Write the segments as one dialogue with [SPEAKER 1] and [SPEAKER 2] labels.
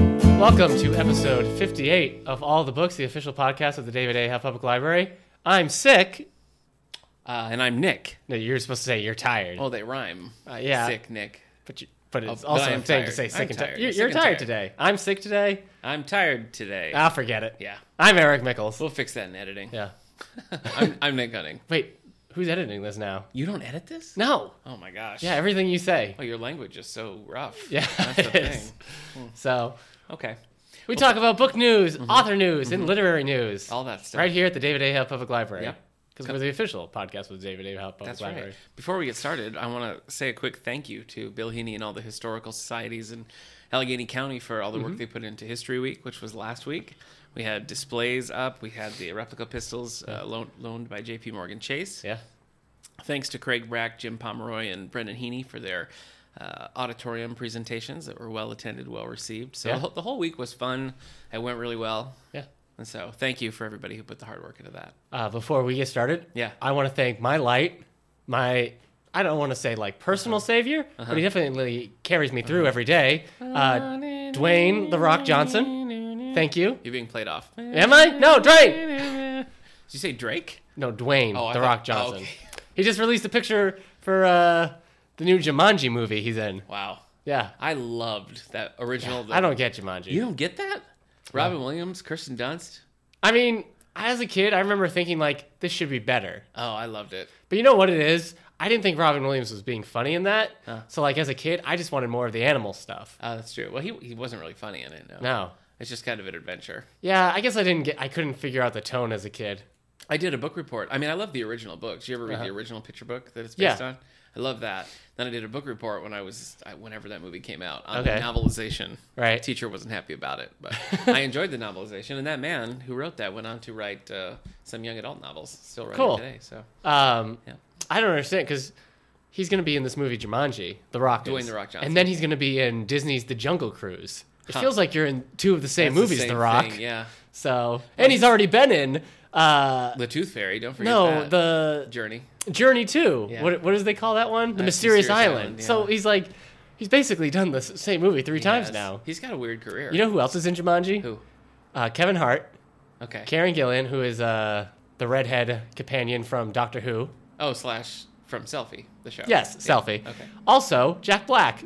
[SPEAKER 1] Welcome to episode 58 of All the Books, the official podcast of the David A. Huff Public Library. I'm sick.
[SPEAKER 2] Uh, and I'm Nick.
[SPEAKER 1] No, you're supposed to say you're tired.
[SPEAKER 2] Oh, they rhyme.
[SPEAKER 1] Uh, yeah.
[SPEAKER 2] Sick Nick.
[SPEAKER 1] But, you, but it's
[SPEAKER 2] but
[SPEAKER 1] also
[SPEAKER 2] I
[SPEAKER 1] a
[SPEAKER 2] am
[SPEAKER 1] thing to
[SPEAKER 2] tired.
[SPEAKER 1] say sick
[SPEAKER 2] I'm
[SPEAKER 1] and tired.
[SPEAKER 2] tired.
[SPEAKER 1] You're,
[SPEAKER 2] Sick
[SPEAKER 1] you're
[SPEAKER 2] and
[SPEAKER 1] tired,
[SPEAKER 2] tired. Ah,
[SPEAKER 1] today. I'm sick today.
[SPEAKER 2] I'm tired today.
[SPEAKER 1] I'll forget it.
[SPEAKER 2] yeah.
[SPEAKER 1] I'm Eric Mickles.
[SPEAKER 2] We'll fix that in editing.
[SPEAKER 1] Yeah.
[SPEAKER 2] I'm, I'm Nick Gunning.
[SPEAKER 1] Wait, who's editing this now?
[SPEAKER 2] You don't edit this?
[SPEAKER 1] No.
[SPEAKER 2] Oh my gosh.
[SPEAKER 1] Yeah, everything you say.
[SPEAKER 2] Oh, your language is so rough.
[SPEAKER 1] Yeah,
[SPEAKER 2] That's
[SPEAKER 1] it
[SPEAKER 2] the
[SPEAKER 1] is.
[SPEAKER 2] thing. Hmm.
[SPEAKER 1] So
[SPEAKER 2] Okay.
[SPEAKER 1] we talk about book news, author news, and literary news.
[SPEAKER 2] Mm-hmm. All that stuff.
[SPEAKER 1] Right here at the David A. Huff Public Library.
[SPEAKER 2] Yep.
[SPEAKER 1] Because we're the official podcast with David A. Huff Public
[SPEAKER 2] That's
[SPEAKER 1] Library.
[SPEAKER 2] right. Before we get started, I want to say a quick thank you to Bill Heaney and all the historical societies in Allegheny County for all the work they put into History Week, which was last week. We had displays up. We had the replica pistols uh, loan loaned by J.P. Morgan Chase.
[SPEAKER 1] Yeah.
[SPEAKER 2] Thanks to Craig Brack, Jim Pomeroy, and Brendan Heaney for their uh, auditorium presentations that were well attended, well received. So
[SPEAKER 1] Yeah.
[SPEAKER 2] the whole week was fun. It went really well.
[SPEAKER 1] Yeah.
[SPEAKER 2] And so thank you for everybody who put the hard work into that.
[SPEAKER 1] Uh, before we get started,
[SPEAKER 2] Yeah.
[SPEAKER 1] I want to thank my light, my I don't want to say like personal
[SPEAKER 2] Uh-huh.
[SPEAKER 1] savior, but he definitely carries me through every day. Uh, Dwayne the Rock Johnson, thank you.
[SPEAKER 2] You're being played off. Did
[SPEAKER 1] Am I? No, Dwayne.
[SPEAKER 2] you say Drake?
[SPEAKER 1] No, Dwayne
[SPEAKER 2] Oh, I
[SPEAKER 1] the
[SPEAKER 2] thought-
[SPEAKER 1] Rock
[SPEAKER 2] oh,
[SPEAKER 1] Johnson.
[SPEAKER 2] okay.
[SPEAKER 1] He just released a picture for uh, the new Jumanji movie he's in.
[SPEAKER 2] Wow.
[SPEAKER 1] Yeah,
[SPEAKER 2] I loved that original.
[SPEAKER 1] I don't get Jumanji.
[SPEAKER 2] You don't get that? Robin Williams, Kirsten Dunst.
[SPEAKER 1] I mean, as a kid, I remember thinking like this should be better.
[SPEAKER 2] Oh, I loved it.
[SPEAKER 1] But you know what it is? I didn't think Robin Williams was being funny in that. So like as a kid, I just wanted more of the animal stuff.
[SPEAKER 2] Oh, that's true. Well, he he wasn't really funny in it. No.
[SPEAKER 1] No.
[SPEAKER 2] It's just kind of an adventure.
[SPEAKER 1] Yeah, I guess I didn't get I couldn't figure out the tone as a kid.
[SPEAKER 2] I did a book report. I mean, I love the original books. You ever read the original picture book that it's based
[SPEAKER 1] Uh-huh. Yeah.
[SPEAKER 2] on? I love that. Then I did a book report when I was I, whenever that movie came out on
[SPEAKER 1] Okay.
[SPEAKER 2] the novelization.
[SPEAKER 1] Right.
[SPEAKER 2] teacher wasn't happy about it, but I enjoyed the novelization. And that man who wrote that went on to write uh, some young adult novels. Still writing
[SPEAKER 1] Cool.
[SPEAKER 2] today. So
[SPEAKER 1] Um
[SPEAKER 2] Yeah.
[SPEAKER 1] I don't understand cuz he's going to be in this movie Jumanji, The Rock.
[SPEAKER 2] Dwayne
[SPEAKER 1] is.
[SPEAKER 2] The Rock Johnson.
[SPEAKER 1] And then he's going to be in Disney's The Jungle Cruise. It
[SPEAKER 2] Huh.
[SPEAKER 1] feels like you're in two of the same
[SPEAKER 2] That's
[SPEAKER 1] movies
[SPEAKER 2] same
[SPEAKER 1] The Rock.
[SPEAKER 2] thing, yeah.
[SPEAKER 1] So, and he's already been in uh
[SPEAKER 2] The Tooth Fairy. Don't forget
[SPEAKER 1] no,
[SPEAKER 2] that.
[SPEAKER 1] the
[SPEAKER 2] Journey.
[SPEAKER 1] Journey 2.
[SPEAKER 2] Yeah.
[SPEAKER 1] What what does they call that one? The
[SPEAKER 2] Uh,
[SPEAKER 1] Mysterious,
[SPEAKER 2] Mysterious
[SPEAKER 1] Island.
[SPEAKER 2] Island, yeah.
[SPEAKER 1] So, he's like he's basically done the s- same movie 3 times
[SPEAKER 2] Yes.
[SPEAKER 1] now.
[SPEAKER 2] He's got a weird career.
[SPEAKER 1] You know who else is in Jumanji?
[SPEAKER 2] who?
[SPEAKER 1] Uh, Kevin Hart.
[SPEAKER 2] Okay.
[SPEAKER 1] Karen Gillan, who is uh, the redhead companion from Doctor Who.
[SPEAKER 2] oh, slash from Selfie, the show.
[SPEAKER 1] Yes, selfie.
[SPEAKER 2] okay.
[SPEAKER 1] Also, Jack Black.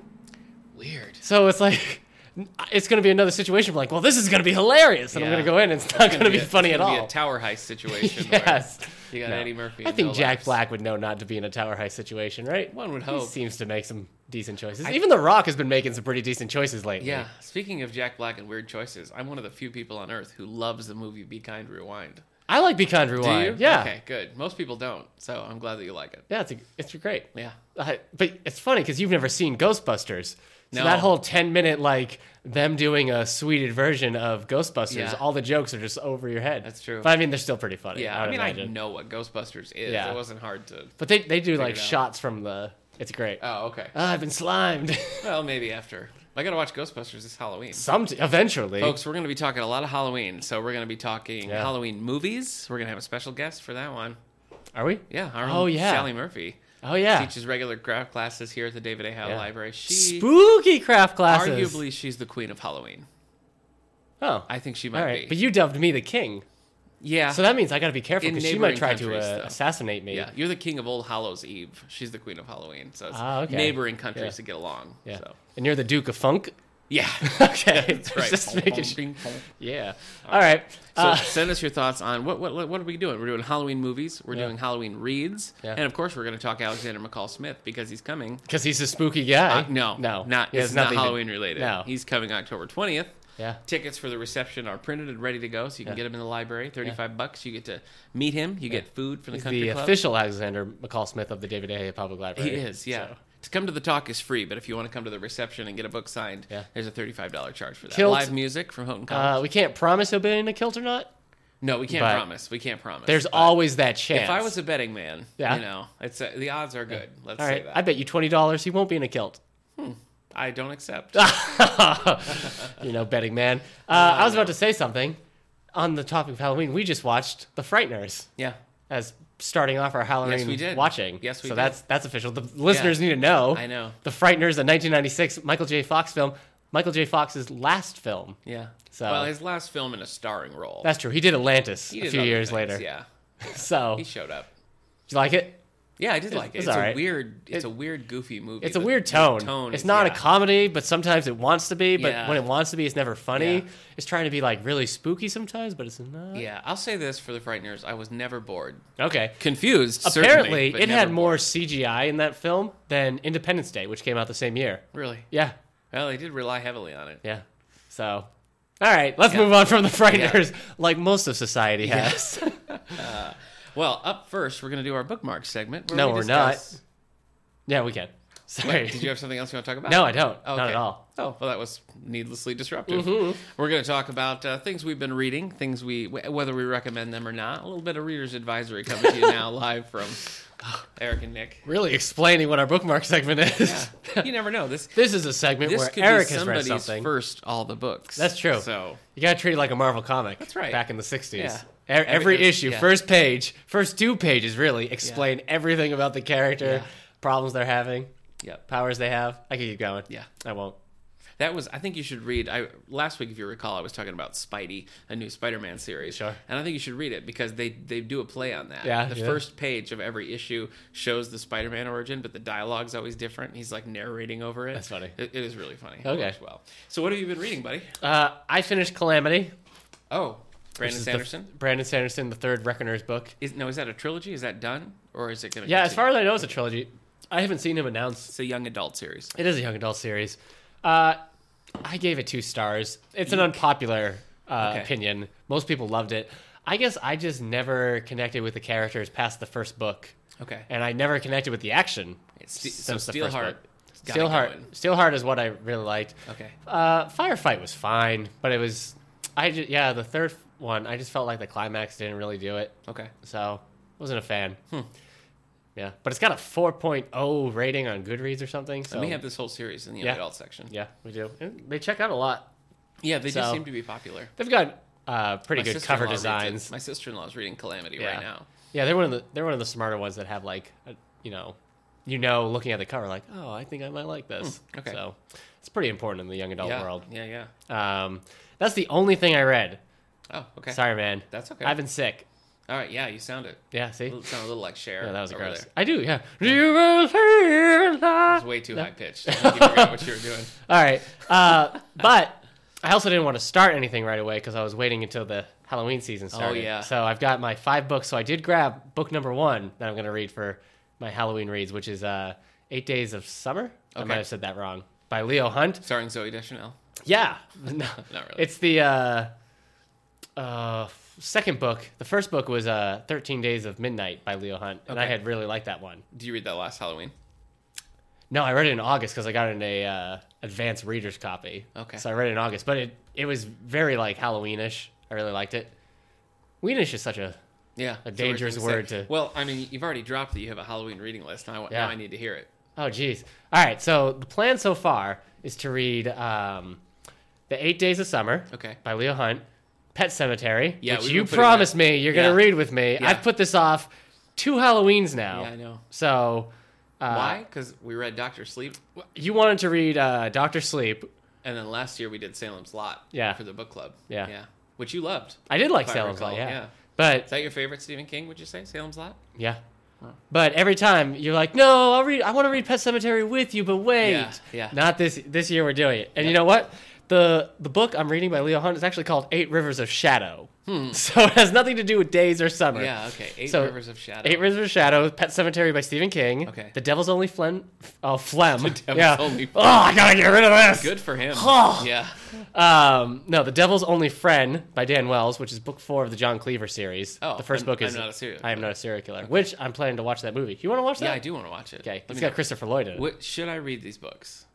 [SPEAKER 2] Weird.
[SPEAKER 1] So it's like, it's going to be another situation where, like, well, this is going to be hilarious. And I'm
[SPEAKER 2] Yeah.
[SPEAKER 1] going to go in, and it's not going to be,
[SPEAKER 2] a-
[SPEAKER 1] funny
[SPEAKER 2] it's
[SPEAKER 1] at
[SPEAKER 2] gonna
[SPEAKER 1] all.
[SPEAKER 2] Be a tower heist situation. where
[SPEAKER 1] yes.
[SPEAKER 2] You got
[SPEAKER 1] No.
[SPEAKER 2] Eddie Murphy.
[SPEAKER 1] I
[SPEAKER 2] and
[SPEAKER 1] think
[SPEAKER 2] Bill
[SPEAKER 1] Jack
[SPEAKER 2] Labs.
[SPEAKER 1] Black would know not to be in a tower high situation, right?
[SPEAKER 2] One would
[SPEAKER 1] He
[SPEAKER 2] hope.
[SPEAKER 1] seems to make some decent choices. Even The Rock has been making some pretty decent choices lately.
[SPEAKER 2] Yeah. Speaking of Jack Black and weird choices, I'm one of the few people on earth who loves the movie Be Kind Rewind.
[SPEAKER 1] I like Be Kind
[SPEAKER 2] Do you?
[SPEAKER 1] Rewind. Yeah.
[SPEAKER 2] Okay, good. Most people don't, so I'm glad that you like it.
[SPEAKER 1] Yeah, it's, a, it's great.
[SPEAKER 2] Yeah.
[SPEAKER 1] I, but it's funny because you've never seen Ghostbusters. So
[SPEAKER 2] No.
[SPEAKER 1] that whole 10 minute, like them doing a sweeted version of Ghostbusters,
[SPEAKER 2] Yeah.
[SPEAKER 1] all the jokes are just over your head.
[SPEAKER 2] That's true.
[SPEAKER 1] But I mean, they're still pretty funny.
[SPEAKER 2] Yeah.
[SPEAKER 1] I,
[SPEAKER 2] I,
[SPEAKER 1] would
[SPEAKER 2] mean,
[SPEAKER 1] imagine.
[SPEAKER 2] I know what Ghostbusters is.
[SPEAKER 1] Yeah.
[SPEAKER 2] It wasn't hard to.
[SPEAKER 1] But they, they do like
[SPEAKER 2] it out.
[SPEAKER 1] shots from the. It's great.
[SPEAKER 2] Oh, okay.
[SPEAKER 1] Ah, I've been slimed.
[SPEAKER 2] Well, maybe after. I got to watch Ghostbusters this Halloween.
[SPEAKER 1] Some eventually.
[SPEAKER 2] Folks, we're going to be talking a lot of Halloween, so we're going to be talking
[SPEAKER 1] Yeah.
[SPEAKER 2] Halloween movies. We're going to have a special guest for that one.
[SPEAKER 1] Are we?
[SPEAKER 2] Yeah, our
[SPEAKER 1] Oh,
[SPEAKER 2] own
[SPEAKER 1] yeah.
[SPEAKER 2] Sally Murphy
[SPEAKER 1] Oh, yeah.
[SPEAKER 2] teaches regular craft classes here at the David A. Howe
[SPEAKER 1] Yeah.
[SPEAKER 2] Library. She
[SPEAKER 1] Spooky craft classes.
[SPEAKER 2] arguably she's the queen of Halloween.
[SPEAKER 1] Oh.
[SPEAKER 2] I think she
[SPEAKER 1] all
[SPEAKER 2] might
[SPEAKER 1] right.
[SPEAKER 2] be.
[SPEAKER 1] But you dubbed me the king.
[SPEAKER 2] yeah,
[SPEAKER 1] So that means I got to be careful
[SPEAKER 2] In
[SPEAKER 1] because she might
[SPEAKER 2] neighboring
[SPEAKER 1] try to
[SPEAKER 2] countries,
[SPEAKER 1] uh,
[SPEAKER 2] though.
[SPEAKER 1] assassinate me.
[SPEAKER 2] yeah, you're the king of Old Hallows Eve. She's the queen of Halloween. So it's
[SPEAKER 1] Ah, okay.
[SPEAKER 2] neighboring countries
[SPEAKER 1] Yeah.
[SPEAKER 2] to get along.
[SPEAKER 1] Yeah.
[SPEAKER 2] So.
[SPEAKER 1] And you're the Duke of Funk.
[SPEAKER 2] Yeah.
[SPEAKER 1] Okay.
[SPEAKER 2] That's right.
[SPEAKER 1] Just making sure.
[SPEAKER 2] so
[SPEAKER 1] Yeah. All right. Uh,
[SPEAKER 2] send us your thoughts on what, what what are we doing? We're doing Halloween movies. We're doing Halloween reads,
[SPEAKER 1] Yeah.
[SPEAKER 2] and of course we're going to talk Alexander McCall Smith because he's coming.
[SPEAKER 1] because he's a spooky guy.
[SPEAKER 2] Uh, no,
[SPEAKER 1] no,
[SPEAKER 2] not.
[SPEAKER 1] He has
[SPEAKER 2] It's not
[SPEAKER 1] nothing to-
[SPEAKER 2] Halloween related.
[SPEAKER 1] No.
[SPEAKER 2] he's coming October twentieth.
[SPEAKER 1] yeah.
[SPEAKER 2] Tickets for the reception are printed and ready to go, so you can get them in the library. Thirty-five bucks. You get to meet him. You get food from the
[SPEAKER 1] He's
[SPEAKER 2] country
[SPEAKER 1] the
[SPEAKER 2] club.
[SPEAKER 1] official Alexander McCall Smith of the David A. Public
[SPEAKER 2] He
[SPEAKER 1] Library.
[SPEAKER 2] is. Yeah. To come to the talk is free, but if you want to come to the reception and get a book signed,
[SPEAKER 1] Yeah.
[SPEAKER 2] there's a thirty-five dollar charge for that.
[SPEAKER 1] Kilt-
[SPEAKER 2] Live music from Houghton
[SPEAKER 1] So,
[SPEAKER 2] College.
[SPEAKER 1] uh, we can't promise he'll be in a kilt or not.
[SPEAKER 2] no, we can't
[SPEAKER 1] but-
[SPEAKER 2] promise. We can't promise.
[SPEAKER 1] There's
[SPEAKER 2] but-
[SPEAKER 1] always that chance.
[SPEAKER 2] If I was a betting man,
[SPEAKER 1] Yeah.
[SPEAKER 2] you know, it's uh, the odds are good. Let's
[SPEAKER 1] all
[SPEAKER 2] say
[SPEAKER 1] right,
[SPEAKER 2] that.
[SPEAKER 1] I bet you twenty dollars he won't be in a kilt.
[SPEAKER 2] I don't accept.
[SPEAKER 1] Ah. you know, betting man. Uh, I was about to say something on the topic of Halloween. We just watched The Frighteners
[SPEAKER 2] yeah.
[SPEAKER 1] as starting off our Halloween
[SPEAKER 2] we did.
[SPEAKER 1] watching.
[SPEAKER 2] Yes, we
[SPEAKER 1] so
[SPEAKER 2] did.
[SPEAKER 1] that's that's official. The listeners need to know.
[SPEAKER 2] I know.
[SPEAKER 1] The Frighteners, a 1996 Michael J. Fox film. Michael J. Fox's last film.
[SPEAKER 2] Yeah.
[SPEAKER 1] So-
[SPEAKER 2] well, his last film in a starring role.
[SPEAKER 1] That's true. He did Atlantis
[SPEAKER 2] He
[SPEAKER 1] a
[SPEAKER 2] did
[SPEAKER 1] few
[SPEAKER 2] other
[SPEAKER 1] years
[SPEAKER 2] things,
[SPEAKER 1] later.
[SPEAKER 2] Yeah.
[SPEAKER 1] So,
[SPEAKER 2] He
[SPEAKER 1] did
[SPEAKER 2] showed up.
[SPEAKER 1] you like it?
[SPEAKER 2] Yeah, I did like it.
[SPEAKER 1] it's
[SPEAKER 2] It's,
[SPEAKER 1] all
[SPEAKER 2] a
[SPEAKER 1] right.
[SPEAKER 2] weird. It's a weird, goofy movie.
[SPEAKER 1] It's a
[SPEAKER 2] but
[SPEAKER 1] weird
[SPEAKER 2] the
[SPEAKER 1] tone.
[SPEAKER 2] tone
[SPEAKER 1] it's
[SPEAKER 2] is-
[SPEAKER 1] not a
[SPEAKER 2] yeah.
[SPEAKER 1] comedy, but sometimes it wants to be. But
[SPEAKER 2] Yeah.
[SPEAKER 1] when it wants to be, it's never funny.
[SPEAKER 2] Yeah.
[SPEAKER 1] It's trying to be like really spooky sometimes, but it's not.
[SPEAKER 2] Yeah, I'll say this for the frighteners: I was never bored.
[SPEAKER 1] Okay.
[SPEAKER 2] Confused. certainly,
[SPEAKER 1] Apparently,
[SPEAKER 2] but
[SPEAKER 1] it
[SPEAKER 2] never
[SPEAKER 1] had more CGI in that film than Independence Day, which came out the same year.
[SPEAKER 2] bored. Really?
[SPEAKER 1] Yeah,
[SPEAKER 2] Well, they did rely heavily on it.
[SPEAKER 1] yeah. So, all right, let's move on from the Frighteners, like most of society has.
[SPEAKER 2] Well, up first, we're gonna do our bookmark segment. where
[SPEAKER 1] No,
[SPEAKER 2] we
[SPEAKER 1] we're not.
[SPEAKER 2] discuss-
[SPEAKER 1] yeah, we can. Sorry.
[SPEAKER 2] Wait, did you have something else you want to talk about?
[SPEAKER 1] no, I don't. Not
[SPEAKER 2] Okay.
[SPEAKER 1] at all. Mm-hmm.
[SPEAKER 2] Oh, well, that was needlessly disruptive. We're going to talk about uh, things we've been reading, things we wh- whether we recommend them or not. A little bit of reader's advisory coming to you now, live from
[SPEAKER 1] Oh.
[SPEAKER 2] Eric and Nick.
[SPEAKER 1] Really explaining what our bookmark segment is.
[SPEAKER 2] Yeah. You never know this.
[SPEAKER 1] This is a segment
[SPEAKER 2] This
[SPEAKER 1] where
[SPEAKER 2] could
[SPEAKER 1] Eric
[SPEAKER 2] be
[SPEAKER 1] has read
[SPEAKER 2] somebody's
[SPEAKER 1] something.
[SPEAKER 2] first all the books.
[SPEAKER 1] That's true.
[SPEAKER 2] So
[SPEAKER 1] You gotta treat it like a Marvel comic.
[SPEAKER 2] That's right.
[SPEAKER 1] Back in the '60s,
[SPEAKER 2] Yeah.
[SPEAKER 1] E- every
[SPEAKER 2] Every-
[SPEAKER 1] issue,
[SPEAKER 2] yeah.
[SPEAKER 1] first page, first two pages, really explain everything about the character,
[SPEAKER 2] Yeah.
[SPEAKER 1] problems they're having,
[SPEAKER 2] Yep.
[SPEAKER 1] powers they have. I could keep going.
[SPEAKER 2] Yeah.
[SPEAKER 1] I won't.
[SPEAKER 2] That was. I think you should read. I last week, if you recall, I was talking about Spidey, a new Spider-Man series.
[SPEAKER 1] Sure.
[SPEAKER 2] And I think you should read it because they they do a play on that.
[SPEAKER 1] Yeah,
[SPEAKER 2] The
[SPEAKER 1] yeah.
[SPEAKER 2] first page of every issue shows the Spider-Man origin, but the dialogue's always different. He's like narrating over it.
[SPEAKER 1] That's funny.
[SPEAKER 2] It, it is really funny. It
[SPEAKER 1] Okay.
[SPEAKER 2] works well. So what have you been reading, buddy?
[SPEAKER 1] Uh, I finished Calamity.
[SPEAKER 2] Oh, Brandon
[SPEAKER 1] Anderson.
[SPEAKER 2] Sanderson.
[SPEAKER 1] Brandon Sanderson, the third Reckoner's book.
[SPEAKER 2] Is no, is that a trilogy? Is that done, or is it going to?
[SPEAKER 1] Yeah, as far as I know, it's a trilogy. I haven't seen him announce.
[SPEAKER 2] it's a young adult series.
[SPEAKER 1] It is a young adult series. Uh, I gave it two stars. It's an unpopular uh,
[SPEAKER 2] Okay.
[SPEAKER 1] opinion. Most people loved it. I guess I just never connected with the characters past the first book.
[SPEAKER 2] Okay.
[SPEAKER 1] and I never connected with the action.
[SPEAKER 2] Ste- so
[SPEAKER 1] since the first
[SPEAKER 2] Steelheart
[SPEAKER 1] book.
[SPEAKER 2] got it
[SPEAKER 1] Steelheart,
[SPEAKER 2] going.
[SPEAKER 1] Steelheart is what I really liked.
[SPEAKER 2] Okay.
[SPEAKER 1] Uh, Firefight was fine, but it was, I just, yeah, the third one, I just felt like the climax didn't really do it,
[SPEAKER 2] Okay.
[SPEAKER 1] so wasn't a fan. Hmm. Yeah, but it's got a 4.0 rating on Goodreads or something. So
[SPEAKER 2] And we have this whole series in the young
[SPEAKER 1] Yeah.
[SPEAKER 2] adult section.
[SPEAKER 1] yeah, we do. And They check out a lot.
[SPEAKER 2] Yeah, they
[SPEAKER 1] So-
[SPEAKER 2] do seem to be popular.
[SPEAKER 1] They've got uh, pretty
[SPEAKER 2] My
[SPEAKER 1] good cover
[SPEAKER 2] sister-in-law reads it.
[SPEAKER 1] designs.
[SPEAKER 2] My sister in law's reading Calamity
[SPEAKER 1] Yeah.
[SPEAKER 2] right now.
[SPEAKER 1] Yeah, they're one of the they're one of the smarter ones that have like, a, you know, you know, looking at the cover like, oh, I think I might like this.
[SPEAKER 2] Hmm, okay.
[SPEAKER 1] So it's pretty important in the young adult
[SPEAKER 2] yeah.
[SPEAKER 1] world.
[SPEAKER 2] Yeah, yeah.
[SPEAKER 1] Um, that's the only thing I read.
[SPEAKER 2] Oh, okay.
[SPEAKER 1] Sorry, man.
[SPEAKER 2] That's okay.
[SPEAKER 1] I've been sick.
[SPEAKER 2] All right, yeah, you sound it.
[SPEAKER 1] Yeah, see.
[SPEAKER 2] You sound a little like Cher.
[SPEAKER 1] Yeah, that was
[SPEAKER 2] over
[SPEAKER 1] gross.
[SPEAKER 2] there.
[SPEAKER 1] I do. Yeah. You will hear that.
[SPEAKER 2] It's way too high pitched. I think you forgot what you were doing.
[SPEAKER 1] All right. Uh, but I also didn't want to start anything right away because I was waiting until the Halloween season started.
[SPEAKER 2] Oh, yeah.
[SPEAKER 1] So I've got my five books. So I did grab book number one that I'm going to read for my Halloween reads, which is uh, Eight Days of Summer. I
[SPEAKER 2] Okay.
[SPEAKER 1] might have said that wrong. By Leo Hunt.
[SPEAKER 2] Starring Zoe Deschanel.
[SPEAKER 1] Yeah. No,
[SPEAKER 2] Not really.
[SPEAKER 1] It's the uh, uh, second book. The first book was uh, 13 Days of Midnight by Leo Hunt. And I
[SPEAKER 2] Okay.
[SPEAKER 1] had really liked that one.
[SPEAKER 2] Do you read that last Halloween?
[SPEAKER 1] No, I read it in August because I got it in a uh, advanced reader's copy.
[SPEAKER 2] Okay.
[SPEAKER 1] So I read it in August, but it it was very like Halloweenish. I really liked it. Weenish is such a
[SPEAKER 2] Yeah. A
[SPEAKER 1] dangerous word to-
[SPEAKER 2] Well, I mean, you've already dropped that you have a Halloween reading list. Now, I-
[SPEAKER 1] Yeah.
[SPEAKER 2] now I need to hear it.
[SPEAKER 1] oh geez. All right, so the plan so far is to read um, the Eight Days of Summer
[SPEAKER 2] Okay.
[SPEAKER 1] by Leo Hunt, Pet Cemetery,
[SPEAKER 2] Yeah,
[SPEAKER 1] which
[SPEAKER 2] we
[SPEAKER 1] you
[SPEAKER 2] were putting
[SPEAKER 1] promised
[SPEAKER 2] that-
[SPEAKER 1] me you're gonna
[SPEAKER 2] Yeah.
[SPEAKER 1] read with me.
[SPEAKER 2] Yeah.
[SPEAKER 1] I've put this off two Halloweens now.
[SPEAKER 2] Yeah, I know.
[SPEAKER 1] So uh,
[SPEAKER 2] Why? Because we read Doctor Sleep,
[SPEAKER 1] you wanted to read uh, Doctor Sleep?
[SPEAKER 2] and then last year we did Salem's Lot.
[SPEAKER 1] Yeah.
[SPEAKER 2] For the book club.
[SPEAKER 1] Yeah.
[SPEAKER 2] Yeah. Which you loved.
[SPEAKER 1] I did like
[SPEAKER 2] If I
[SPEAKER 1] Salem's Lot,
[SPEAKER 2] recall,
[SPEAKER 1] yeah.
[SPEAKER 2] yeah.
[SPEAKER 1] But
[SPEAKER 2] Is that your favorite Stephen King? Would you say Salem's Lot?
[SPEAKER 1] Yeah. But every time you're like, no, I'll read. I want to read Pet Cemetery with you, but wait,
[SPEAKER 2] Yeah, yeah.
[SPEAKER 1] not this. This year we're doing it, and you know what? The the book I'm reading by Leo Hunt is actually called Eight Rivers of Shadow, so it has nothing to do with days or summer.
[SPEAKER 2] Hmm. Yeah. Okay. Eight
[SPEAKER 1] So,
[SPEAKER 2] Rivers of Shadow.
[SPEAKER 1] Eight Rivers of Shadow, Pet Cemetery by Stephen King.
[SPEAKER 2] Okay.
[SPEAKER 1] The Devil's Only Phlegm. Oh, phlegm. The
[SPEAKER 2] Devil's Only
[SPEAKER 1] Oh, I gotta get rid of this.
[SPEAKER 2] Good for him.
[SPEAKER 1] Oh.
[SPEAKER 2] Yeah.
[SPEAKER 1] Um, no, The Devil's Only Friend by Dan Wells, which is book four of the John Cleaver series.
[SPEAKER 2] Oh,
[SPEAKER 1] the 1st
[SPEAKER 2] I'm-
[SPEAKER 1] book is
[SPEAKER 2] I'm not a serial
[SPEAKER 1] I am not a serial killer, which I'm planning to watch that movie. You want to watch that?
[SPEAKER 2] Yeah, I do want to watch it.
[SPEAKER 1] Okay,
[SPEAKER 2] Let
[SPEAKER 1] it's
[SPEAKER 2] me
[SPEAKER 1] got
[SPEAKER 2] know.
[SPEAKER 1] Christopher Lloyd in it.
[SPEAKER 2] What, should I read these books?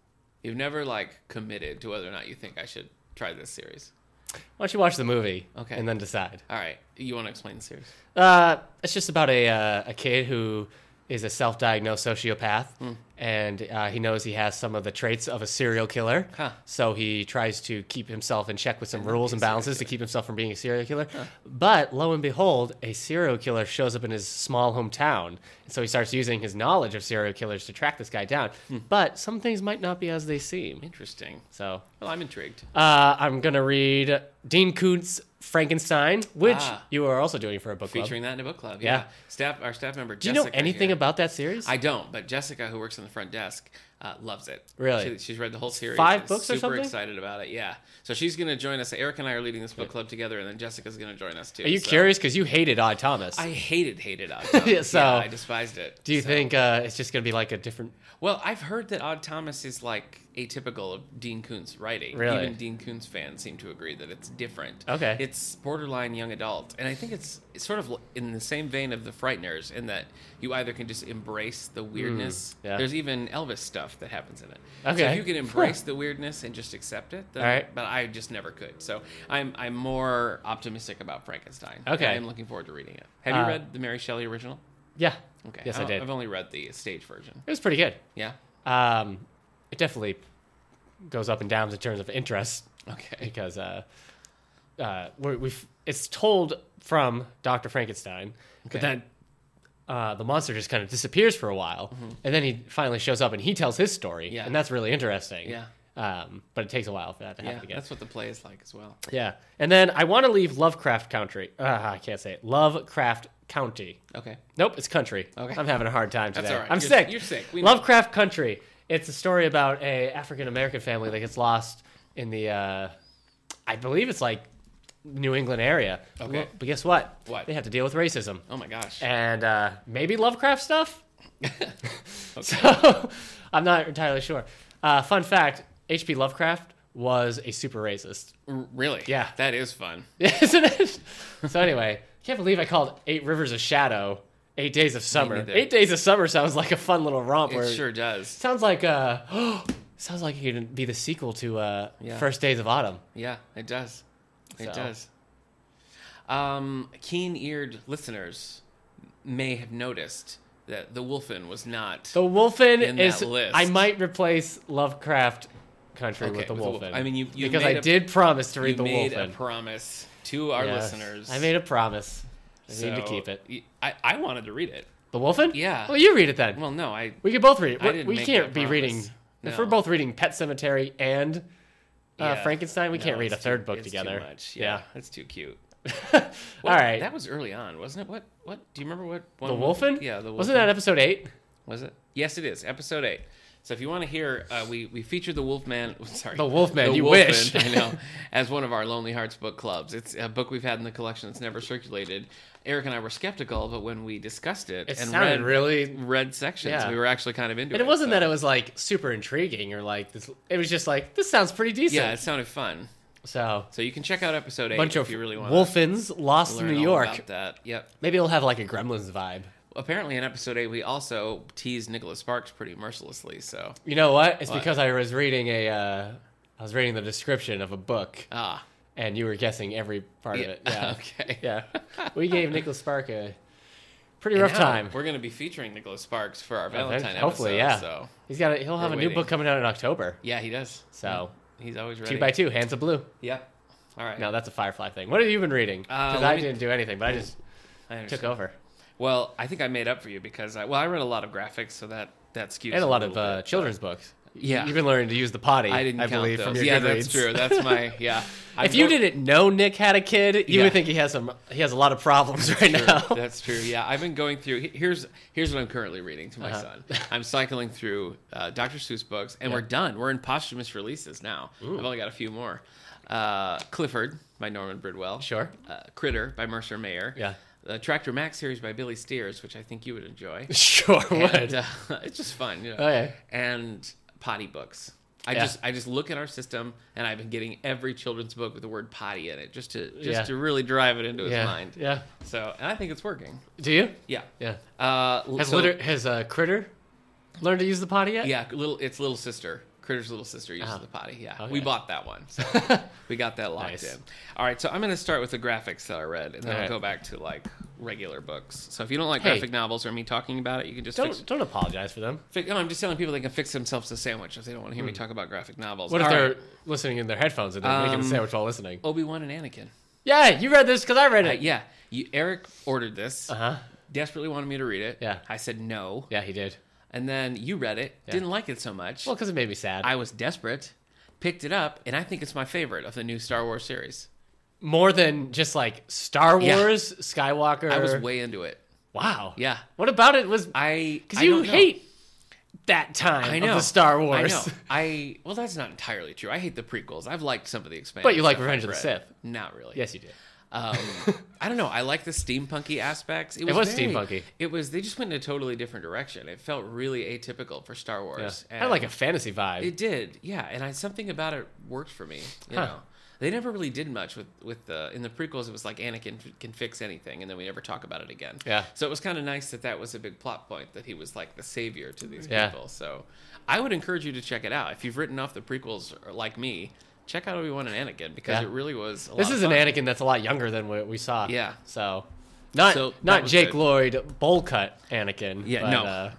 [SPEAKER 2] You've never like committed to whether or not you think I should try this series.
[SPEAKER 1] Why don't you watch the movie?
[SPEAKER 2] Okay.
[SPEAKER 1] and then decide.
[SPEAKER 2] All right, you want to explain the series?
[SPEAKER 1] Uh, it's just about a uh, a uh, kid who is a self-diagnosed sociopath,
[SPEAKER 2] Hmm.
[SPEAKER 1] and uh, he knows he has some of the traits of a serial killer.
[SPEAKER 2] Huh.
[SPEAKER 1] So he tries to keep himself in check with some rules and balances to keep himself from being a serial killer. But lo and behold, a serial killer shows up in his small hometown, and so he starts using his knowledge of serial killers to track this guy down.
[SPEAKER 2] Hmm.
[SPEAKER 1] But some things might not be as they seem.
[SPEAKER 2] Interesting.
[SPEAKER 1] So
[SPEAKER 2] Well, I'm intrigued.
[SPEAKER 1] uh, I'm gonna read Dean Koontz Frankenstein, which
[SPEAKER 2] Ah.
[SPEAKER 1] you are also doing for a book club.
[SPEAKER 2] Featuring that in a book club.
[SPEAKER 1] Yeah.
[SPEAKER 2] Yeah. Staff, our staff member.
[SPEAKER 1] Do you
[SPEAKER 2] Jessica
[SPEAKER 1] know anything
[SPEAKER 2] here-
[SPEAKER 1] about that series?
[SPEAKER 2] I don't, but Jessica, who works on the front desk, uh, loves it.
[SPEAKER 1] Really?
[SPEAKER 2] She, she's read the whole series.
[SPEAKER 1] five
[SPEAKER 2] and
[SPEAKER 1] books or
[SPEAKER 2] super
[SPEAKER 1] something?
[SPEAKER 2] excited about it. Yeah. So she's going to join us. Eric and I are leading this book club together, and then Jessica's going to join us too.
[SPEAKER 1] Are you
[SPEAKER 2] so.
[SPEAKER 1] curious? Because you hated Odd Thomas.
[SPEAKER 2] I hated, hated Odd
[SPEAKER 1] Yeah,
[SPEAKER 2] Thomas.
[SPEAKER 1] so-
[SPEAKER 2] yeah, I despised it.
[SPEAKER 1] Do you
[SPEAKER 2] So-
[SPEAKER 1] think uh, it's just going to be like a different?
[SPEAKER 2] Well, I've heard that Odd Thomas is like atypical of Dean Koontz writing.
[SPEAKER 1] Really?
[SPEAKER 2] Even Dean Koontz fans seem to agree that it's different.
[SPEAKER 1] Okay.
[SPEAKER 2] It's borderline young adult, and I think it's, it's sort of in the same vein of the Frighteners, in that you either can just embrace the weirdness.
[SPEAKER 1] Mm, yeah.
[SPEAKER 2] There's even Elvis stuff that happens in it. So
[SPEAKER 1] Okay.
[SPEAKER 2] if you can embrace the weirdness and just accept it, then,
[SPEAKER 1] All right.
[SPEAKER 2] But I just never could. So I'm I'm more optimistic about Frankenstein.
[SPEAKER 1] Okay.
[SPEAKER 2] I'm looking forward to reading it. Have you
[SPEAKER 1] Uh,
[SPEAKER 2] read the Mary Shelley original?
[SPEAKER 1] Yeah.
[SPEAKER 2] Okay.
[SPEAKER 1] Yes, I, did.
[SPEAKER 2] I've only read the stage version.
[SPEAKER 1] It was pretty good.
[SPEAKER 2] Yeah.
[SPEAKER 1] Um, it definitely goes up and downs in terms of interest
[SPEAKER 2] Okay.
[SPEAKER 1] because uh, uh, we're, we've it's told from Doctor Frankenstein, but
[SPEAKER 2] Okay.
[SPEAKER 1] then uh, the monster just kind of disappears for a while, and then he finally shows up and he tells his story,
[SPEAKER 2] Mm-hmm. Yeah.
[SPEAKER 1] and that's really interesting.
[SPEAKER 2] Yeah.
[SPEAKER 1] Um, but it takes a while for that to happen
[SPEAKER 2] Yeah,
[SPEAKER 1] again.
[SPEAKER 2] that's what the play is like as well.
[SPEAKER 1] Yeah. And then I want to leave Lovecraft Country. Uh, I can't say it. Lovecraft County.
[SPEAKER 2] Okay.
[SPEAKER 1] Nope, it's country.
[SPEAKER 2] Okay.
[SPEAKER 1] I'm having a hard time today.
[SPEAKER 2] That's all right.
[SPEAKER 1] I'm
[SPEAKER 2] You're-
[SPEAKER 1] sick.
[SPEAKER 2] you're sick. We know.
[SPEAKER 1] Lovecraft Country. It's a story about a African American family that gets lost in the, uh, I believe it's like New England area.
[SPEAKER 2] Okay.
[SPEAKER 1] Lo- But guess what?
[SPEAKER 2] What?
[SPEAKER 1] They have to deal with racism
[SPEAKER 2] Oh my gosh.
[SPEAKER 1] and uh, maybe Lovecraft stuff. So I'm not entirely sure. Uh, fun fact: H.P. Lovecraft was a super racist.
[SPEAKER 2] R- really?
[SPEAKER 1] Yeah.
[SPEAKER 2] That is fun.
[SPEAKER 1] isn't it? So anyway, can't believe I called Eight Rivers of Shadow Eight Days of Summer.
[SPEAKER 2] neither.
[SPEAKER 1] Eight Days of Summer sounds like a fun little romp.
[SPEAKER 2] It
[SPEAKER 1] where-
[SPEAKER 2] sure does.
[SPEAKER 1] sounds like uh, sounds like it could be the sequel to uh,
[SPEAKER 2] Yeah.
[SPEAKER 1] First Days of Autumn.
[SPEAKER 2] Yeah, it does. It
[SPEAKER 1] So.
[SPEAKER 2] does. Um, keen-eared listeners may have noticed that the Wolfen was not
[SPEAKER 1] The Wolfen
[SPEAKER 2] In that
[SPEAKER 1] is.
[SPEAKER 2] list.
[SPEAKER 1] I might replace Lovecraft Country
[SPEAKER 2] Okay,
[SPEAKER 1] with the
[SPEAKER 2] with the Wolf-
[SPEAKER 1] Wolfen.
[SPEAKER 2] I mean, you- you
[SPEAKER 1] because I
[SPEAKER 2] made a-
[SPEAKER 1] did promise to
[SPEAKER 2] you
[SPEAKER 1] read the
[SPEAKER 2] made
[SPEAKER 1] Wolfen.
[SPEAKER 2] a promise to our
[SPEAKER 1] Yes.
[SPEAKER 2] listeners.
[SPEAKER 1] I made a promise. I need to
[SPEAKER 2] So,
[SPEAKER 1] keep it.
[SPEAKER 2] y- I, I wanted to read it.
[SPEAKER 1] The Wolfen?
[SPEAKER 2] Yeah.
[SPEAKER 1] Well, you read it then.
[SPEAKER 2] Well, no, I
[SPEAKER 1] we could both read it.
[SPEAKER 2] I
[SPEAKER 1] We,
[SPEAKER 2] didn't
[SPEAKER 1] we
[SPEAKER 2] make
[SPEAKER 1] can't
[SPEAKER 2] that
[SPEAKER 1] be
[SPEAKER 2] promise.
[SPEAKER 1] reading. If we're
[SPEAKER 2] No.
[SPEAKER 1] both reading Pet Cemetery and uh,
[SPEAKER 2] yeah.
[SPEAKER 1] Frankenstein, we
[SPEAKER 2] No,
[SPEAKER 1] can't read a
[SPEAKER 2] it's
[SPEAKER 1] third
[SPEAKER 2] too-
[SPEAKER 1] book
[SPEAKER 2] it's
[SPEAKER 1] together.
[SPEAKER 2] Too much. Yeah, it's too cute.
[SPEAKER 1] All right.
[SPEAKER 2] That was early on, wasn't it? What? What? Do you remember what? One
[SPEAKER 1] the
[SPEAKER 2] one-
[SPEAKER 1] Wolfen?
[SPEAKER 2] Yeah, the Wolfen.
[SPEAKER 1] Wasn't that episode eight?
[SPEAKER 2] Was it? Yes, it is. Episode eight. So if you want to hear, uh, we we featured the Wolfman. Sorry,
[SPEAKER 1] The Wolfman, you wish.
[SPEAKER 2] I know. As one of our Lonely Hearts book clubs, it's a book we've had in the collection that's never circulated. Eric and I were skeptical, but when we discussed it,
[SPEAKER 1] It
[SPEAKER 2] and
[SPEAKER 1] sounded
[SPEAKER 2] read,
[SPEAKER 1] really.
[SPEAKER 2] read sections,
[SPEAKER 1] Yeah.
[SPEAKER 2] we were actually kind of into
[SPEAKER 1] And
[SPEAKER 2] it.
[SPEAKER 1] it wasn't
[SPEAKER 2] so-
[SPEAKER 1] that it was like super intriguing or like this. It was just like this sounds pretty decent.
[SPEAKER 2] Yeah, it sounded fun.
[SPEAKER 1] So
[SPEAKER 2] So you can check out episode eight
[SPEAKER 1] bunch
[SPEAKER 2] if
[SPEAKER 1] of
[SPEAKER 2] you really want
[SPEAKER 1] Wolfens
[SPEAKER 2] to
[SPEAKER 1] lost in
[SPEAKER 2] learn
[SPEAKER 1] New
[SPEAKER 2] all
[SPEAKER 1] York.
[SPEAKER 2] about that. Yep.
[SPEAKER 1] Maybe it'll have like a Gremlins vibe.
[SPEAKER 2] Apparently, in episode eight, we also teased Nicholas Sparks pretty mercilessly. So
[SPEAKER 1] You know what? It's
[SPEAKER 2] What?
[SPEAKER 1] because I was reading a. Uh, I was reading the description of a book.
[SPEAKER 2] ah,
[SPEAKER 1] and you were guessing every part of it. Yeah.
[SPEAKER 2] okay,
[SPEAKER 1] Yeah. We gave Nicholas Spark a pretty
[SPEAKER 2] And
[SPEAKER 1] rough
[SPEAKER 2] now
[SPEAKER 1] time.
[SPEAKER 2] We're going to be featuring Nicholas Sparks for our
[SPEAKER 1] thanks.
[SPEAKER 2] Valentine
[SPEAKER 1] Hopefully,
[SPEAKER 2] episode.
[SPEAKER 1] yeah.
[SPEAKER 2] So
[SPEAKER 1] He's got a, he'll have a
[SPEAKER 2] We're
[SPEAKER 1] new book
[SPEAKER 2] waiting.
[SPEAKER 1] coming out in October.
[SPEAKER 2] yeah, he does.
[SPEAKER 1] So
[SPEAKER 2] He's always ready.
[SPEAKER 1] two by two, hands of blue.
[SPEAKER 2] Yep. All right.
[SPEAKER 1] No, that's a Firefly thing. What have you been reading?
[SPEAKER 2] Uh,
[SPEAKER 1] Because
[SPEAKER 2] let
[SPEAKER 1] I
[SPEAKER 2] me-
[SPEAKER 1] didn't do anything, but I just
[SPEAKER 2] I understand.
[SPEAKER 1] took over.
[SPEAKER 2] Well, I think I made up for you because I, well, I read a lot of graphics, so that that skews
[SPEAKER 1] And a lot of
[SPEAKER 2] little
[SPEAKER 1] uh,
[SPEAKER 2] bit.
[SPEAKER 1] children's books.
[SPEAKER 2] Yeah.
[SPEAKER 1] You've been learning to use the potty.
[SPEAKER 2] I didn't
[SPEAKER 1] I
[SPEAKER 2] count
[SPEAKER 1] believe
[SPEAKER 2] those.
[SPEAKER 1] from your
[SPEAKER 2] yeah,
[SPEAKER 1] Goodreads.
[SPEAKER 2] that's true. That's my yeah.
[SPEAKER 1] if
[SPEAKER 2] I'm
[SPEAKER 1] you
[SPEAKER 2] go-
[SPEAKER 1] didn't know Nick had a kid, you
[SPEAKER 2] Yeah.
[SPEAKER 1] would think he has some. He has a lot of problems right
[SPEAKER 2] True.
[SPEAKER 1] now.
[SPEAKER 2] That's true. Yeah, I've been going through. he- Here's here's what I'm currently reading to my
[SPEAKER 1] Uh-huh.
[SPEAKER 2] son. I'm cycling through uh, Dr. Seuss books, and we're done. We're in posthumous releases now. I've only got a few more. Uh, Clifford by Norman Bridwell.
[SPEAKER 1] Sure.
[SPEAKER 2] Uh, Critter by Mercer Mayer.
[SPEAKER 1] Yeah.
[SPEAKER 2] The Tractor Max series by Billy Steers, which I think you would enjoy.
[SPEAKER 1] Sure
[SPEAKER 2] And,
[SPEAKER 1] would.
[SPEAKER 2] uh, it's just fun. You know?
[SPEAKER 1] Okay.
[SPEAKER 2] And potty books. I
[SPEAKER 1] Oh, Yeah.
[SPEAKER 2] just I just look at our system, and I've been getting every children's book with the word potty in it, just to just
[SPEAKER 1] Yeah.
[SPEAKER 2] to really drive it into his
[SPEAKER 1] yeah.
[SPEAKER 2] mind.
[SPEAKER 1] Yeah.
[SPEAKER 2] So, and I think it's working.
[SPEAKER 1] Do you?
[SPEAKER 2] Yeah.
[SPEAKER 1] Yeah.
[SPEAKER 2] Uh,
[SPEAKER 1] Has
[SPEAKER 2] so-
[SPEAKER 1] liter- has uh, critter learned to use the potty yet?
[SPEAKER 2] Yeah, little. It's little sister. Critter's little sister uses
[SPEAKER 1] Uh-huh.
[SPEAKER 2] the potty. Yeah,
[SPEAKER 1] Okay.
[SPEAKER 2] we bought that one, so we got that locked
[SPEAKER 1] Oh, Nice.
[SPEAKER 2] in. All right, so I'm going to start with the graphics that I read, and then
[SPEAKER 1] All
[SPEAKER 2] I'll
[SPEAKER 1] right.
[SPEAKER 2] go back to like regular books. So if you don't like
[SPEAKER 1] Hey.
[SPEAKER 2] graphic novels or me talking about it, you can just fix,
[SPEAKER 1] Don't don't apologize for them.
[SPEAKER 2] fix. No, I'm just telling people they can fix themselves a sandwich if they don't want to hear me talk about graphic novels.
[SPEAKER 1] Hmm. What if
[SPEAKER 2] All
[SPEAKER 1] they're
[SPEAKER 2] right.
[SPEAKER 1] listening in their headphones and they're making a
[SPEAKER 2] Um,
[SPEAKER 1] sandwich while listening?
[SPEAKER 2] Obi Wan and Anakin?
[SPEAKER 1] Yeah, you read this because I read
[SPEAKER 2] Uh,
[SPEAKER 1] it.
[SPEAKER 2] yeah, you, Eric ordered this.
[SPEAKER 1] Uh huh.
[SPEAKER 2] Desperately wanted me to read it.
[SPEAKER 1] Yeah.
[SPEAKER 2] I said no,
[SPEAKER 1] Yeah, he did.
[SPEAKER 2] and then you read it. Didn't like it so much.
[SPEAKER 1] Well, because it made me sad.
[SPEAKER 2] I was desperate, picked it up, and I think it's my favorite of the new Star Wars series.
[SPEAKER 1] More than just like Star
[SPEAKER 2] Yeah.
[SPEAKER 1] Wars, Skywalker.
[SPEAKER 2] I was way into it.
[SPEAKER 1] wow.
[SPEAKER 2] Yeah.
[SPEAKER 1] What about it was
[SPEAKER 2] I
[SPEAKER 1] because
[SPEAKER 2] I
[SPEAKER 1] you
[SPEAKER 2] don't know.
[SPEAKER 1] hate that time
[SPEAKER 2] I know
[SPEAKER 1] of the Star Wars.
[SPEAKER 2] I know. I well, that's not entirely true. I hate the prequels. I've liked some of the expansions.
[SPEAKER 1] But you like
[SPEAKER 2] stuff
[SPEAKER 1] Revenge
[SPEAKER 2] I've
[SPEAKER 1] of the
[SPEAKER 2] read.
[SPEAKER 1] Sith.
[SPEAKER 2] Not really.
[SPEAKER 1] Yes, you did.
[SPEAKER 2] Um, I don't know. I like the steampunky aspects. It
[SPEAKER 1] was
[SPEAKER 2] very-
[SPEAKER 1] steampunky.
[SPEAKER 2] It was. They just went in a totally different direction. It felt really atypical for Star Wars.
[SPEAKER 1] I like a fantasy vibe.
[SPEAKER 2] It did, yeah. And I something about it worked for me. You
[SPEAKER 1] Huh.
[SPEAKER 2] know, they never really did much with with the in the prequels. It was like Anakin f- can fix anything, and then we never talk about it again.
[SPEAKER 1] Yeah.
[SPEAKER 2] So it was kind of nice that that was a big plot point that he was like the savior to these
[SPEAKER 1] Yeah.
[SPEAKER 2] people. So I would encourage you to check it out if you've written off the prequels or like me. Check out Obi Wan and Anakin because
[SPEAKER 1] Yeah.
[SPEAKER 2] it really was. A
[SPEAKER 1] this
[SPEAKER 2] lot
[SPEAKER 1] is
[SPEAKER 2] of
[SPEAKER 1] an
[SPEAKER 2] fun.
[SPEAKER 1] Anakin that's a lot younger than what we saw.
[SPEAKER 2] Yeah.
[SPEAKER 1] So, not
[SPEAKER 2] So, that
[SPEAKER 1] not
[SPEAKER 2] was
[SPEAKER 1] Jake
[SPEAKER 2] good.
[SPEAKER 1] Lloyd bowl cut Anakin.
[SPEAKER 2] Yeah,
[SPEAKER 1] but,
[SPEAKER 2] no.
[SPEAKER 1] Uh,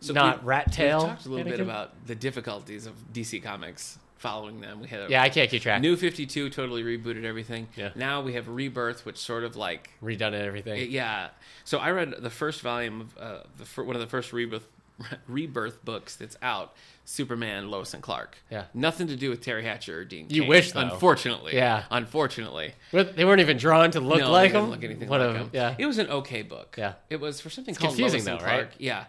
[SPEAKER 2] So
[SPEAKER 1] not
[SPEAKER 2] we-
[SPEAKER 1] rat tail.
[SPEAKER 2] We talked a little bit
[SPEAKER 1] Anakin?
[SPEAKER 2] about the difficulties of DC Comics following them. We had a
[SPEAKER 1] Yeah, I can't keep track.
[SPEAKER 2] New 52 totally rebooted everything.
[SPEAKER 1] Yeah.
[SPEAKER 2] Now we have Rebirth, which sort of like
[SPEAKER 1] Redone and everything.
[SPEAKER 2] It- yeah. So I read the first volume of uh, the fir- one of the first rebirth rebirth books that's out. Superman, Lois and Clark.
[SPEAKER 1] Yeah.
[SPEAKER 2] Nothing to do with Terry Hatcher or Dean.
[SPEAKER 1] You
[SPEAKER 2] Cain,
[SPEAKER 1] wish, though.
[SPEAKER 2] Unfortunately.
[SPEAKER 1] Yeah.
[SPEAKER 2] Unfortunately.
[SPEAKER 1] But They weren't even drawn to look
[SPEAKER 2] No, they
[SPEAKER 1] like
[SPEAKER 2] didn't
[SPEAKER 1] him.
[SPEAKER 2] Look anything
[SPEAKER 1] What
[SPEAKER 2] like
[SPEAKER 1] a-
[SPEAKER 2] him.
[SPEAKER 1] Yeah.
[SPEAKER 2] It was an okay book.
[SPEAKER 1] Yeah.
[SPEAKER 2] It was for something
[SPEAKER 1] It's
[SPEAKER 2] called
[SPEAKER 1] confusing,
[SPEAKER 2] Lois and
[SPEAKER 1] though,
[SPEAKER 2] Clark.
[SPEAKER 1] right?
[SPEAKER 2] Yeah.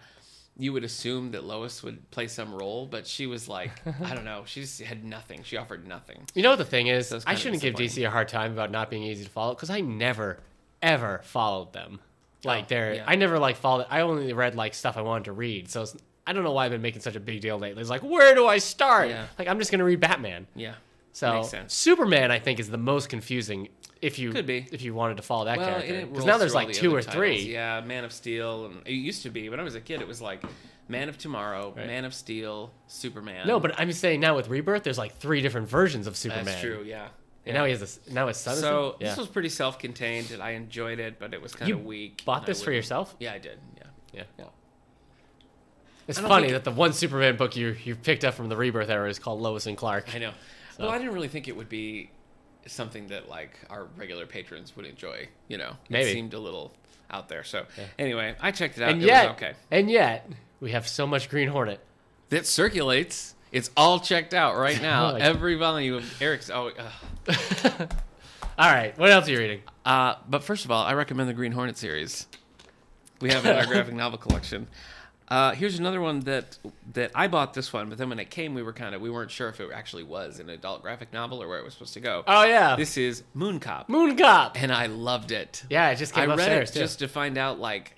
[SPEAKER 2] You would assume that Lois would play some role, but she was like, I don't know. She just had nothing. She offered nothing.
[SPEAKER 1] You know what the thing is? I
[SPEAKER 2] it's kind of
[SPEAKER 1] shouldn't give
[SPEAKER 2] disappointing.
[SPEAKER 1] DC a hard time about not being easy to follow because I never, ever followed them. Like they're,
[SPEAKER 2] Oh, yeah.
[SPEAKER 1] I never like followed. I only read like stuff I wanted to read. So it's, I don't know why I've been making such a big deal lately. It's like, where do I start?
[SPEAKER 2] Yeah.
[SPEAKER 1] Like I'm just gonna read Batman.
[SPEAKER 2] Yeah.
[SPEAKER 1] So
[SPEAKER 2] Makes sense.
[SPEAKER 1] Superman, I think, is the most confusing. If you
[SPEAKER 2] Could be.
[SPEAKER 1] if you wanted to follow that
[SPEAKER 2] Well, and
[SPEAKER 1] character,
[SPEAKER 2] it
[SPEAKER 1] because
[SPEAKER 2] rolls
[SPEAKER 1] now there's
[SPEAKER 2] through all
[SPEAKER 1] like
[SPEAKER 2] the
[SPEAKER 1] two
[SPEAKER 2] other
[SPEAKER 1] or
[SPEAKER 2] titles.
[SPEAKER 1] three.
[SPEAKER 2] Yeah, Man of Steel, and it used to be when I was a kid. It was like Man of Tomorrow, Man of Steel, Superman.
[SPEAKER 1] No, but I'm saying now with Rebirth, there's like three different versions of Superman.
[SPEAKER 2] that's true. Yeah.
[SPEAKER 1] And now he has this. Now his son. is
[SPEAKER 2] So
[SPEAKER 1] him? yeah.
[SPEAKER 2] this was pretty self-contained, and I enjoyed it, but it was kind
[SPEAKER 1] You
[SPEAKER 2] of weak.
[SPEAKER 1] bought
[SPEAKER 2] and I
[SPEAKER 1] this for
[SPEAKER 2] wouldn't-
[SPEAKER 1] yourself.
[SPEAKER 2] Yeah, I did. Yeah.
[SPEAKER 1] Yeah.
[SPEAKER 2] Yeah.
[SPEAKER 1] It's
[SPEAKER 2] I don't
[SPEAKER 1] funny
[SPEAKER 2] think-
[SPEAKER 1] that the one Superman book you you picked up from the Rebirth era is called Lois and Clark.
[SPEAKER 2] I know. Well, I didn't really think it would be something that like our regular patrons would enjoy. You know,
[SPEAKER 1] Maybe.
[SPEAKER 2] it seemed a little out there. So anyway, I checked it out.
[SPEAKER 1] And
[SPEAKER 2] it
[SPEAKER 1] yet,
[SPEAKER 2] was okay.
[SPEAKER 1] and yet, we have so much Green Hornet.
[SPEAKER 2] that circulates. It's all checked out right now.
[SPEAKER 1] Oh, I-
[SPEAKER 2] Every volume of Eric's. Oh, uh,
[SPEAKER 1] All right, what else are you reading?
[SPEAKER 2] uh, but first of all, I recommend the Green Hornet series. We have it in our graphic novel collection. Uh, here's another one that that I bought this one, but then when it came, we were kind of we weren't sure if it actually was an adult graphic novel or where it was supposed to go.
[SPEAKER 1] Oh yeah,
[SPEAKER 2] This is Moon Cop,
[SPEAKER 1] Moon Cop.
[SPEAKER 2] and I loved it.
[SPEAKER 1] Yeah, it just
[SPEAKER 2] I
[SPEAKER 1] came
[SPEAKER 2] read
[SPEAKER 1] upstairs
[SPEAKER 2] it
[SPEAKER 1] too.
[SPEAKER 2] just to find out like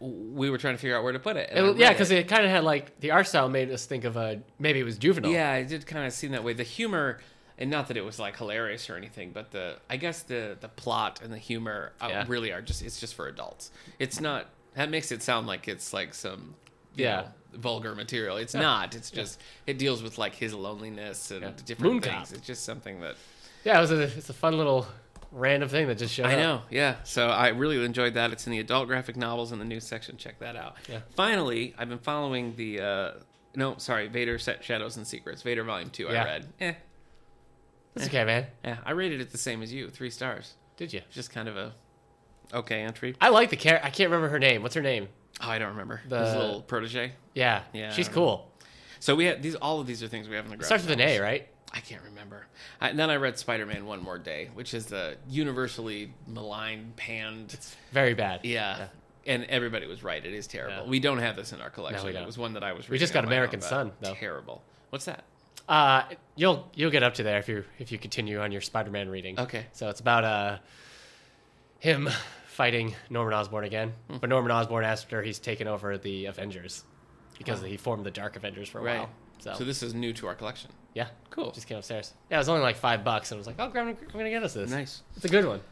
[SPEAKER 2] w- we were trying to figure out where to put it. and I
[SPEAKER 1] It- yeah,
[SPEAKER 2] read
[SPEAKER 1] because it kind of had like the art style made us think of a maybe it was juvenile.
[SPEAKER 2] Yeah, it did kind of seem that way. The humor, and not that it was like hilarious or anything, but the I guess the the plot and the humor uh,
[SPEAKER 1] Yeah.
[SPEAKER 2] really are just it's just for adults. It's not that makes it sound like it's like some you
[SPEAKER 1] Yeah.
[SPEAKER 2] know, vulgar material. It's not. It's just it deals with like his loneliness and different
[SPEAKER 1] Moon
[SPEAKER 2] things.
[SPEAKER 1] Cop.
[SPEAKER 2] It's just something that
[SPEAKER 1] yeah, it was a, it's a fun little random thing that just showed
[SPEAKER 2] I
[SPEAKER 1] up.
[SPEAKER 2] know, yeah. So I really enjoyed that. It's in the adult graphic novels in the news section. Check that out.
[SPEAKER 1] Yeah.
[SPEAKER 2] Finally, I've been following the uh, no, sorry, Vader Set Shadows and Secrets, Vader Volume Two.
[SPEAKER 1] Yeah.
[SPEAKER 2] I read. Eh,
[SPEAKER 1] That's okay, man.
[SPEAKER 2] Yeah, I rated it the same as you, three stars.
[SPEAKER 1] Did you?
[SPEAKER 2] Just kind of a okay entry.
[SPEAKER 1] I like the character. I can't remember her name. What's her name?
[SPEAKER 2] Oh, I don't remember
[SPEAKER 1] The-
[SPEAKER 2] his little protege.
[SPEAKER 1] Yeah,
[SPEAKER 2] Yeah, I
[SPEAKER 1] she's
[SPEAKER 2] don't
[SPEAKER 1] cool.
[SPEAKER 2] So we have these. All of these are things we have in the graphic.
[SPEAKER 1] Starts with an A,
[SPEAKER 2] novels.
[SPEAKER 1] right?
[SPEAKER 2] I can't remember. I, and then I read Spider-Man One More Day, which is the universally maligned, panned.
[SPEAKER 1] Very bad.
[SPEAKER 2] yeah. And everybody was right. It is terrible.
[SPEAKER 1] Yeah.
[SPEAKER 2] We don't have this in our collection.
[SPEAKER 1] don't.
[SPEAKER 2] It was one that I was.
[SPEAKER 1] We just
[SPEAKER 2] reading
[SPEAKER 1] got
[SPEAKER 2] on my own,
[SPEAKER 1] American
[SPEAKER 2] but
[SPEAKER 1] Sun, though.
[SPEAKER 2] Terrible. What's that?
[SPEAKER 1] Uh, you'll you'll get up to there if you if you continue on your Spider-Man reading.
[SPEAKER 2] Okay.
[SPEAKER 1] So it's about uh him fighting Norman Osborn again,
[SPEAKER 2] Hmm.
[SPEAKER 1] but Norman Osborn after he's taken over the Avengers because he formed the Dark Avengers for a
[SPEAKER 2] Right.
[SPEAKER 1] while. So,
[SPEAKER 2] so this is new to our collection.
[SPEAKER 1] yeah,
[SPEAKER 2] Cool.
[SPEAKER 1] Just came upstairs. Yeah, it was only like five bucks, and I was like, "Oh, Grandma, I'm gonna get us this.
[SPEAKER 2] Nice.
[SPEAKER 1] It's a good one.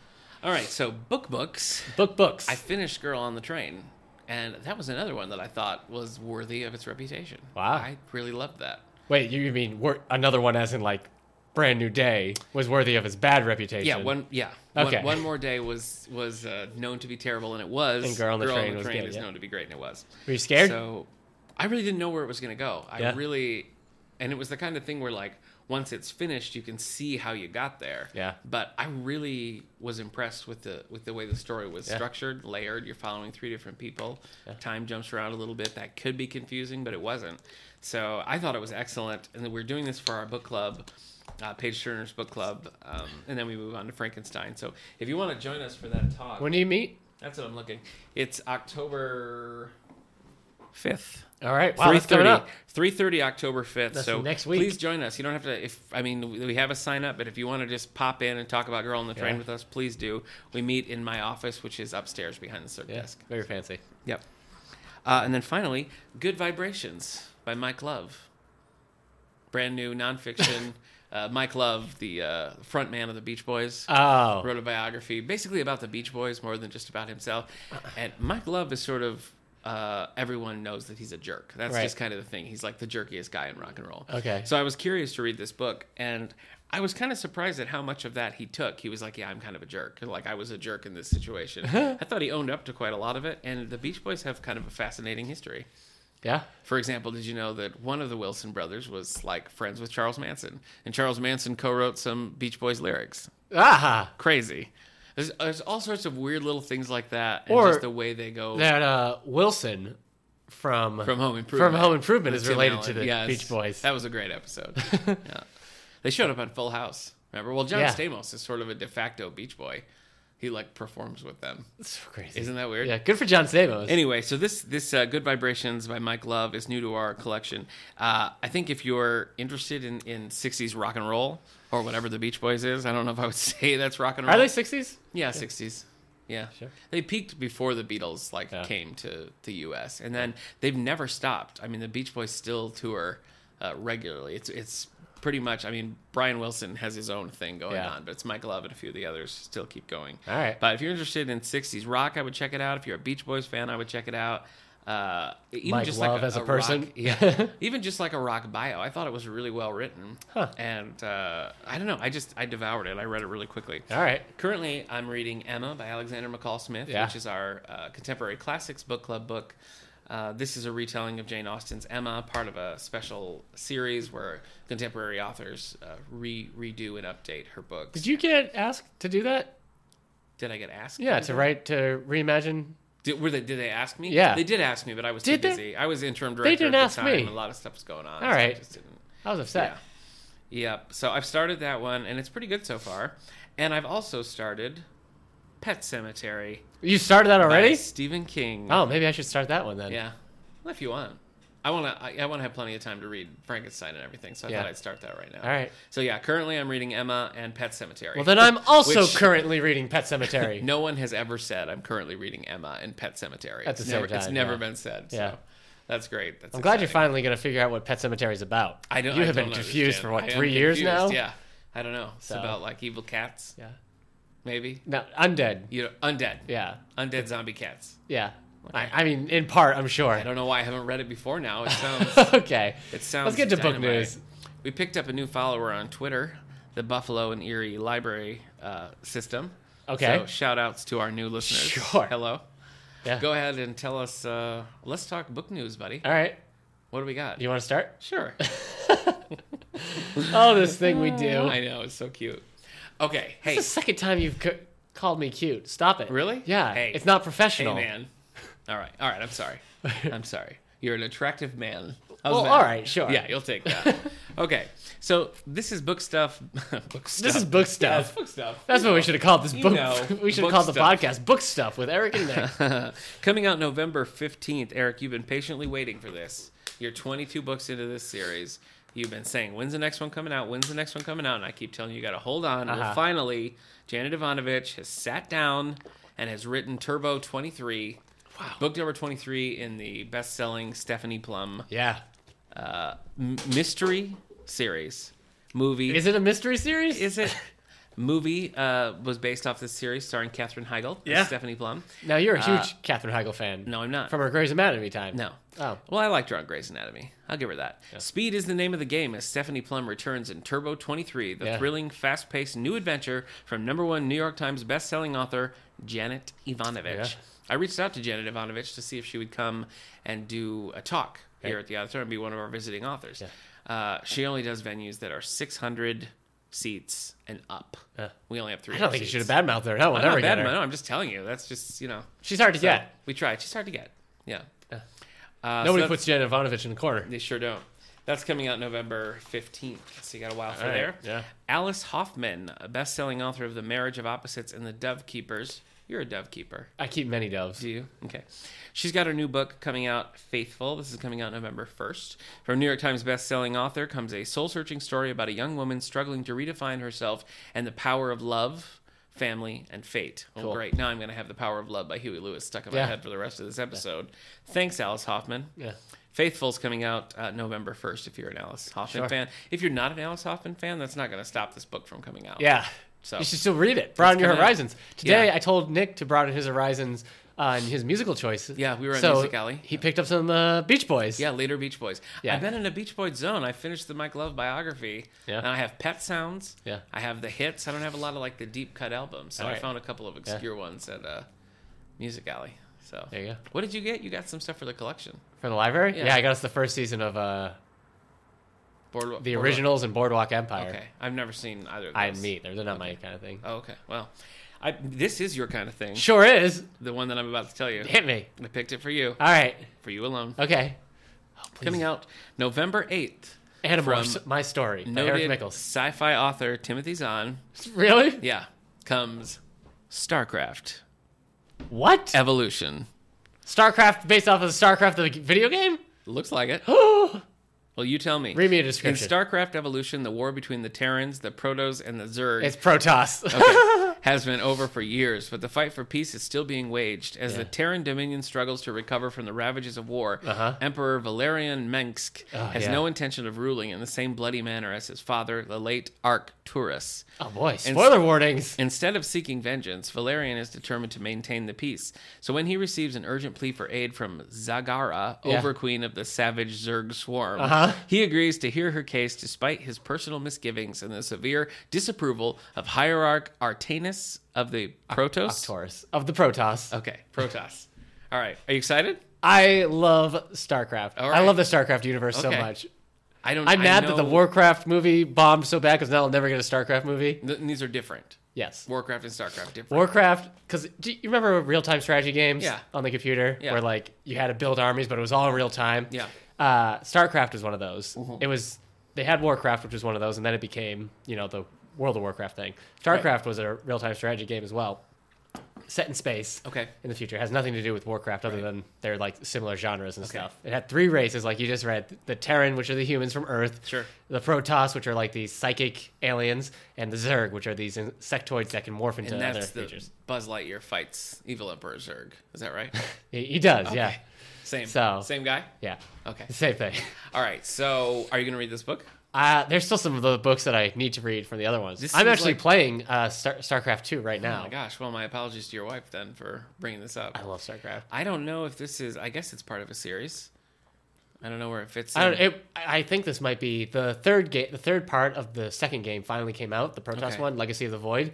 [SPEAKER 2] All right. So book books.
[SPEAKER 1] Book books.
[SPEAKER 2] I finished Girl on the Train, and that was another one that I thought was worthy of its reputation.
[SPEAKER 1] Wow.
[SPEAKER 2] I really loved that.
[SPEAKER 1] Wait, you mean wor- another one as in like Brand New Day was worthy of his bad reputation?
[SPEAKER 2] Yeah, one. Yeah, One-
[SPEAKER 1] Okay.
[SPEAKER 2] one, more day was was uh, known to be terrible, and it was.
[SPEAKER 1] And Girl on the Train was good,
[SPEAKER 2] is
[SPEAKER 1] yeah.
[SPEAKER 2] known to be great, and it was.
[SPEAKER 1] Were you scared?
[SPEAKER 2] So, I really didn't know where it was going to go. I
[SPEAKER 1] Yeah.
[SPEAKER 2] really, and it was the kind of thing where like once it's finished, you can see how you got there.
[SPEAKER 1] Yeah.
[SPEAKER 2] But I really was impressed with the with the way the story was
[SPEAKER 1] Yeah.
[SPEAKER 2] structured, layered. You're following three different people. Time jumps around a little bit. That could be confusing, but it wasn't. So I thought it was excellent, and then we're doing this for our book club. Uh, Page Turner's book club, um, and then we move on to Frankenstein. So, if you want to join us for that talk,
[SPEAKER 1] When do you meet?
[SPEAKER 2] that's what I'm looking. It's October fifth.
[SPEAKER 1] All right. Wow,
[SPEAKER 2] Three
[SPEAKER 1] that's coming
[SPEAKER 2] thirty.
[SPEAKER 1] up.
[SPEAKER 2] Three thirty, October fifth.
[SPEAKER 1] That's
[SPEAKER 2] so
[SPEAKER 1] next week.
[SPEAKER 2] Please join us. You don't have to. If I mean, we we have a sign up, but if you want to just pop in and talk about Girl on the Train
[SPEAKER 1] Yeah.
[SPEAKER 2] with us, please do. We meet in my office, which is upstairs behind the circ
[SPEAKER 1] Yeah,
[SPEAKER 2] desk.
[SPEAKER 1] very fancy.
[SPEAKER 2] Yep. Uh, and then finally, Good Vibrations by Mike Love. Brand new nonfiction. uh, Mike Love, the uh, front man of the Beach Boys
[SPEAKER 1] Oh,
[SPEAKER 2] wrote a biography basically about the Beach Boys more than just about himself. And Mike Love is sort of uh, everyone knows that he's a jerk. That's
[SPEAKER 1] Right.
[SPEAKER 2] just kind of the thing. He's like the jerkiest guy in rock and roll.
[SPEAKER 1] Okay.
[SPEAKER 2] So I was curious to read this book and I was kind of surprised at how much of that he took. He was like, "Yeah, I'm kind of a jerk. Like I was a jerk in this situation." I thought he owned up to quite a lot of it. And the Beach Boys have kind of a fascinating history.
[SPEAKER 1] yeah.
[SPEAKER 2] For example, did you know that one of the Wilson brothers was like friends with Charles Manson, and Charles Manson co-wrote some Beach Boys lyrics?
[SPEAKER 1] Ah,
[SPEAKER 2] crazy. There's, there's all sorts of weird little things like that, and
[SPEAKER 1] Or
[SPEAKER 2] just the way they go
[SPEAKER 1] that uh, Wilson from
[SPEAKER 2] from Home Improvement.
[SPEAKER 1] Home Improvement
[SPEAKER 2] With
[SPEAKER 1] is
[SPEAKER 2] Tim
[SPEAKER 1] related
[SPEAKER 2] Allen.
[SPEAKER 1] to the
[SPEAKER 2] Yes.
[SPEAKER 1] Beach Boys.
[SPEAKER 2] That was a great episode. yeah. They showed up on Full House. Remember? Well, John
[SPEAKER 1] Yeah.
[SPEAKER 2] Stamos is sort of a de facto Beach Boy. He like performs with them.
[SPEAKER 1] That's so crazy.
[SPEAKER 2] Isn't that weird?
[SPEAKER 1] yeah, good for John Stamos.
[SPEAKER 2] Anyway, so this this uh, "Good Vibrations" by Mike Love is new to our collection. Uh, I think if you're interested in, in '60s rock and roll or whatever the Beach Boys is, I don't know if I would say that's rock and roll.
[SPEAKER 1] Are they sixties?
[SPEAKER 2] Yeah, sixties. Yeah,
[SPEAKER 1] Sure.
[SPEAKER 2] they peaked before the Beatles like
[SPEAKER 1] Yeah.
[SPEAKER 2] came to the U.S. and then they've never stopped. I mean, the Beach Boys still tour uh, regularly. It's it's pretty much. I mean, Brian Wilson has his own thing going
[SPEAKER 1] Yeah.
[SPEAKER 2] on, but it's Mike Love and a few of the others still keep going.
[SPEAKER 1] All right.
[SPEAKER 2] But if you're interested in '60s rock, I would check it out. If you're a Beach Boys fan, I would check it out. Uh, even
[SPEAKER 1] Mike
[SPEAKER 2] just
[SPEAKER 1] Love
[SPEAKER 2] like a,
[SPEAKER 1] as a
[SPEAKER 2] rock-
[SPEAKER 1] person?
[SPEAKER 2] yeah. even just like a rock bio, I thought it was really well written.
[SPEAKER 1] Huh.
[SPEAKER 2] And uh, I don't know, I just I devoured it. I read it really quickly.
[SPEAKER 1] All right.
[SPEAKER 2] Currently, I'm reading Emma by Alexander McCall Smith,
[SPEAKER 1] Yeah.
[SPEAKER 2] which is our uh, contemporary classics book club book. Uh, this is a retelling of Jane Austen's Emma, part of a special series where contemporary authors uh, re- redo and update her books.
[SPEAKER 1] Did you get asked to do that?
[SPEAKER 2] Did I get asked?
[SPEAKER 1] Yeah,
[SPEAKER 2] do
[SPEAKER 1] to
[SPEAKER 2] that?
[SPEAKER 1] write to reimagine.
[SPEAKER 2] Did, were they, did they ask me?
[SPEAKER 1] Yeah.
[SPEAKER 2] They did ask me, but I was
[SPEAKER 1] Did
[SPEAKER 2] too
[SPEAKER 1] they?
[SPEAKER 2] busy. I was interim director.
[SPEAKER 1] didn't
[SPEAKER 2] at the
[SPEAKER 1] ask
[SPEAKER 2] time,
[SPEAKER 1] me.
[SPEAKER 2] and A lot of stuff was going on.
[SPEAKER 1] All
[SPEAKER 2] so I
[SPEAKER 1] right.
[SPEAKER 2] just didn't.
[SPEAKER 1] I was upset.
[SPEAKER 2] Yeah. Yep. So I've started that one, and it's pretty good so far. And I've also started Pet Cemetery.
[SPEAKER 1] You started that
[SPEAKER 2] by
[SPEAKER 1] already?
[SPEAKER 2] Stephen King.
[SPEAKER 1] Oh, maybe I should start that one then.
[SPEAKER 2] Yeah. Well, if you want. I want to. I, I want to have plenty of time to read Frankenstein and everything, so I
[SPEAKER 1] Yeah.
[SPEAKER 2] thought I'd start that right now.
[SPEAKER 1] All right.
[SPEAKER 2] So yeah, currently I'm reading Emma and Pet Cemetery.
[SPEAKER 1] Well, then I'm also
[SPEAKER 2] Which-
[SPEAKER 1] currently reading Pet Cemetery.
[SPEAKER 2] No one has ever said I'm currently reading Emma and Pet Cemetery.
[SPEAKER 1] At the
[SPEAKER 2] it's
[SPEAKER 1] same
[SPEAKER 2] never, It's
[SPEAKER 1] time,
[SPEAKER 2] never
[SPEAKER 1] yeah.
[SPEAKER 2] been said.
[SPEAKER 1] Yeah.
[SPEAKER 2] So that's great. That's
[SPEAKER 1] I'm glad you're
[SPEAKER 2] exciting.
[SPEAKER 1] finally going to figure out what Pet Cemetery is about.
[SPEAKER 2] I don't.
[SPEAKER 1] You
[SPEAKER 2] I
[SPEAKER 1] have been
[SPEAKER 2] don't
[SPEAKER 1] confused
[SPEAKER 2] understand.
[SPEAKER 1] for
[SPEAKER 2] I
[SPEAKER 1] what
[SPEAKER 2] am
[SPEAKER 1] three years
[SPEAKER 2] confused,
[SPEAKER 1] now.
[SPEAKER 2] Yeah. I don't know. It's
[SPEAKER 1] So.
[SPEAKER 2] about like evil cats,
[SPEAKER 1] Yeah.
[SPEAKER 2] maybe.
[SPEAKER 1] No, undead.
[SPEAKER 2] You know, undead.
[SPEAKER 1] Yeah.
[SPEAKER 2] Undead zombie cats.
[SPEAKER 1] Yeah. I, I mean, in part, I'm
[SPEAKER 2] I
[SPEAKER 1] sure.
[SPEAKER 2] don't know why I haven't read it before. Now um, it sounds.
[SPEAKER 1] okay.
[SPEAKER 2] It sounds.
[SPEAKER 1] Let's get to book
[SPEAKER 2] dynamite.
[SPEAKER 1] news.
[SPEAKER 2] We picked up a new follower on Twitter, the Buffalo and Erie Library uh, System.
[SPEAKER 1] Okay.
[SPEAKER 2] So shout outs to our new listeners.
[SPEAKER 1] Sure.
[SPEAKER 2] Hello.
[SPEAKER 1] Yeah.
[SPEAKER 2] Go ahead and tell us. Uh, let's talk book news, buddy.
[SPEAKER 1] All right.
[SPEAKER 2] What do we got?
[SPEAKER 1] Do you want to start?
[SPEAKER 2] Sure.
[SPEAKER 1] Oh, this thing we do.
[SPEAKER 2] I know it's so cute. Okay.
[SPEAKER 1] It's
[SPEAKER 2] Hey.
[SPEAKER 1] the second time you've c- called me cute. Stop it.
[SPEAKER 2] Really?
[SPEAKER 1] Yeah.
[SPEAKER 2] Hey.
[SPEAKER 1] It's not
[SPEAKER 2] Hey,
[SPEAKER 1] professional.
[SPEAKER 2] man. All right. All right. I'm sorry. I'm sorry. You're an attractive man. I was
[SPEAKER 1] Well,
[SPEAKER 2] mad.
[SPEAKER 1] all right, sure.
[SPEAKER 2] Yeah, you'll take that. okay. So this is book stuff. book stuff.
[SPEAKER 1] This is book
[SPEAKER 2] Yeah, it's
[SPEAKER 1] stuff.
[SPEAKER 2] book stuff.
[SPEAKER 1] That's what we should have called this
[SPEAKER 2] You
[SPEAKER 1] book.
[SPEAKER 2] know,
[SPEAKER 1] we should have
[SPEAKER 2] book
[SPEAKER 1] called
[SPEAKER 2] stuff.
[SPEAKER 1] the podcast "Book Stuff" with Eric and Nick.
[SPEAKER 2] Coming out November 15th, Eric, you've been patiently waiting for this. You're 22 books into this series. You've been saying, when's the next one coming out? When's the next one coming out? And I keep telling you, you got to hold on. Well,
[SPEAKER 1] Uh-huh.
[SPEAKER 2] finally, Janet Ivanovich has sat down and has written Turbo 23.
[SPEAKER 1] Wow.
[SPEAKER 2] Book number 23 in the best selling Stephanie Plum
[SPEAKER 1] yeah.
[SPEAKER 2] uh, m- mystery series movie.
[SPEAKER 1] Is it a mystery series?
[SPEAKER 2] Is it? movie uh, was based off this series starring Katherine Heigl and
[SPEAKER 3] Yeah.
[SPEAKER 2] Stephanie Plum.
[SPEAKER 1] Now you're a huge Katherine Heigl fan.
[SPEAKER 2] Uh, No, I'm not.
[SPEAKER 1] From her Grey's Anatomy time.
[SPEAKER 2] No.
[SPEAKER 1] Oh.
[SPEAKER 2] Well, I liked her on Grey's Anatomy. I'll give her that. Speed is the name of the game as Stephanie Plum returns in Turbo 23, the
[SPEAKER 1] Yeah.
[SPEAKER 2] thrilling, fast paced new adventure from number one New York Times bestselling author Janet Ivanovich.
[SPEAKER 1] Yeah.
[SPEAKER 2] I reached out to Janet Ivanovich to see if she would come and do a talk here at the auditorium and be one of our visiting authors. Uh, she only does venues that are 600 seats and up.
[SPEAKER 1] Yeah.
[SPEAKER 2] We only have three.
[SPEAKER 1] I don't think you should have badmouthed her. No, we'll
[SPEAKER 2] I'm
[SPEAKER 1] never
[SPEAKER 2] not
[SPEAKER 1] get
[SPEAKER 2] bad,
[SPEAKER 1] her.
[SPEAKER 2] no, I'm just telling you. That's just, you know.
[SPEAKER 1] She's hard to
[SPEAKER 2] Yeah,
[SPEAKER 1] get.
[SPEAKER 2] we tried. She's hard to get. Yeah.
[SPEAKER 1] Yeah.
[SPEAKER 2] Uh,
[SPEAKER 1] Nobody
[SPEAKER 2] so that's-
[SPEAKER 1] puts Jan Ivanovich in the corner.
[SPEAKER 2] They sure don't. That's coming out November 15th. So you got a while for
[SPEAKER 1] All right,
[SPEAKER 2] there.
[SPEAKER 1] yeah.
[SPEAKER 2] Alice Hoffman, a best-selling author of The Marriage of Opposites and The Dove Keepers. You're a dove keeper.
[SPEAKER 1] I keep many doves.
[SPEAKER 2] Do you? Okay. She's got her new book coming out, Faithful. This is coming out November 1st. From New York Times best-selling author comes a soul-searching story about a young woman struggling to redefine herself and the power of love, family, and fate. Oh,
[SPEAKER 1] Cool.
[SPEAKER 2] great. Now I'm going to have The Power of Love by Huey Lewis stuck in my
[SPEAKER 1] Yeah.
[SPEAKER 2] head for the rest of this episode. Thanks, Alice Hoffman.
[SPEAKER 1] Yeah.
[SPEAKER 2] Faithful's coming out uh, November 1st if you're an Alice Hoffman
[SPEAKER 1] Sure.
[SPEAKER 2] fan. If you're not an Alice Hoffman fan, that's not going to stop this book from coming out.
[SPEAKER 1] Yeah.
[SPEAKER 2] So-
[SPEAKER 1] you should still read it. Broaden your
[SPEAKER 2] coming out.
[SPEAKER 1] horizons. Today,
[SPEAKER 2] Yeah.
[SPEAKER 1] I told Nick to broaden his horizons on his musical choices.
[SPEAKER 2] Yeah, we were on
[SPEAKER 1] so
[SPEAKER 2] Music Alley.
[SPEAKER 1] He picked up some uh, Beach Boys.
[SPEAKER 2] Yeah, later Beach Boys.
[SPEAKER 1] Yeah.
[SPEAKER 2] I've been in a Beach Boys zone. I finished the Mike Love biography.
[SPEAKER 1] Yeah.
[SPEAKER 2] And I have Pet Sounds.
[SPEAKER 1] Yeah.
[SPEAKER 2] I have the hits. I don't have a lot of like the deep cut albums. So
[SPEAKER 1] All
[SPEAKER 2] I
[SPEAKER 1] right.
[SPEAKER 2] found a couple of obscure ones at uh, Music Alley. So
[SPEAKER 1] There you go.
[SPEAKER 2] What did you get? You got some stuff for the collection.
[SPEAKER 1] From the library?
[SPEAKER 2] Yeah.
[SPEAKER 1] Yeah. I got us the first season of uh,
[SPEAKER 2] Boardwalk.
[SPEAKER 1] the
[SPEAKER 2] Boardwalk-
[SPEAKER 1] originals and Boardwalk Empire.
[SPEAKER 2] Okay. I've never seen either of those.
[SPEAKER 1] I meet. They're not my kind of thing.
[SPEAKER 2] Oh, okay. Well, I, this is your kind of thing.
[SPEAKER 1] Sure is.
[SPEAKER 2] The one that I'm about to tell you.
[SPEAKER 1] Hit me.
[SPEAKER 2] I picked it for you.
[SPEAKER 1] All right.
[SPEAKER 2] For you alone.
[SPEAKER 1] Okay. Ah. Oh, please.
[SPEAKER 2] Coming out November 8th.
[SPEAKER 1] Animorphs, my story. by Eric
[SPEAKER 2] Noted
[SPEAKER 1] Mickels.
[SPEAKER 2] sci fi author Timothy Zahn.
[SPEAKER 1] Really?
[SPEAKER 2] Yeah. Comes StarCraft
[SPEAKER 1] What?
[SPEAKER 2] Evolution.
[SPEAKER 1] StarCraft based off of the StarCraft the video game?
[SPEAKER 2] Looks like it. Well, you tell me.
[SPEAKER 1] Read me a
[SPEAKER 2] In
[SPEAKER 1] description.
[SPEAKER 2] StarCraft Evolution, the war between the Terrans, the Protos, and the Zerg
[SPEAKER 1] it's Protoss.
[SPEAKER 2] okay, has been over for years, but the fight for peace is still being waged. As the Terran Dominion struggles to recover from the ravages of war, Emperor Valerian Mensk has
[SPEAKER 1] Uh-huh. Oh, yeah.
[SPEAKER 2] no intention of ruling in the same bloody manner as his father, the late Arcturus.
[SPEAKER 1] oh boy, spoiler warnings.
[SPEAKER 2] Instead of seeking vengeance, Valerian is determined to maintain the peace. So when he receives an urgent plea for aid from Zagara,
[SPEAKER 1] Yeah. Uh-huh.
[SPEAKER 2] overqueen of the savage Zerg swarm, he agrees to hear her case despite his personal misgivings and the severe disapproval of hierarch Artanus of the Protos.
[SPEAKER 1] Taurus of the Protoss.
[SPEAKER 2] okay, Protos. All right, are you excited?
[SPEAKER 1] I love StarCraft.
[SPEAKER 2] All
[SPEAKER 1] I
[SPEAKER 2] right.
[SPEAKER 1] love the StarCraft universe so
[SPEAKER 2] Okay.
[SPEAKER 1] much.
[SPEAKER 2] I don't.
[SPEAKER 1] I'm
[SPEAKER 2] I
[SPEAKER 1] mad that the
[SPEAKER 2] know-
[SPEAKER 1] Warcraft movie bombed so bad because now I'll never get a StarCraft movie.
[SPEAKER 2] Th- these are different.
[SPEAKER 1] Yes.
[SPEAKER 2] Warcraft and Starcraft different.
[SPEAKER 1] Warcraft, because do you remember real time strategy games
[SPEAKER 2] Yeah.
[SPEAKER 1] on the computer
[SPEAKER 2] Yeah.
[SPEAKER 1] where like you had to build armies, but it was all in real time?
[SPEAKER 2] Yeah. Mm-hmm.
[SPEAKER 1] Uh, StarCraft was one of those. It was, they had Warcraft, which was one of those, and then it became, you know, the World of Warcraft thing. StarCraft was a real time strategy game as well, set in space.
[SPEAKER 2] Okay.
[SPEAKER 1] in the future. It has nothing to do with Warcraft other than they're like similar genres and stuff. It had three races, like you just read the Terran, which are the humans from Earth,
[SPEAKER 2] Sure.
[SPEAKER 1] the Protoss, which are like these psychic aliens, and the Zerg, which are these insectoids that can morph into
[SPEAKER 2] And
[SPEAKER 1] other
[SPEAKER 2] that's the
[SPEAKER 1] creatures.
[SPEAKER 2] Buzz Lightyear fights evil Emperor Zerg. Is that right?
[SPEAKER 1] He, he does, yeah.
[SPEAKER 2] Same.
[SPEAKER 1] So-
[SPEAKER 2] Same guy.
[SPEAKER 1] Yeah.
[SPEAKER 2] Okay.
[SPEAKER 1] The Same thing.
[SPEAKER 2] All right. So, are you going to read this book?
[SPEAKER 1] Uh, there's still some of the books that I need to read from the other ones.
[SPEAKER 2] This
[SPEAKER 1] I'm
[SPEAKER 2] seems
[SPEAKER 1] actually
[SPEAKER 2] like-
[SPEAKER 1] playing uh, Star- StarCraft 2 right
[SPEAKER 2] Oh
[SPEAKER 1] now.
[SPEAKER 2] my gosh. Well, my apologies to your wife then for bringing this up.
[SPEAKER 1] I love StarCraft.
[SPEAKER 2] I don't know if this is. I guess it's part of a series. I don't know where it fits.
[SPEAKER 1] I don't.
[SPEAKER 2] in.
[SPEAKER 1] It, I I think this might be the third game. The third part of the second game finally came out. The Protoss
[SPEAKER 2] Okay.
[SPEAKER 1] one, Legacy of the Void,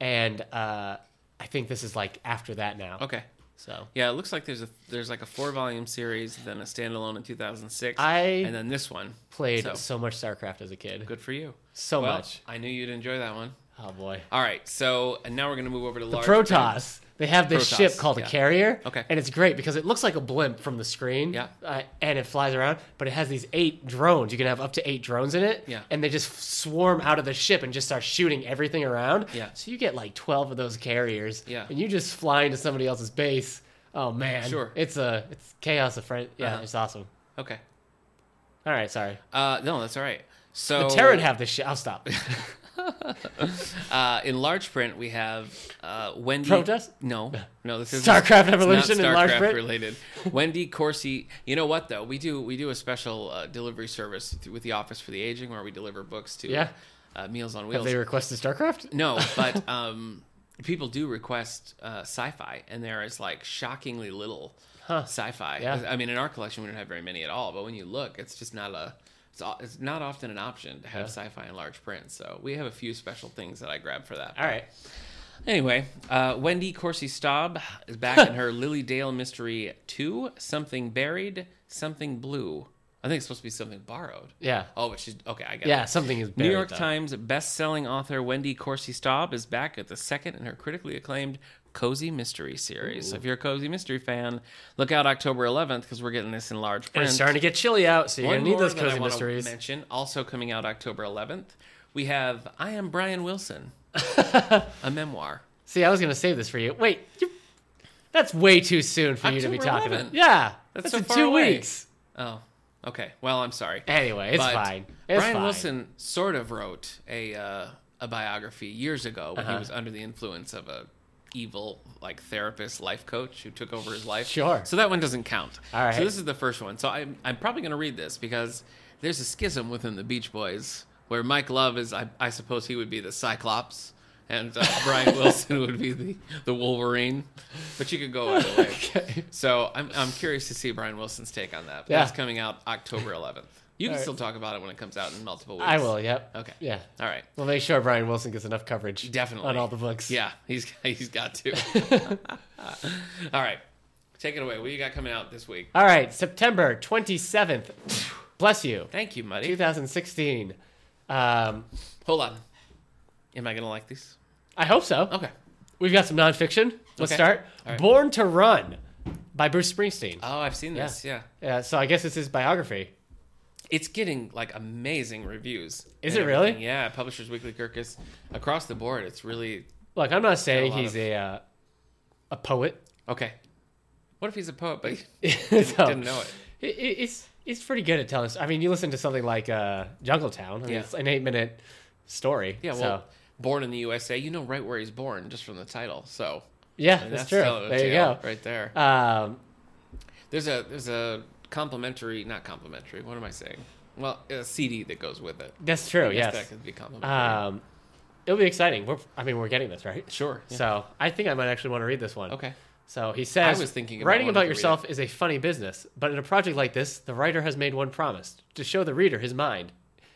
[SPEAKER 1] and uh, I think this is like after that now.
[SPEAKER 2] okay.
[SPEAKER 1] So
[SPEAKER 2] Yeah, it looks like there's a there's like a four volume series, then a standalone in 2006,
[SPEAKER 1] I
[SPEAKER 2] and then this one.
[SPEAKER 1] played
[SPEAKER 2] So-
[SPEAKER 1] so, much StarCraft as a kid.
[SPEAKER 2] Good for you.
[SPEAKER 1] So
[SPEAKER 2] Well,
[SPEAKER 1] much.
[SPEAKER 2] I knew you'd enjoy that one.
[SPEAKER 1] Oh boy.
[SPEAKER 2] All right. So and now we're gonna move over to the large print.
[SPEAKER 1] Protoss. They have this
[SPEAKER 2] Protoss,
[SPEAKER 1] ship called
[SPEAKER 2] yeah.
[SPEAKER 1] a carrier.
[SPEAKER 2] Okay.
[SPEAKER 1] And it's great because it looks like a blimp from the screen.
[SPEAKER 2] Yeah.
[SPEAKER 1] Uh, and it flies around, but it has these eight drones. You can have up to eight drones in it.
[SPEAKER 2] Yeah.
[SPEAKER 1] And they just swarm out of the ship and just start shooting everything around.
[SPEAKER 2] Yeah.
[SPEAKER 1] So you get like 12 of those carriers.
[SPEAKER 2] Yeah.
[SPEAKER 1] And you just fly into somebody else's base. Oh, man.
[SPEAKER 2] Sure.
[SPEAKER 1] It's a it's chaos of friend. Yeah,
[SPEAKER 2] Uh-huh.
[SPEAKER 1] it's awesome.
[SPEAKER 2] Okay.
[SPEAKER 1] All right, sorry.
[SPEAKER 2] Uh, no, that's all right. So
[SPEAKER 1] The Terran have this ship. I'll stop.
[SPEAKER 2] Uh, in large print, we have uh, Wendy.
[SPEAKER 1] Protest?
[SPEAKER 2] No, no. This is
[SPEAKER 1] StarCraft Evolution in
[SPEAKER 2] not StarCraft
[SPEAKER 1] large print?
[SPEAKER 2] related. Wendy Corsi. You know what though? We do we do a special uh, delivery service th- with the Office for the Aging where we deliver books to
[SPEAKER 1] Yeah.
[SPEAKER 2] uh, Meals on Wheels.
[SPEAKER 1] Have they requested StarCraft?
[SPEAKER 2] No, but um, people do request uh, sci-fi, and there is like shockingly little sci-fi.
[SPEAKER 1] Yeah.
[SPEAKER 2] I mean, in our collection, we don't have very many at all. But when you look, it's just not a. It's, al- it's not often an option to have sci-fi in large print. So we have a few special things that I grab for that.
[SPEAKER 1] All right.
[SPEAKER 2] Anyway, uh, Wendy Corsi Staub is back in her Lily Dale Mystery 2, Something Buried, Something Blue. I think it's supposed to be Something Borrowed.
[SPEAKER 1] Yeah.
[SPEAKER 2] Oh, which is, okay, I get it.
[SPEAKER 1] Yeah, something is
[SPEAKER 2] New
[SPEAKER 1] buried,
[SPEAKER 2] York
[SPEAKER 1] though.
[SPEAKER 2] Times best-selling author Wendy Corsi Staub is back at the second in her critically acclaimed Cozy Mystery series. So if you're a Cozy Mystery fan, look out October 11th because we're getting this in large
[SPEAKER 1] And
[SPEAKER 2] print.
[SPEAKER 1] it's starting to get chilly out, so you're
[SPEAKER 2] One
[SPEAKER 1] gonna need
[SPEAKER 2] more
[SPEAKER 1] those
[SPEAKER 2] that I
[SPEAKER 1] cozy
[SPEAKER 2] want
[SPEAKER 1] mysteries.
[SPEAKER 2] to mention, also coming out October 11th, we have I Am Brian Wilson, a memoir.
[SPEAKER 1] See, I was gonna save this for you. Wait, you, that's way too soon for you to be
[SPEAKER 2] October
[SPEAKER 1] talking
[SPEAKER 2] 11th.
[SPEAKER 1] about. Yeah,
[SPEAKER 2] That's
[SPEAKER 1] that's,
[SPEAKER 2] so
[SPEAKER 1] in
[SPEAKER 2] far
[SPEAKER 1] two
[SPEAKER 2] away.
[SPEAKER 1] weeks.
[SPEAKER 2] Oh, okay. Well, I'm sorry.
[SPEAKER 1] Anyway, it's
[SPEAKER 2] But
[SPEAKER 1] fine. It's
[SPEAKER 2] Brian
[SPEAKER 1] fine.
[SPEAKER 2] Wilson sort of wrote a uh, a biography years ago when
[SPEAKER 1] Uh-huh.
[SPEAKER 2] he was under the influence of a evil like therapist life coach who took over his life.
[SPEAKER 1] Sure.
[SPEAKER 2] So that one doesn't count.
[SPEAKER 1] All right.
[SPEAKER 2] So this is the first one. So I'm I'm probably going to read this because there's a schism within the Beach Boys where Mike Love is I, I suppose he would be the Cyclops. And uh, Brian Wilson would be the, the Wolverine, but you could go either way. So I'm, I'm curious to see Brian Wilson's take on that. But
[SPEAKER 1] Yeah.
[SPEAKER 2] That's coming out October 11th. You can
[SPEAKER 1] All right.
[SPEAKER 2] still talk about it when it comes out in multiple weeks.
[SPEAKER 1] I will. Yep.
[SPEAKER 2] Okay.
[SPEAKER 1] Yeah.
[SPEAKER 2] All right.
[SPEAKER 1] We'll make sure Brian Wilson gets enough coverage.
[SPEAKER 2] Definitely.
[SPEAKER 1] On all the books.
[SPEAKER 2] Yeah, he's he's got to. All right. Take it away. What you got coming out this week?
[SPEAKER 1] All right, September 27th. Bless you.
[SPEAKER 2] Thank you, Muddy.
[SPEAKER 1] 2016. Um,
[SPEAKER 2] Hold on. Am I going to like these?
[SPEAKER 1] I hope so.
[SPEAKER 2] Okay.
[SPEAKER 1] We've got some nonfiction. Let's
[SPEAKER 2] Oh. Okay.
[SPEAKER 1] start.
[SPEAKER 2] All right.
[SPEAKER 1] Born to Run by Bruce Springsteen.
[SPEAKER 2] Oh, I've seen this. Yeah.
[SPEAKER 1] Yeah, so I guess it's his biography.
[SPEAKER 2] It's getting like amazing reviews.
[SPEAKER 1] Is
[SPEAKER 2] and
[SPEAKER 1] it really?
[SPEAKER 2] everything. Yeah, Publishers Weekly Kirkus across the board. It's really
[SPEAKER 1] Look, I'm not saying
[SPEAKER 2] lot
[SPEAKER 1] he's
[SPEAKER 2] of-
[SPEAKER 1] a uh, a poet.
[SPEAKER 2] okay. What if he's a poet but he
[SPEAKER 1] So,
[SPEAKER 2] didn't know it?
[SPEAKER 1] he- he- he's he's pretty good at telling. us- I mean, you listen to something like uh, Jungle Town. I mean,
[SPEAKER 2] Yeah.
[SPEAKER 1] it's an eight minute story.
[SPEAKER 2] Yeah, well,
[SPEAKER 1] so,
[SPEAKER 2] born in the USA, you know right where he's born just from the title. So
[SPEAKER 1] yeah,
[SPEAKER 2] and
[SPEAKER 1] that's true.
[SPEAKER 2] telling a
[SPEAKER 1] There you
[SPEAKER 2] tale
[SPEAKER 1] go.
[SPEAKER 2] right there.
[SPEAKER 1] Um,
[SPEAKER 2] There's a there's a complimentary, not complimentary. What am I saying? Well, a CD that goes with it.
[SPEAKER 1] that's true.
[SPEAKER 2] I guess that
[SPEAKER 1] Oh, Yes.
[SPEAKER 2] could be complimentary.
[SPEAKER 1] Um, it'll be exciting. We're, I mean, we're getting this right.
[SPEAKER 2] sure. yeah.
[SPEAKER 1] So I think I might actually want to read this one.
[SPEAKER 2] okay.
[SPEAKER 1] So he says,
[SPEAKER 2] I was thinking about
[SPEAKER 1] writing
[SPEAKER 2] wanting
[SPEAKER 1] about
[SPEAKER 2] to read
[SPEAKER 1] yourself is a funny business, but in a project like this, the writer has made one promise to show the reader his mind.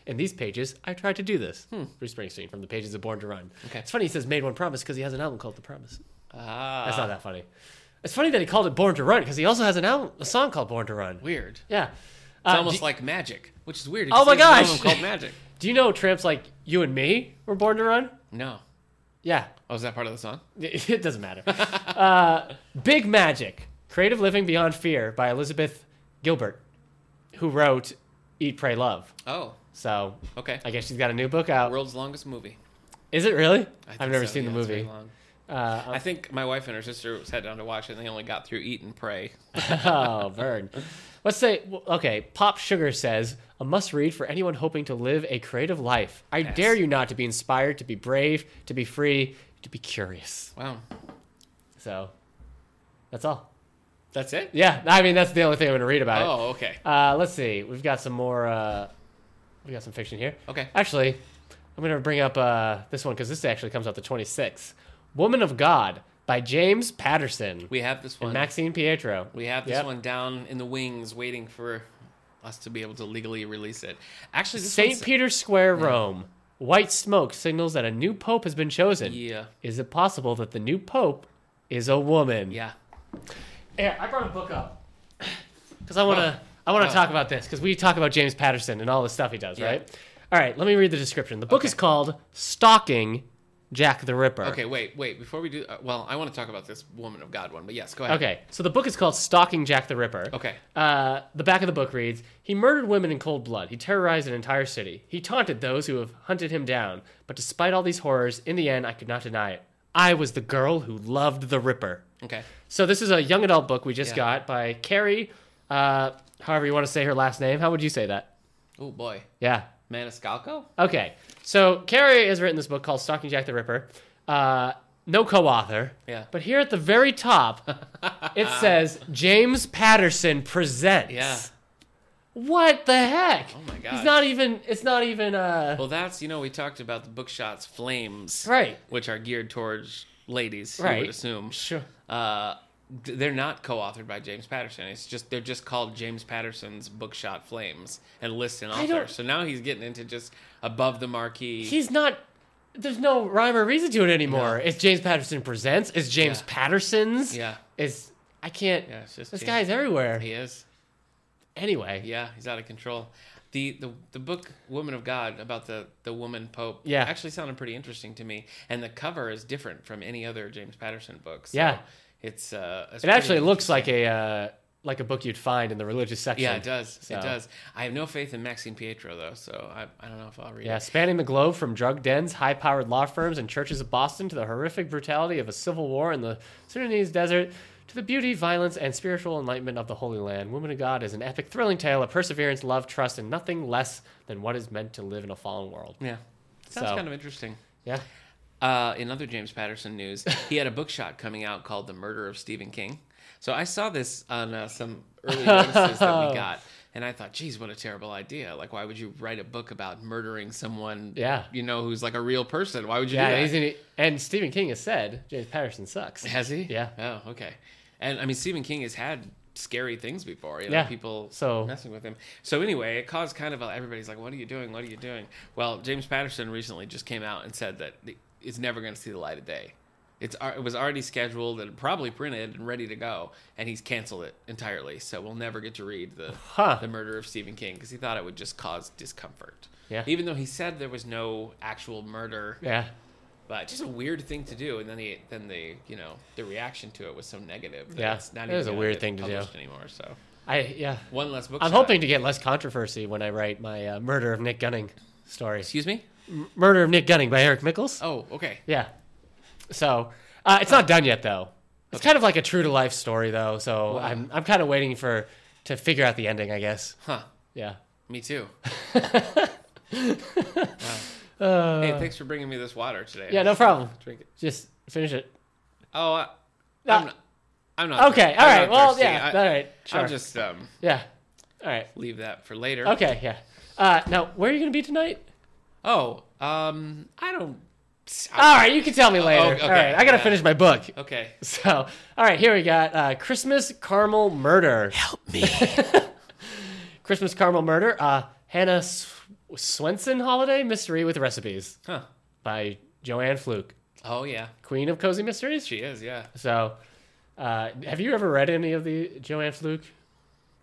[SPEAKER 1] In these pages, I tried to do this. Bruce Springsteen from the pages of Born to Run.
[SPEAKER 2] Hmm. Okay.
[SPEAKER 1] It's funny he says made one promise because he has an album called The Promise.
[SPEAKER 2] Ah,
[SPEAKER 1] That's not that funny. It's funny that he called it Born to Run because he also has an album, a song called Born to Run.
[SPEAKER 2] weird. It's
[SPEAKER 1] Yeah. Uh,
[SPEAKER 2] almost
[SPEAKER 1] do,
[SPEAKER 2] like magic, which is weird.
[SPEAKER 1] Oh my
[SPEAKER 2] It's an
[SPEAKER 1] gosh!
[SPEAKER 2] album called Magic.
[SPEAKER 1] do you know tramps like you and me were born to run?
[SPEAKER 2] No.
[SPEAKER 1] Yeah.
[SPEAKER 2] Oh, is that part of the song?
[SPEAKER 1] It doesn't matter. uh, Big Magic Creative Living Beyond Fear by Elizabeth Gilbert, who wrote Eat, Pray, Love.
[SPEAKER 2] Oh,
[SPEAKER 1] So
[SPEAKER 2] okay.
[SPEAKER 1] I guess she's got a new book out.
[SPEAKER 2] World's longest movie.
[SPEAKER 1] Is it really?
[SPEAKER 2] I think
[SPEAKER 1] I've never
[SPEAKER 2] so,
[SPEAKER 1] seen
[SPEAKER 2] yeah,
[SPEAKER 1] the
[SPEAKER 2] it's very
[SPEAKER 1] movie.
[SPEAKER 2] long.
[SPEAKER 1] Uh,
[SPEAKER 2] I think my wife and her sister sat down to watch it, and they only got through Eat and Pray.
[SPEAKER 1] oh, Vern. Let's say, well, okay, Pop Sugar says, a must read for anyone hoping to live a creative life. I
[SPEAKER 2] Yes.
[SPEAKER 1] dare you not to be inspired, to be brave, to be free, to be curious.
[SPEAKER 2] Wow,
[SPEAKER 1] So that's all.
[SPEAKER 2] that's it.
[SPEAKER 1] Yeah, I mean, that's the only thing I'm going to read about it.
[SPEAKER 2] Oh, okay.
[SPEAKER 1] Uh, let's see. We've got some more. Uh, we got some fiction here.
[SPEAKER 2] Okay.
[SPEAKER 1] Actually, I'm gonna bring up uh, this one because this actually comes out the 26th. Woman of God by James Patterson
[SPEAKER 2] We have this
[SPEAKER 1] and
[SPEAKER 2] one.
[SPEAKER 1] Maxine Pietro.
[SPEAKER 2] We have this
[SPEAKER 1] Yep.
[SPEAKER 2] one down in the wings, waiting for us to be able to legally release it. Actually, this
[SPEAKER 1] St.
[SPEAKER 2] one's-
[SPEAKER 1] Peter's Square, Rome. White smoke signals that a new pope has been chosen.
[SPEAKER 2] Yeah,
[SPEAKER 1] Is it possible that the new pope is a woman?
[SPEAKER 2] yeah.
[SPEAKER 1] Yeah, I brought a book up uh, because I want to. I want to
[SPEAKER 2] Oh.
[SPEAKER 1] talk about this because we talk about James Patterson and all the stuff he does,
[SPEAKER 2] Yeah.
[SPEAKER 1] right? All right, let me read the description. The book is called "Stalking Jack the Ripper."
[SPEAKER 2] Okay, wait, wait. Before we do, uh, well, I want to talk about this woman of God one, but yes, go ahead.
[SPEAKER 1] Okay, so the book is called "Stalking Jack the Ripper."
[SPEAKER 2] Okay.
[SPEAKER 1] Uh, the back of the book reads He murdered women in cold blood. He terrorized an entire city. He taunted those who have hunted him down. But despite all these horrors, in the end, I could not deny it. I was the girl who loved the Ripper.
[SPEAKER 2] Okay.
[SPEAKER 1] So this is a young adult book we just
[SPEAKER 2] Yeah.
[SPEAKER 1] got by Carrie, uh, however you want to say her last name. How would you say that?
[SPEAKER 2] Oh boy,
[SPEAKER 1] Yeah.
[SPEAKER 2] Maniscalco.
[SPEAKER 1] Okay. So Carrie has written this book called Stalking Jack the Ripper. Uh, no co-author.
[SPEAKER 2] Yeah.
[SPEAKER 1] But here at the very top, it says James Patterson presents.
[SPEAKER 2] Yeah.
[SPEAKER 1] What the heck?
[SPEAKER 2] Oh my
[SPEAKER 1] He's
[SPEAKER 2] gosh.
[SPEAKER 1] not even. It's not even. Uh,
[SPEAKER 2] Well, that's you know we talked about the bookshots flames,
[SPEAKER 1] Right.
[SPEAKER 2] Which are geared towards ladies, You
[SPEAKER 1] Right.
[SPEAKER 2] would assume.
[SPEAKER 1] sure.
[SPEAKER 2] Uh, d- they're not co-authored by James Patterson. It's just they're just called James Patterson's Bookshot Flames and list an
[SPEAKER 1] I don't-
[SPEAKER 2] author. So now he's getting into just above the marquee.
[SPEAKER 1] He's not. There's no rhyme or reason to it anymore. It's James Patterson presents. It's James
[SPEAKER 2] Yeah.
[SPEAKER 1] Patterson's.
[SPEAKER 2] yeah,
[SPEAKER 1] It's I can't.
[SPEAKER 2] yeah. It's just
[SPEAKER 1] This
[SPEAKER 2] James-
[SPEAKER 1] guy's everywhere.
[SPEAKER 2] He is.
[SPEAKER 1] Anyway.
[SPEAKER 2] Yeah, he's out of control. The, the the book Woman of God about the the woman pope
[SPEAKER 1] Yeah.
[SPEAKER 2] actually sounded pretty interesting to me, and the cover is different from any other James Patterson book. So
[SPEAKER 1] Yeah.
[SPEAKER 2] it's uh, it's
[SPEAKER 1] It
[SPEAKER 2] pretty
[SPEAKER 1] actually looks like a uh, like a book you'd find in the religious section.
[SPEAKER 2] Yeah, it does.
[SPEAKER 1] So-
[SPEAKER 2] It does. I have no faith in Maxine Pietro though, so I, I don't know if I'll read
[SPEAKER 1] Yeah,
[SPEAKER 2] it.
[SPEAKER 1] spanning the globe from drug dens, high powered law firms, and churches of Boston to the horrific brutality of a civil war in the Sudanese desert to the beauty, violence, and spiritual enlightenment of the Holy Land. Woman of God is an epic, thrilling tale of perseverance, love, trust, and nothing less than what is meant to live in a fallen world.
[SPEAKER 2] Yeah, sounds
[SPEAKER 1] So-
[SPEAKER 2] kind of interesting.
[SPEAKER 1] Yeah.
[SPEAKER 2] Uh, in other James Patterson news, he had a book shot coming out called The Murder of Stephen King. So I saw this on uh, some early notices that we got, and I thought, geez, what a terrible idea. Like, why would you write a book about murdering someone,
[SPEAKER 1] Yeah.
[SPEAKER 2] you know, who's like a real person? Why would you
[SPEAKER 1] Yeah,
[SPEAKER 2] do that?
[SPEAKER 1] he's in, and Stephen King has said James Patterson sucks.
[SPEAKER 2] Has he?
[SPEAKER 1] Yeah.
[SPEAKER 2] Oh, okay. And I mean, Stephen King has had scary things before. You know,
[SPEAKER 1] Yeah.
[SPEAKER 2] People
[SPEAKER 1] So-
[SPEAKER 2] messing with him. So anyway, it caused kind of a, everybody's like, "What are you doing? What are you doing?" Well, James Patterson recently just came out and said that the- it's never going to see the light of day. It's ar- it was already scheduled and probably printed and ready to go, and he's canceled it entirely. So we'll never get to read the
[SPEAKER 1] Huh.
[SPEAKER 2] the murder of Stephen King because he thought it would just cause discomfort.
[SPEAKER 1] Yeah.
[SPEAKER 2] Even though he said there was no actual murder
[SPEAKER 1] Yeah.
[SPEAKER 2] but just a weird thing to do, and then the then the you know the reaction to it was so negative. That
[SPEAKER 1] Yeah,
[SPEAKER 2] it's not
[SPEAKER 1] that is
[SPEAKER 2] even
[SPEAKER 1] a
[SPEAKER 2] gonna
[SPEAKER 1] weird
[SPEAKER 2] get
[SPEAKER 1] thing to do.
[SPEAKER 2] published anymore. So
[SPEAKER 1] I yeah.
[SPEAKER 2] one less book.
[SPEAKER 1] I'm
[SPEAKER 2] shot.
[SPEAKER 1] hoping to get less controversy when I write my uh, Murder of Nick Gunning story.
[SPEAKER 2] Excuse me.
[SPEAKER 1] Murder of Nick Gunning by Eric Mickles.
[SPEAKER 2] Oh, okay.
[SPEAKER 1] Yeah. So uh, it's not done yet, though. It's kind of like a true to life story, though. So I'm I'm kind of waiting for to figure out the ending, I guess.
[SPEAKER 2] Huh.
[SPEAKER 1] Yeah.
[SPEAKER 2] Me too. Wow. hey, thanks for bringing me this water today.
[SPEAKER 1] Uh. Yeah. No problem.
[SPEAKER 2] Drink it.
[SPEAKER 1] Just finish it.
[SPEAKER 2] Oh, I,
[SPEAKER 1] No.
[SPEAKER 2] I'm, not, I'm not.
[SPEAKER 1] Uh, okay.
[SPEAKER 2] thir-
[SPEAKER 1] All
[SPEAKER 2] I'm
[SPEAKER 1] right.
[SPEAKER 2] not
[SPEAKER 1] Well,
[SPEAKER 2] thirsty.
[SPEAKER 1] yeah.
[SPEAKER 2] I,
[SPEAKER 1] all right. Sure.
[SPEAKER 2] I'll just um
[SPEAKER 1] yeah. All right.
[SPEAKER 2] leave that for later.
[SPEAKER 1] Okay. Yeah. Uh, now, where are you gonna be tonight?
[SPEAKER 2] Oh, um, I don't.
[SPEAKER 1] All right. You can tell me later.
[SPEAKER 2] okay,
[SPEAKER 1] All right. I gotta
[SPEAKER 2] yeah.
[SPEAKER 1] finish my book.
[SPEAKER 2] Okay.
[SPEAKER 1] So, all right. Here we got uh, Christmas Caramel Murder.
[SPEAKER 2] Help me.
[SPEAKER 1] Christmas Caramel Murder. Uh, Hannah S- Swenson Holiday Mystery with Recipes.
[SPEAKER 2] huh.
[SPEAKER 1] by Joanne Fluke,
[SPEAKER 2] Oh yeah,
[SPEAKER 1] Queen of Cozy Mysteries.
[SPEAKER 2] she is. Yeah.
[SPEAKER 1] So, uh, have you ever read any of the Joanne Fluke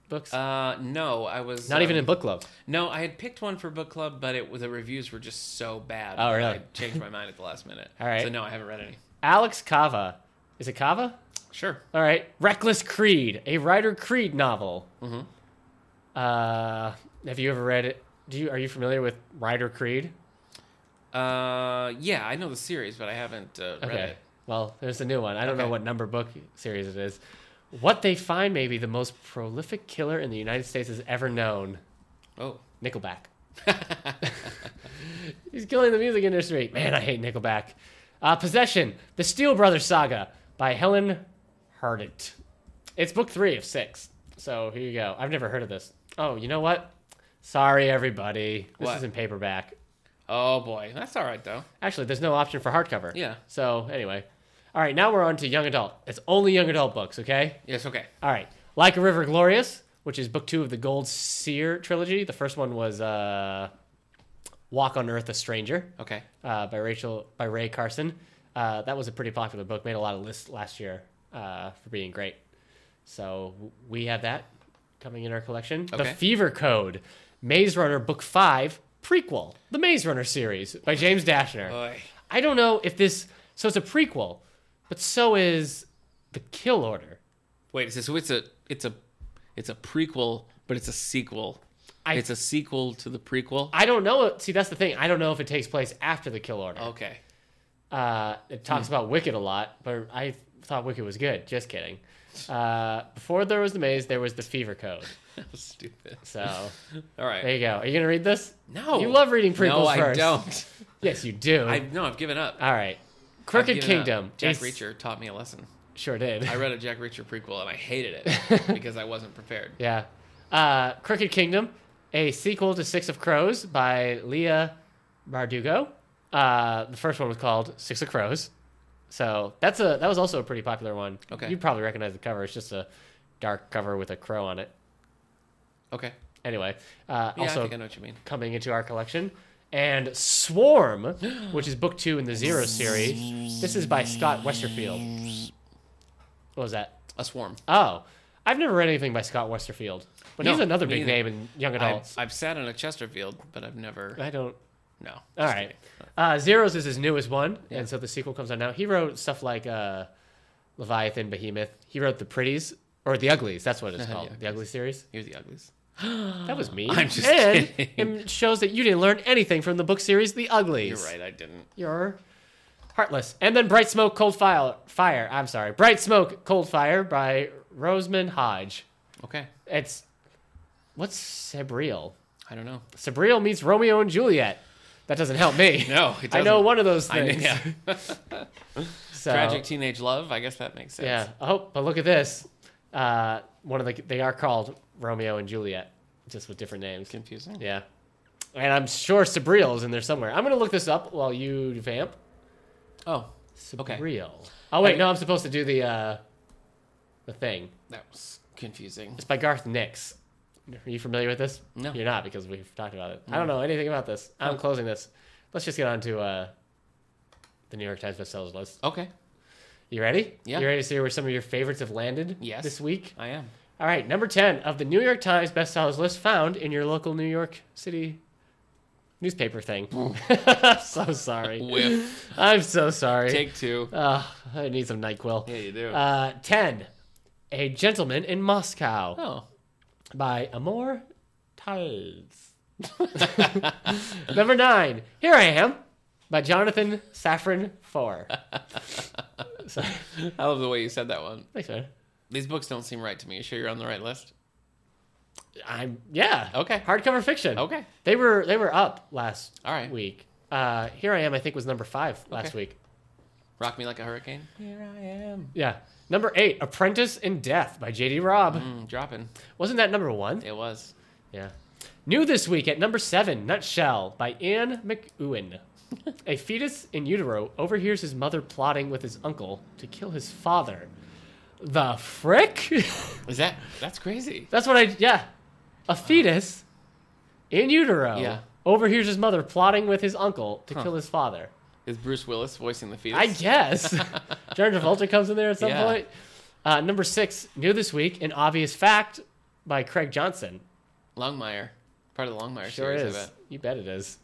[SPEAKER 1] books?
[SPEAKER 2] Uh, no, I was
[SPEAKER 1] Not even
[SPEAKER 2] um,
[SPEAKER 1] in book club.
[SPEAKER 2] No, I had picked one for book club, but it the reviews were just so bad.
[SPEAKER 1] Oh,
[SPEAKER 2] that
[SPEAKER 1] really?
[SPEAKER 2] I changed my mind at the last minute.
[SPEAKER 1] All right.
[SPEAKER 2] So no, I haven't read any.
[SPEAKER 1] Alex Kava. Is it Kava?
[SPEAKER 2] Sure.
[SPEAKER 1] All right. Reckless Creed, a Ryder Creed novel.
[SPEAKER 2] Mhm.
[SPEAKER 1] Uh, have you ever read it? Do you are you familiar with Ryder Creed?
[SPEAKER 2] Uh, yeah, I know the series, but I haven't uh, read it.
[SPEAKER 1] Well, there's a new one. I don't know
[SPEAKER 2] Okay.
[SPEAKER 1] what number book series it is. What they find may be the most prolific killer in the United States has ever known.
[SPEAKER 2] Oh,
[SPEAKER 1] Nickelback. He's killing the music industry. Man, I hate Nickelback. Uh, Possession, The Steel Brothers Saga by Helen Hardit. It's book three of six. So here you go. I've never heard of this. Oh, you know what? Sorry, everybody. This
[SPEAKER 2] What?
[SPEAKER 1] is in paperback.
[SPEAKER 2] oh boy, that's all right though.
[SPEAKER 1] Actually, there's no option for hardcover.
[SPEAKER 2] Yeah.
[SPEAKER 1] So anyway. All right, now we're on to young adult. It's only young adult books, okay?
[SPEAKER 2] Yes, okay.
[SPEAKER 1] All right. Like a River Glorious, which is book two of the Gold Seer trilogy. The first one was uh, Walk on Earth, a Stranger
[SPEAKER 2] Okay.
[SPEAKER 1] uh, by Rachel by Ray Carson. Uh, that was a pretty popular book. Made a lot of lists last year uh, for being great. So w- we have that coming in our collection. The
[SPEAKER 2] Okay.
[SPEAKER 1] Fever Code, Maze Runner Book Five prequel, the Maze Runner series by James Dashner.
[SPEAKER 2] Boy.
[SPEAKER 1] I don't know if this. So it's a prequel, but so is the Kill Order.
[SPEAKER 2] Wait, so it's a it's a it's a prequel, but it's a sequel.
[SPEAKER 1] I-
[SPEAKER 2] it's a sequel to the prequel.
[SPEAKER 1] I don't know. See, that's the thing. I don't know if it takes place after the Kill Order.
[SPEAKER 2] okay. Oh.
[SPEAKER 1] Uh, it talks
[SPEAKER 2] Hmm.
[SPEAKER 1] about Wicked a lot, but I thought Wicked was good. Just kidding. Uh, before there was the maze, there was the Fever Code.
[SPEAKER 2] That was stupid.
[SPEAKER 1] So
[SPEAKER 2] All right.
[SPEAKER 1] there you go. Are you gonna read this?
[SPEAKER 2] no.
[SPEAKER 1] You love reading prequels
[SPEAKER 2] No, I
[SPEAKER 1] first.
[SPEAKER 2] don't.
[SPEAKER 1] Yes, you do.
[SPEAKER 2] I no, I've given up.
[SPEAKER 1] All right.
[SPEAKER 2] I've
[SPEAKER 1] Crooked
[SPEAKER 2] given up.
[SPEAKER 1] Kingdom. Ace-
[SPEAKER 2] Jack Reacher taught me a lesson.
[SPEAKER 1] Sure did.
[SPEAKER 2] I read a Jack Reacher prequel and I hated it because I wasn't prepared.
[SPEAKER 1] yeah. Uh, Crooked Kingdom, a sequel to Six of Crows by Leah Bardugo. Uh, the first one was called Six of Crows. So that's a that was also a pretty popular one.
[SPEAKER 2] Okay.
[SPEAKER 1] You probably recognize the cover. It's just a dark cover with a crow on it.
[SPEAKER 2] Okay.
[SPEAKER 1] Anyway, uh,
[SPEAKER 2] Yeah, I
[SPEAKER 1] also
[SPEAKER 2] think I know what you mean.
[SPEAKER 1] coming into our collection. And Swarm, which is book two in the Zero series. This is by Scott Westerfield. What was that?
[SPEAKER 2] A swarm.
[SPEAKER 1] Oh, I've never read anything by Scott Westerfield, but
[SPEAKER 2] No,
[SPEAKER 1] he's another
[SPEAKER 2] me
[SPEAKER 1] big
[SPEAKER 2] neither.
[SPEAKER 1] name in young
[SPEAKER 2] I've,
[SPEAKER 1] adults. I,
[SPEAKER 2] I've sat on a Chesterfield, but I've never.
[SPEAKER 1] don't.
[SPEAKER 2] No.
[SPEAKER 1] All
[SPEAKER 2] Just
[SPEAKER 1] right.
[SPEAKER 2] kidding.
[SPEAKER 1] Uh, Zeros is his newest one, and so the sequel comes out now. He wrote stuff like uh, Leviathan, Behemoth. He wrote the Pretties or the Uglies. That's what it's
[SPEAKER 2] The
[SPEAKER 1] called. The
[SPEAKER 2] Uglies.
[SPEAKER 1] Ugly series.
[SPEAKER 2] Here's the uglies.
[SPEAKER 1] That was me.
[SPEAKER 2] Uh-huh. I'm just
[SPEAKER 1] and
[SPEAKER 2] kidding.
[SPEAKER 1] it shows that you didn't learn anything from the book series The Uglies.
[SPEAKER 2] You're right. I didn't.
[SPEAKER 1] You're heartless. And then Bright Smoke, Cold Fire. Fire. I'm sorry. Bright Smoke, Cold Fire by Roseman Hodge.
[SPEAKER 2] Okay.
[SPEAKER 1] It's what's Sabriel?
[SPEAKER 2] I don't know.
[SPEAKER 1] Sabriel meets Romeo and Juliet. That doesn't help me.
[SPEAKER 2] No, it
[SPEAKER 1] I know
[SPEAKER 2] doesn't.
[SPEAKER 1] one of those
[SPEAKER 2] I know,
[SPEAKER 1] things.
[SPEAKER 2] yeah.
[SPEAKER 1] So,
[SPEAKER 2] Tragic teenage love. I guess that makes sense.
[SPEAKER 1] Uh, Yeah. Oh, but look at this. Uh, one of the they are called Romeo and Juliet, just with different names.
[SPEAKER 2] Confusing.
[SPEAKER 1] Yeah. And I'm sure Sabriel is in there somewhere. I'm gonna look this up while you vamp.
[SPEAKER 2] Oh, Okay.
[SPEAKER 1] Sabriel. Oh wait,
[SPEAKER 2] mean-
[SPEAKER 1] no, I'm supposed to do the uh, the thing.
[SPEAKER 2] that was confusing.
[SPEAKER 1] It's by Garth Nix. Are you familiar with this?
[SPEAKER 2] No.
[SPEAKER 1] You're not because we've talked about it. I don't know anything about this. I'm closing this. Let's just get on to uh, the New York Times bestsellers list.
[SPEAKER 2] Okay.
[SPEAKER 1] You ready?
[SPEAKER 2] Yeah.
[SPEAKER 1] You ready to see where some of your favorites have landed
[SPEAKER 2] Yes.
[SPEAKER 1] this week?
[SPEAKER 2] I am.
[SPEAKER 1] All right, number 10 of the New York Times bestsellers list found in your local New York City newspaper thing.
[SPEAKER 2] Oh.
[SPEAKER 1] so sorry.
[SPEAKER 2] Whiff.
[SPEAKER 1] I'm so sorry.
[SPEAKER 2] Take two.
[SPEAKER 1] Ugh, I need some NyQuil.
[SPEAKER 2] Yeah, you do.
[SPEAKER 1] Uh, 10. A Gentleman in Moscow
[SPEAKER 2] oh.
[SPEAKER 1] by Amor Tiles. Number nine, Here I Am by Jonathan Safran Foer.
[SPEAKER 2] I love the way you said that one.
[SPEAKER 1] Thanks, man.
[SPEAKER 2] These books don't seem right to me. You sure you're on the right list?
[SPEAKER 1] I'm yeah.
[SPEAKER 2] Okay.
[SPEAKER 1] Hardcover fiction.
[SPEAKER 2] Okay.
[SPEAKER 1] They were they were up last
[SPEAKER 2] All right.
[SPEAKER 1] week. Uh, Here I Am, I think was number five last
[SPEAKER 2] Okay.
[SPEAKER 1] week.
[SPEAKER 2] Rock me like a hurricane. Here I am.
[SPEAKER 1] Yeah. Number eight, Apprentice in Death by J.D. Robb.
[SPEAKER 2] Mm, dropping.
[SPEAKER 1] Wasn't that number one?
[SPEAKER 2] It was.
[SPEAKER 1] Yeah. New this week at number seven, Nutshell by Anne McEwen. A fetus in utero overhears his mother plotting with his uncle to kill his father. The frick?
[SPEAKER 2] Is that? That's crazy.
[SPEAKER 1] That's what I. Yeah. A fetus in utero
[SPEAKER 2] Yeah.
[SPEAKER 1] overhears his mother plotting with his uncle to kill his father.
[SPEAKER 2] Is Bruce Willis voicing the fetus?
[SPEAKER 1] I guess. Jared Travolta comes in there at some
[SPEAKER 2] Yeah.
[SPEAKER 1] point. Uh, number six, new this week, an obvious fact by Craig Johnson.
[SPEAKER 2] Longmire. Part of the Longmire
[SPEAKER 1] Sure
[SPEAKER 2] series, I
[SPEAKER 1] is.
[SPEAKER 2] bet.
[SPEAKER 1] You bet it is.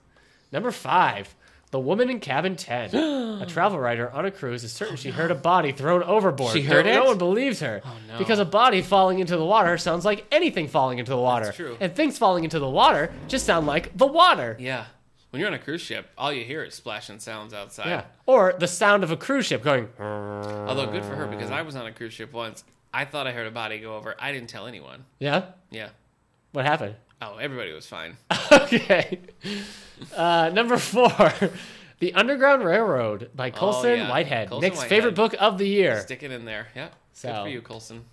[SPEAKER 1] Number five, The Woman in Cabin 10. a travel writer on a cruise is certain she heard a body thrown overboard.
[SPEAKER 2] Oh, She
[SPEAKER 1] No-
[SPEAKER 2] heard
[SPEAKER 1] no,
[SPEAKER 2] it? Oh,
[SPEAKER 1] one believes her.
[SPEAKER 2] no.
[SPEAKER 1] Because a body falling into the water sounds like anything falling into the water.
[SPEAKER 2] true.
[SPEAKER 1] And things falling into the water just sound like the water.
[SPEAKER 2] Yeah. When you're on a cruise ship, all you hear is splashing sounds outside.
[SPEAKER 1] Yeah. Or the sound of a cruise ship going.
[SPEAKER 2] Although good for her because I was on a cruise ship once. I thought I heard a body go over. I didn't tell anyone.
[SPEAKER 1] Yeah.
[SPEAKER 2] Yeah.
[SPEAKER 1] What happened?
[SPEAKER 2] Oh, everybody was fine.
[SPEAKER 1] okay. Uh, number four, The Underground Railroad by Colson
[SPEAKER 2] Oh, yeah.
[SPEAKER 1] Whitehead.
[SPEAKER 2] Colson
[SPEAKER 1] Nick's
[SPEAKER 2] Whitehead.
[SPEAKER 1] favorite book of the year.
[SPEAKER 2] Stick it in there. Yep. Good
[SPEAKER 1] So-
[SPEAKER 2] for you, Colson.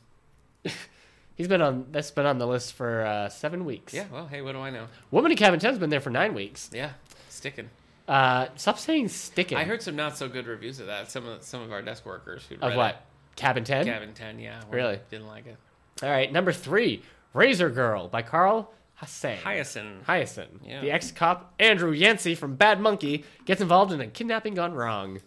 [SPEAKER 1] He's been on that's been on the list for uh, seven weeks.
[SPEAKER 2] Yeah. Well, hey, what do I know?
[SPEAKER 1] Woman in Cabin Ten's been there for nine weeks.
[SPEAKER 2] Yeah. Sticking.
[SPEAKER 1] Uh, stop saying sticking.
[SPEAKER 2] I heard some not so good reviews of that. Some of some of our desk workers who
[SPEAKER 1] of what? Cabin Ten?
[SPEAKER 2] Gavin Ten. Yeah. were-
[SPEAKER 1] Really?
[SPEAKER 2] Didn't like it.
[SPEAKER 1] All right, number three, Razor Girl by Carl Hassan.
[SPEAKER 2] Hyacinth.
[SPEAKER 1] Hyacinth.
[SPEAKER 2] Yeah.
[SPEAKER 1] The ex cop Andrew Yancey from Bad Monkey gets involved in a kidnapping gone wrong.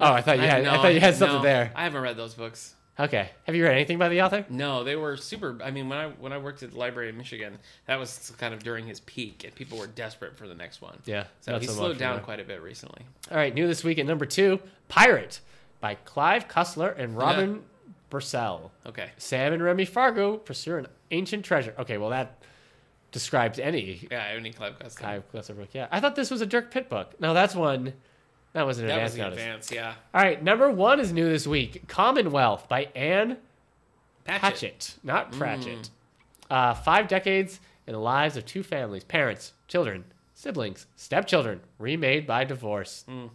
[SPEAKER 1] Oh, I thought you had I, thought you had something
[SPEAKER 2] no,
[SPEAKER 1] there.
[SPEAKER 2] I haven't read those books.
[SPEAKER 1] Okay. Have you read anything by the author?
[SPEAKER 2] No, they were super. I mean, when I when I worked at the library in Michigan, that was kind of during his peak, and people were desperate for the next one.
[SPEAKER 1] Yeah,
[SPEAKER 2] so
[SPEAKER 1] not
[SPEAKER 2] he
[SPEAKER 1] so
[SPEAKER 2] slowed
[SPEAKER 1] much,
[SPEAKER 2] down
[SPEAKER 1] yeah.
[SPEAKER 2] quite a bit recently.
[SPEAKER 1] All right, new this week at number two, Pirate by Clive Cussler and Robin Bursell.
[SPEAKER 2] Okay,
[SPEAKER 1] Sam and Remy Fargo pursue an ancient treasure. Okay, well that describes any
[SPEAKER 2] yeah, I only Clive Cussler.
[SPEAKER 1] Clive Cussler book. Yeah, I thought this was a Dirk Pitt book. No, that's one. That was an
[SPEAKER 2] that
[SPEAKER 1] advance
[SPEAKER 2] was in
[SPEAKER 1] notice.
[SPEAKER 2] advance. Yeah,
[SPEAKER 1] All right, number one is new this week. Commonwealth by Anne
[SPEAKER 2] Patchett.
[SPEAKER 1] Patchett, not
[SPEAKER 2] Mm.
[SPEAKER 1] Pratchett. Uh, five decades in the lives of two families: parents, children, siblings, stepchildren, remade by divorce.
[SPEAKER 2] Mm.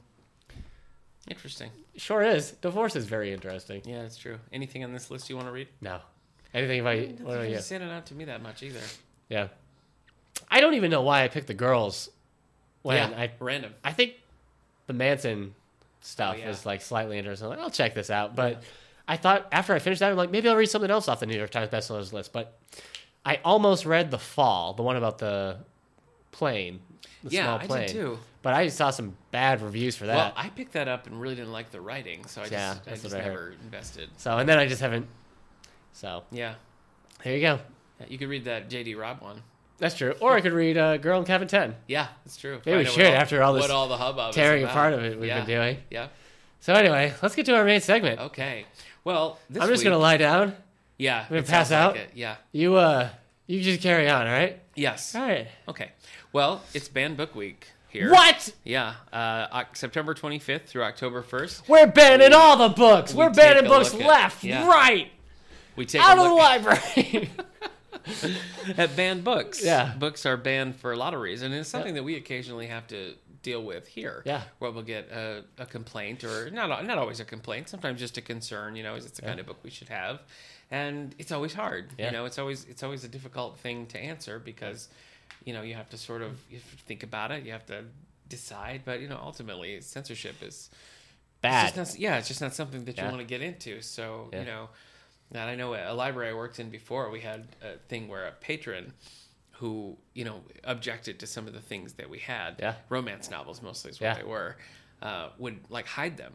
[SPEAKER 2] Interesting.
[SPEAKER 1] Sure is. Divorce is very interesting.
[SPEAKER 2] Yeah, that's true. Anything on this list you want to read?
[SPEAKER 1] No. Anything about
[SPEAKER 2] Doesn't
[SPEAKER 1] what about
[SPEAKER 2] really
[SPEAKER 1] you?
[SPEAKER 2] standing out to me that much either.
[SPEAKER 1] Yeah. I don't even know why I picked the girls when
[SPEAKER 2] yeah,
[SPEAKER 1] I
[SPEAKER 2] random.
[SPEAKER 1] I think the Manson stuff
[SPEAKER 2] Oh, yeah.
[SPEAKER 1] is like slightly interesting. Like, I'll check this out. But I thought after I finished that, I'm like, maybe I'll read something else off the New York Times bestsellers list. But I almost read The Fall, the one about the plane, the
[SPEAKER 2] Yeah,
[SPEAKER 1] small
[SPEAKER 2] I did
[SPEAKER 1] plane.
[SPEAKER 2] too.
[SPEAKER 1] But I saw some bad reviews for that.
[SPEAKER 2] Well, I picked that up and really didn't like the writing, so I just,
[SPEAKER 1] Yeah,
[SPEAKER 2] I
[SPEAKER 1] that's
[SPEAKER 2] just
[SPEAKER 1] what I heard.
[SPEAKER 2] never invested.
[SPEAKER 1] so and then I just haven't. So
[SPEAKER 2] Yeah.
[SPEAKER 1] there you go.
[SPEAKER 2] Yeah, you could read that J.D. Robb one.
[SPEAKER 1] That's true. Or I could read uh, Girl in Cabin Ten.
[SPEAKER 2] Yeah, that's true.
[SPEAKER 1] Maybe we
[SPEAKER 2] Find out
[SPEAKER 1] should
[SPEAKER 2] what
[SPEAKER 1] after all this
[SPEAKER 2] what all the hubbub is
[SPEAKER 1] tearing
[SPEAKER 2] about.
[SPEAKER 1] apart of it we've
[SPEAKER 2] yeah.
[SPEAKER 1] been doing.
[SPEAKER 2] Yeah.
[SPEAKER 1] So anyway, let's get to our main segment.
[SPEAKER 2] Okay. Well, this
[SPEAKER 1] I'm just
[SPEAKER 2] week,
[SPEAKER 1] gonna lie down.
[SPEAKER 2] Yeah.
[SPEAKER 1] gonna
[SPEAKER 2] it
[SPEAKER 1] pass
[SPEAKER 2] sounds
[SPEAKER 1] out.
[SPEAKER 2] like it. Yeah.
[SPEAKER 1] You uh, you just carry on. All right.
[SPEAKER 2] Yes.
[SPEAKER 1] All right.
[SPEAKER 2] Okay. Well, it's banned book week here.
[SPEAKER 1] What?
[SPEAKER 2] Yeah. Uh, Oc- September 25th through October 1st.
[SPEAKER 1] We're banning
[SPEAKER 2] We-
[SPEAKER 1] all the books.
[SPEAKER 2] we
[SPEAKER 1] We're
[SPEAKER 2] take
[SPEAKER 1] banning
[SPEAKER 2] a
[SPEAKER 1] books
[SPEAKER 2] look at-
[SPEAKER 1] left,
[SPEAKER 2] yeah.
[SPEAKER 1] right,
[SPEAKER 2] We take
[SPEAKER 1] out
[SPEAKER 2] a
[SPEAKER 1] of the
[SPEAKER 2] look
[SPEAKER 1] library.
[SPEAKER 2] at banned books.
[SPEAKER 1] Yeah.
[SPEAKER 2] Books are banned for a lot of reasons. And it's something that we occasionally have to deal with here.
[SPEAKER 1] Yeah.
[SPEAKER 2] Where we'll get a, a complaint or not, al- not always a complaint, sometimes just a concern, you know, is it the kind of book we should have? And it's always hard.
[SPEAKER 1] Yeah.
[SPEAKER 2] You know, it's always, it's always a difficult thing to answer because, you know, you have to sort of you have to think about it. You have to decide. But, you know, ultimately censorship is, It's
[SPEAKER 1] Bad.
[SPEAKER 2] just not, yeah, it's just not something that you
[SPEAKER 1] Yeah.
[SPEAKER 2] want to get into. So
[SPEAKER 1] Yeah.
[SPEAKER 2] you know, and I know a library I worked in before, we had a thing where a patron who you know objected to some of the things that we had,
[SPEAKER 1] Yeah.
[SPEAKER 2] romance novels mostly is what
[SPEAKER 1] Yeah.
[SPEAKER 2] they were, uh, would like hide them.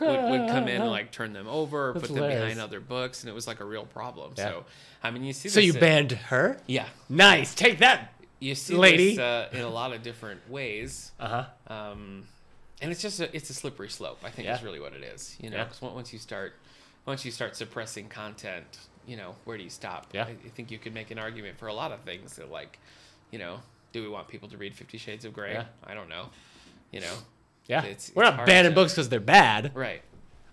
[SPEAKER 2] Would, would come in and like turn them over,
[SPEAKER 1] That's
[SPEAKER 2] put them
[SPEAKER 1] hilarious.
[SPEAKER 2] behind other books, and it was like a real problem.
[SPEAKER 1] Yeah.
[SPEAKER 2] So, I mean, you see.
[SPEAKER 1] So
[SPEAKER 2] this
[SPEAKER 1] you
[SPEAKER 2] in-
[SPEAKER 1] banned her?
[SPEAKER 2] Yeah,
[SPEAKER 1] Nice. Take that.
[SPEAKER 2] you see
[SPEAKER 1] Lady.
[SPEAKER 2] this uh, in a lot of different ways
[SPEAKER 1] Uh huh.
[SPEAKER 2] um, and it's just a, it's a slippery slope. I think
[SPEAKER 1] Yeah.
[SPEAKER 2] is really what it is. You know,
[SPEAKER 1] Yeah.
[SPEAKER 2] 'cause on- once you start once you start suppressing content, you know, where do you stop?
[SPEAKER 1] Yeah.
[SPEAKER 2] I, I think you could make an argument for a lot of things that like, you know, do we want people to read Fifty Shades of Grey?
[SPEAKER 1] Yeah.
[SPEAKER 2] I don't know. You know,
[SPEAKER 1] Yeah.
[SPEAKER 2] It's-
[SPEAKER 1] We're
[SPEAKER 2] it's
[SPEAKER 1] not
[SPEAKER 2] hard
[SPEAKER 1] banning
[SPEAKER 2] to-
[SPEAKER 1] books because they're bad.
[SPEAKER 2] right?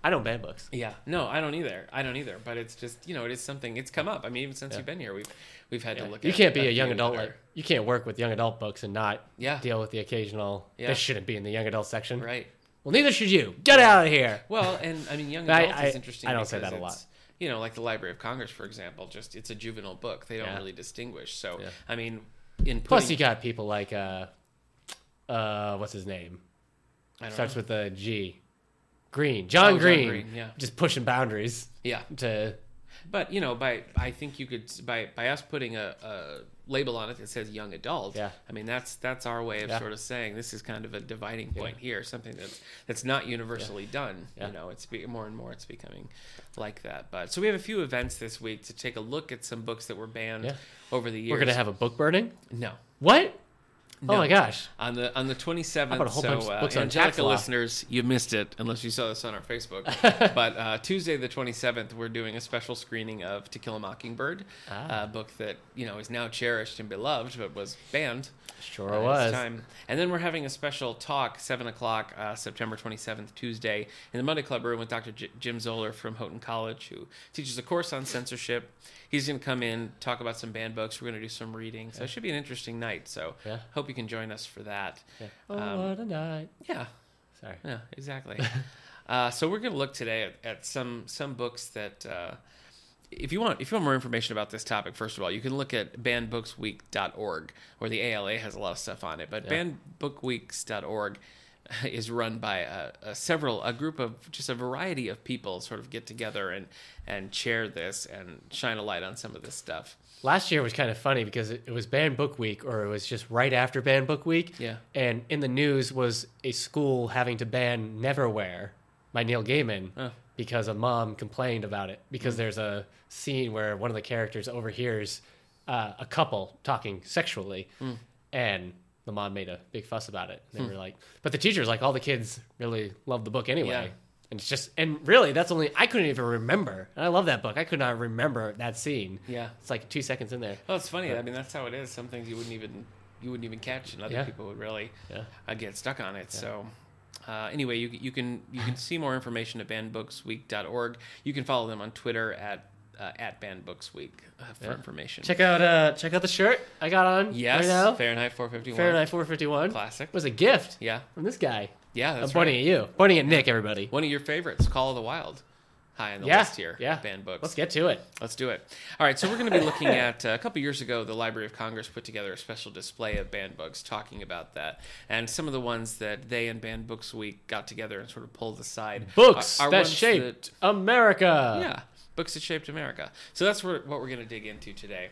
[SPEAKER 1] I don't ban books.
[SPEAKER 2] Yeah. No, I don't either. I don't either. But it's just you know, it is something. It's come up. I mean, even since you've been here, we've we've had to look.
[SPEAKER 1] You
[SPEAKER 2] at
[SPEAKER 1] can't be a
[SPEAKER 2] few
[SPEAKER 1] young adult.
[SPEAKER 2] that
[SPEAKER 1] Like
[SPEAKER 2] are-
[SPEAKER 1] you can't work with young adult books and not
[SPEAKER 2] Yeah.
[SPEAKER 1] deal with the occasional.
[SPEAKER 2] Yeah.
[SPEAKER 1] This shouldn't be in the young adult section.
[SPEAKER 2] right.
[SPEAKER 1] Well, neither should you. Get out of here.
[SPEAKER 2] Well, and I mean, young
[SPEAKER 1] I-
[SPEAKER 2] adult
[SPEAKER 1] I-
[SPEAKER 2] is interesting.
[SPEAKER 1] I don't say
[SPEAKER 2] because
[SPEAKER 1] that a lot.
[SPEAKER 2] it's, You know, like the Library of Congress, for example, just it's a juvenile book. They don't
[SPEAKER 1] Yeah.
[SPEAKER 2] really distinguish. So,
[SPEAKER 1] Yeah.
[SPEAKER 2] I mean, in
[SPEAKER 1] Plus,
[SPEAKER 2] putting-
[SPEAKER 1] you got people like uh, uh, what's his name?
[SPEAKER 2] I don't
[SPEAKER 1] starts
[SPEAKER 2] know. Oh,
[SPEAKER 1] with a G. Green. John
[SPEAKER 2] John
[SPEAKER 1] Green.
[SPEAKER 2] Green, yeah.
[SPEAKER 1] Just pushing boundaries
[SPEAKER 2] yeah,
[SPEAKER 1] to
[SPEAKER 2] but you know, by I think you could by by us putting a, a label on it that says young adult.
[SPEAKER 1] Yeah.
[SPEAKER 2] I mean, that's that's our way of
[SPEAKER 1] Yeah.
[SPEAKER 2] sort of saying this is kind of a dividing point here, something that's that's not universally done.
[SPEAKER 1] Yeah.
[SPEAKER 2] You know, it's be, more and more it's becoming like that. But so we have a few events this week to take a look at some books that were banned
[SPEAKER 1] Yeah.
[SPEAKER 2] over the years.
[SPEAKER 1] we're gonna have a book burning?
[SPEAKER 2] no.
[SPEAKER 1] What? Oh
[SPEAKER 2] No.
[SPEAKER 1] my gosh.
[SPEAKER 2] On the on the twenty
[SPEAKER 1] bought a
[SPEAKER 2] seventh,
[SPEAKER 1] whole
[SPEAKER 2] so
[SPEAKER 1] bunch of
[SPEAKER 2] uh,
[SPEAKER 1] books on tax
[SPEAKER 2] Angelica
[SPEAKER 1] law.
[SPEAKER 2] listeners, you missed it unless you saw this on our Facebook. but uh, Tuesday the twenty seventh, we're doing a special screening of To Kill a Mockingbird,
[SPEAKER 1] Ah.
[SPEAKER 2] a book that you know is now cherished and beloved, but was banned.
[SPEAKER 1] Sure
[SPEAKER 2] at its
[SPEAKER 1] was.
[SPEAKER 2] time. And then we're having a special talk, seven o'clock, uh, September twenty seventh, Tuesday, in the Monday Club room with Dr. J- Jim Zoller from Houghton College, who teaches a course on censorship. He's going to come in, talk about some banned books. We're going to do some reading, so it should be an interesting night. So
[SPEAKER 1] Yeah.
[SPEAKER 2] hope you can join us for that.
[SPEAKER 1] Oh
[SPEAKER 2] Um,
[SPEAKER 1] what a night.
[SPEAKER 2] yeah,
[SPEAKER 1] Sorry.
[SPEAKER 2] yeah, exactly. uh, so we're going to look today at, at some some books that. Uh, if you want if you want more information about this topic first of all you can look at bannedbooksweek.org or the ala has a lot of stuff on it but bannedbookweeks.org is run by a, a several a group of just a variety of people sort of get together and and chair this and shine a light on some of this stuff
[SPEAKER 1] Last year was kind of funny because it, it was Banned Book Week, or it was just right after Banned Book Week.
[SPEAKER 2] Yeah.
[SPEAKER 1] And in the news was a school having to ban Neverwhere by Neil Gaiman
[SPEAKER 2] Oh.
[SPEAKER 1] because a mom complained about it
[SPEAKER 2] Hmm.
[SPEAKER 1] because there's a scene where one of the characters overhears uh, a couple talking sexually,
[SPEAKER 2] Hmm.
[SPEAKER 1] and the mom made a big fuss about it. They were like, but the teacher's like, all the kids really love the book anyway.
[SPEAKER 2] Yeah.
[SPEAKER 1] And it's just, and really, that's only, I couldn't even remember. And I love that book. I could not remember that scene.
[SPEAKER 2] yeah
[SPEAKER 1] It's like two seconds in there.
[SPEAKER 2] Well, it's funny. I mean, that's how it is. Some things you wouldn't even you wouldn't even catch, and other
[SPEAKER 1] Yeah.
[SPEAKER 2] people would really
[SPEAKER 1] Yeah.
[SPEAKER 2] uh, get stuck on it. So. Uh, anyway, you, you can you can see more information at bandbooksweek.org. You can follow them on Twitter at uh, at bandbooksweek uh, for information.
[SPEAKER 1] Check out uh check out the shirt I got on
[SPEAKER 2] yes,
[SPEAKER 1] right now.
[SPEAKER 2] Fahrenheit 451.
[SPEAKER 1] Fahrenheit 451.
[SPEAKER 2] Classic.
[SPEAKER 1] was a gift
[SPEAKER 2] Yeah,
[SPEAKER 1] from this guy.
[SPEAKER 2] yeah, that's
[SPEAKER 1] I'm pointing
[SPEAKER 2] right.
[SPEAKER 1] at you. Pointing at Nick, everybody.
[SPEAKER 2] One of your favorites, Call of the Wild. high on the
[SPEAKER 1] Yeah,
[SPEAKER 2] list here.
[SPEAKER 1] yeah.
[SPEAKER 2] Banned books.
[SPEAKER 1] Let's get to it.
[SPEAKER 2] Let's do it. All right, so we're going to be looking at uh, a couple years ago, the Library of Congress put together a special display of banned books talking about that. And some of the ones that they and Banned Books Week got together and sort of pulled aside
[SPEAKER 1] Books
[SPEAKER 2] are- are
[SPEAKER 1] that
[SPEAKER 2] ones
[SPEAKER 1] shaped America.
[SPEAKER 2] yeah, books that shaped America. So that's where, what we're going to dig into today.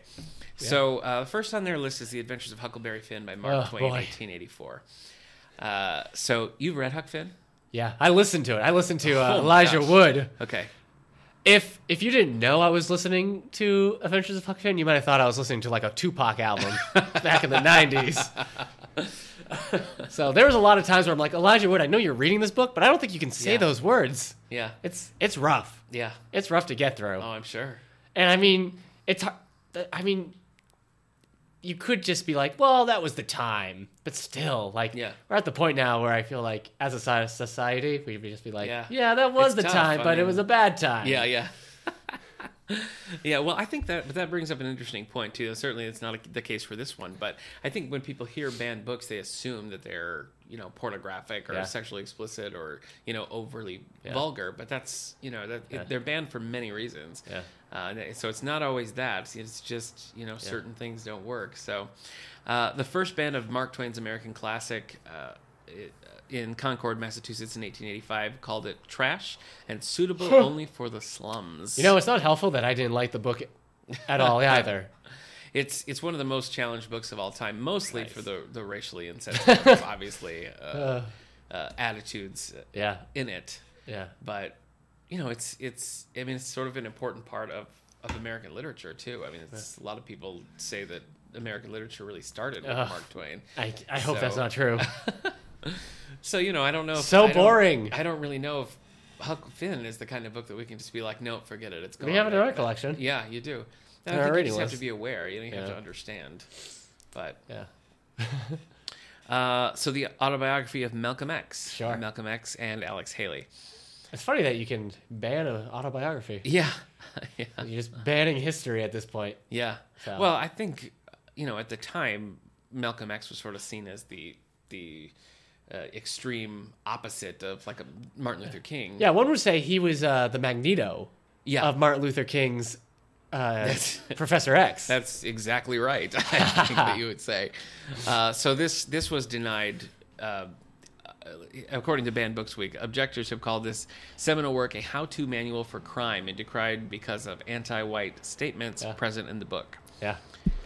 [SPEAKER 2] So uh, the first on their list is The Adventures of Huckleberry Finn by Mark
[SPEAKER 1] Oh,
[SPEAKER 2] Twain,
[SPEAKER 1] boy.
[SPEAKER 2] 1884. Uh, so you've read Huck Finn?
[SPEAKER 1] Yeah, I listened to it. I listened to uh,
[SPEAKER 2] Oh my
[SPEAKER 1] Elijah
[SPEAKER 2] gosh.
[SPEAKER 1] Wood.
[SPEAKER 2] Okay.
[SPEAKER 1] If if you didn't know I was listening to Adventures of Huck Finn, you might have thought I was listening to like a Tupac album back in the '90s. so there was a lot of times where I'm like, Elijah Wood, I know you're reading this book, but I don't think you can say
[SPEAKER 2] Yeah.
[SPEAKER 1] those words.
[SPEAKER 2] Yeah.
[SPEAKER 1] It's it's rough.
[SPEAKER 2] Yeah.
[SPEAKER 1] It's rough to get through.
[SPEAKER 2] Oh, I'm sure.
[SPEAKER 1] And I mean, it's har- th- I mean, you could just be like, well, that was the time, but still, like,
[SPEAKER 2] Yeah.
[SPEAKER 1] we're at the point now where I feel like, as a soci- society, we'd just be like,
[SPEAKER 2] Yeah.
[SPEAKER 1] yeah, that was
[SPEAKER 2] It's
[SPEAKER 1] the
[SPEAKER 2] tough,
[SPEAKER 1] time,
[SPEAKER 2] I
[SPEAKER 1] but it
[SPEAKER 2] mean-
[SPEAKER 1] was a bad time.
[SPEAKER 2] Yeah, yeah. yeah, well, I think that but that brings up an interesting point too. Certainly, it's not the case for this one, but I think when people hear banned books, they assume that they're you know pornographic or
[SPEAKER 1] Yeah.
[SPEAKER 2] sexually explicit or you know overly vulgar. But that's you know that it, they're banned for many reasons.
[SPEAKER 1] Yeah.
[SPEAKER 2] Uh, and it- so it's not always that. It's just you know certain things don't work. So uh, the first band of Mark Twain's American classic. Uh, it- in Concord, Massachusetts, in 1885, called it "trash" and suitable only for the slums.
[SPEAKER 1] You know, it's not helpful that I didn't like the book at all either.
[SPEAKER 2] It's it's one of the most challenged books of all time, mostly for the the racially insensitive, obviously, uh, uh, attitudes
[SPEAKER 1] Yeah,
[SPEAKER 2] in it.
[SPEAKER 1] yeah,
[SPEAKER 2] But you know, it's it's I mean, it's sort of an important part of of American literature too. I mean, it's a lot of people say that American literature really started with
[SPEAKER 1] Ugh.
[SPEAKER 2] Mark Twain.
[SPEAKER 1] I, I hope that's
[SPEAKER 2] So-
[SPEAKER 1] not true.
[SPEAKER 2] So you know, I don't know. If,
[SPEAKER 1] So
[SPEAKER 2] I don't-
[SPEAKER 1] boring.
[SPEAKER 2] I don't really know if Huck Finn is the kind of book that we can just be like, no, forget it. It's gone.
[SPEAKER 1] We have it in our
[SPEAKER 2] But-
[SPEAKER 1] collection.
[SPEAKER 2] Yeah, you do.
[SPEAKER 1] In
[SPEAKER 2] And
[SPEAKER 1] our
[SPEAKER 2] I think you
[SPEAKER 1] reading
[SPEAKER 2] just have to
[SPEAKER 1] list.
[SPEAKER 2] be aware. You, know, you have to
[SPEAKER 1] Yeah.
[SPEAKER 2] understand. But
[SPEAKER 1] Yeah,
[SPEAKER 2] Uh, so the autobiography of Malcolm X,
[SPEAKER 1] Sure.
[SPEAKER 2] Malcolm X and Alex Haley.
[SPEAKER 1] it's funny that you can ban an autobiography.
[SPEAKER 2] Yeah, yeah,
[SPEAKER 1] You're just banning history at this point.
[SPEAKER 2] yeah.
[SPEAKER 1] So-
[SPEAKER 2] Well, I think you know at the time Malcolm X was sort of seen as the the uh, extreme opposite of like a Martin Luther King.
[SPEAKER 1] Yeah, one would say he was uh, the Magneto
[SPEAKER 2] yeah.
[SPEAKER 1] of Martin Luther King's uh,
[SPEAKER 2] That's-
[SPEAKER 1] Professor X.
[SPEAKER 2] That's exactly right. I think that you would say. Uh, so this this was denied. Uh, according to Banned Books Week, objectors have called this seminal work a how-to manual for crime and decried because of anti-white statements present in the book.
[SPEAKER 1] yeah.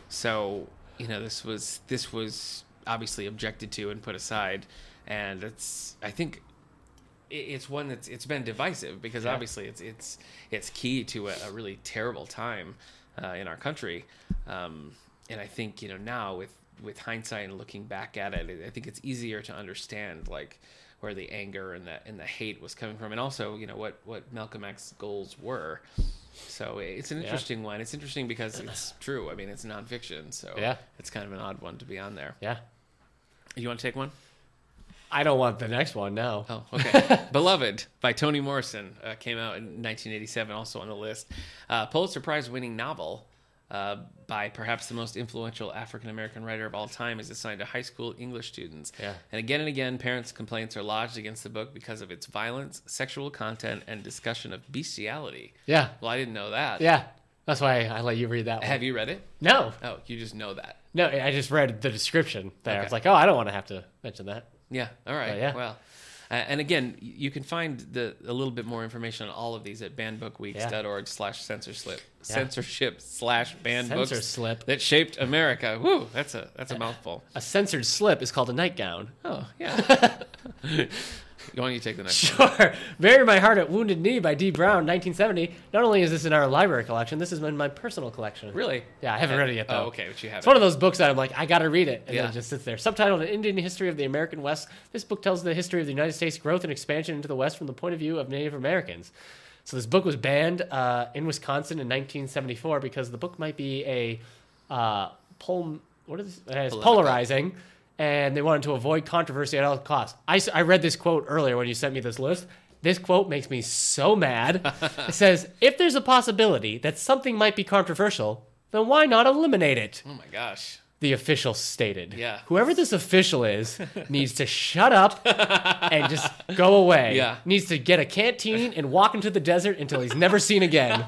[SPEAKER 2] So you know this was this was obviously objected to and put aside, and it's I think i- it's one that's it's been divisive because obviously it's it's it's key to a, a really terrible time uh, in our country, um, and I think you know now with with hindsight and looking back at it, I think it's easier to understand like where the anger and the and the hate was coming from, and also you know what what Malcolm X's goals were. So it's an interesting one. It's interesting because it's true. I mean, it's nonfiction, so
[SPEAKER 1] Yeah.
[SPEAKER 2] it's kind of an odd one to be on there.
[SPEAKER 1] Yeah.
[SPEAKER 2] You want to take one?
[SPEAKER 1] I don't want the next one now.
[SPEAKER 2] Oh, okay. Beloved by Toni Morrison uh, came out in 1987, also on the list. Uh, Pulitzer Prize winning novel uh, by perhaps the most influential African American writer of all time is assigned to high school English students.
[SPEAKER 1] Yeah.
[SPEAKER 2] And again and again, parents' complaints are lodged against the book because of its violence, sexual content, and discussion of bestiality.
[SPEAKER 1] Yeah.
[SPEAKER 2] Well, I didn't know that.
[SPEAKER 1] Yeah. That's why I let you read that one.
[SPEAKER 2] Have you read it?
[SPEAKER 1] No.
[SPEAKER 2] Oh, you just know that.
[SPEAKER 1] No, I just read the description there.
[SPEAKER 2] Okay.
[SPEAKER 1] It's like, oh, I don't want to have to mention that.
[SPEAKER 2] Yeah. All right.
[SPEAKER 1] yeah.
[SPEAKER 2] Well, uh, and again, y- you can find the a little bit more information on all of these at bandbookweeks.org slash censorship censorship slash banned books
[SPEAKER 1] Censor slip.
[SPEAKER 2] that shaped America. Woo, that's a that's a mouthful.
[SPEAKER 1] A censored slip is called a nightgown.
[SPEAKER 2] Oh yeah. Go on, you take the next. one.
[SPEAKER 1] Sure. Bury My Heart at Wounded Knee by D. Brown, 1970. Not only is this in our library collection, this is in my personal collection.
[SPEAKER 2] Really?
[SPEAKER 1] Yeah, I haven't read it yet, though.
[SPEAKER 2] Oh, okay, but you have
[SPEAKER 1] It's
[SPEAKER 2] it.
[SPEAKER 1] one of those books that I'm like, I gotta read it, and
[SPEAKER 2] Yeah.
[SPEAKER 1] then it just sits there. Subtitled "An Indian History of the American West," this book tells the history of the United States' growth and expansion into the West from the point of view of Native Americans. So this book was banned uh, in Wisconsin in 1974 because the book might be a uh, pol- what is uh, it's
[SPEAKER 2] Polemical.
[SPEAKER 1] polarizing, and they wanted to avoid controversy at all costs. I, s- I read this quote earlier when you sent me this list. This quote makes me so mad. it says, "If there's a possibility that something might be controversial, then why not eliminate it?"
[SPEAKER 2] Oh my gosh.
[SPEAKER 1] the official stated.
[SPEAKER 2] Yeah.
[SPEAKER 1] Whoever this official is needs to shut up and just go away.
[SPEAKER 2] Yeah.
[SPEAKER 1] Needs to get a canteen and walk into the desert until he's never seen again.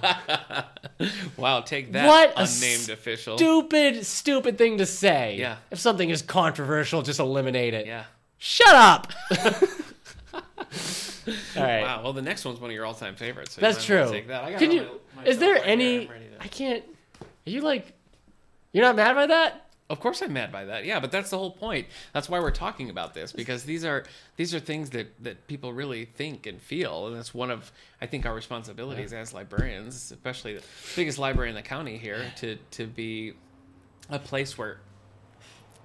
[SPEAKER 2] Wow, take that,
[SPEAKER 1] What a
[SPEAKER 2] unnamed official.
[SPEAKER 1] stupid, stupid thing to say.
[SPEAKER 2] Yeah.
[SPEAKER 1] If something is controversial, just eliminate it.
[SPEAKER 2] yeah.
[SPEAKER 1] Shut up. All right.
[SPEAKER 2] Wow. Well, the next one's one of your all-time favorites. so you
[SPEAKER 1] That's
[SPEAKER 2] might wanna
[SPEAKER 1] true.
[SPEAKER 2] Take that. I got
[SPEAKER 1] Can
[SPEAKER 2] it
[SPEAKER 1] you?
[SPEAKER 2] on my- my
[SPEAKER 1] is
[SPEAKER 2] phone
[SPEAKER 1] there
[SPEAKER 2] right here.
[SPEAKER 1] any?
[SPEAKER 2] I'm ready to-
[SPEAKER 1] I can't. Are you like? You're not mad by that?
[SPEAKER 2] Of course, I'm mad by that. Yeah, but that's the whole point. That's why we're talking about this because these are these are things that that people really think and feel, and that's one of I think our responsibilities as librarians, especially the biggest library in the county here, to to be a place where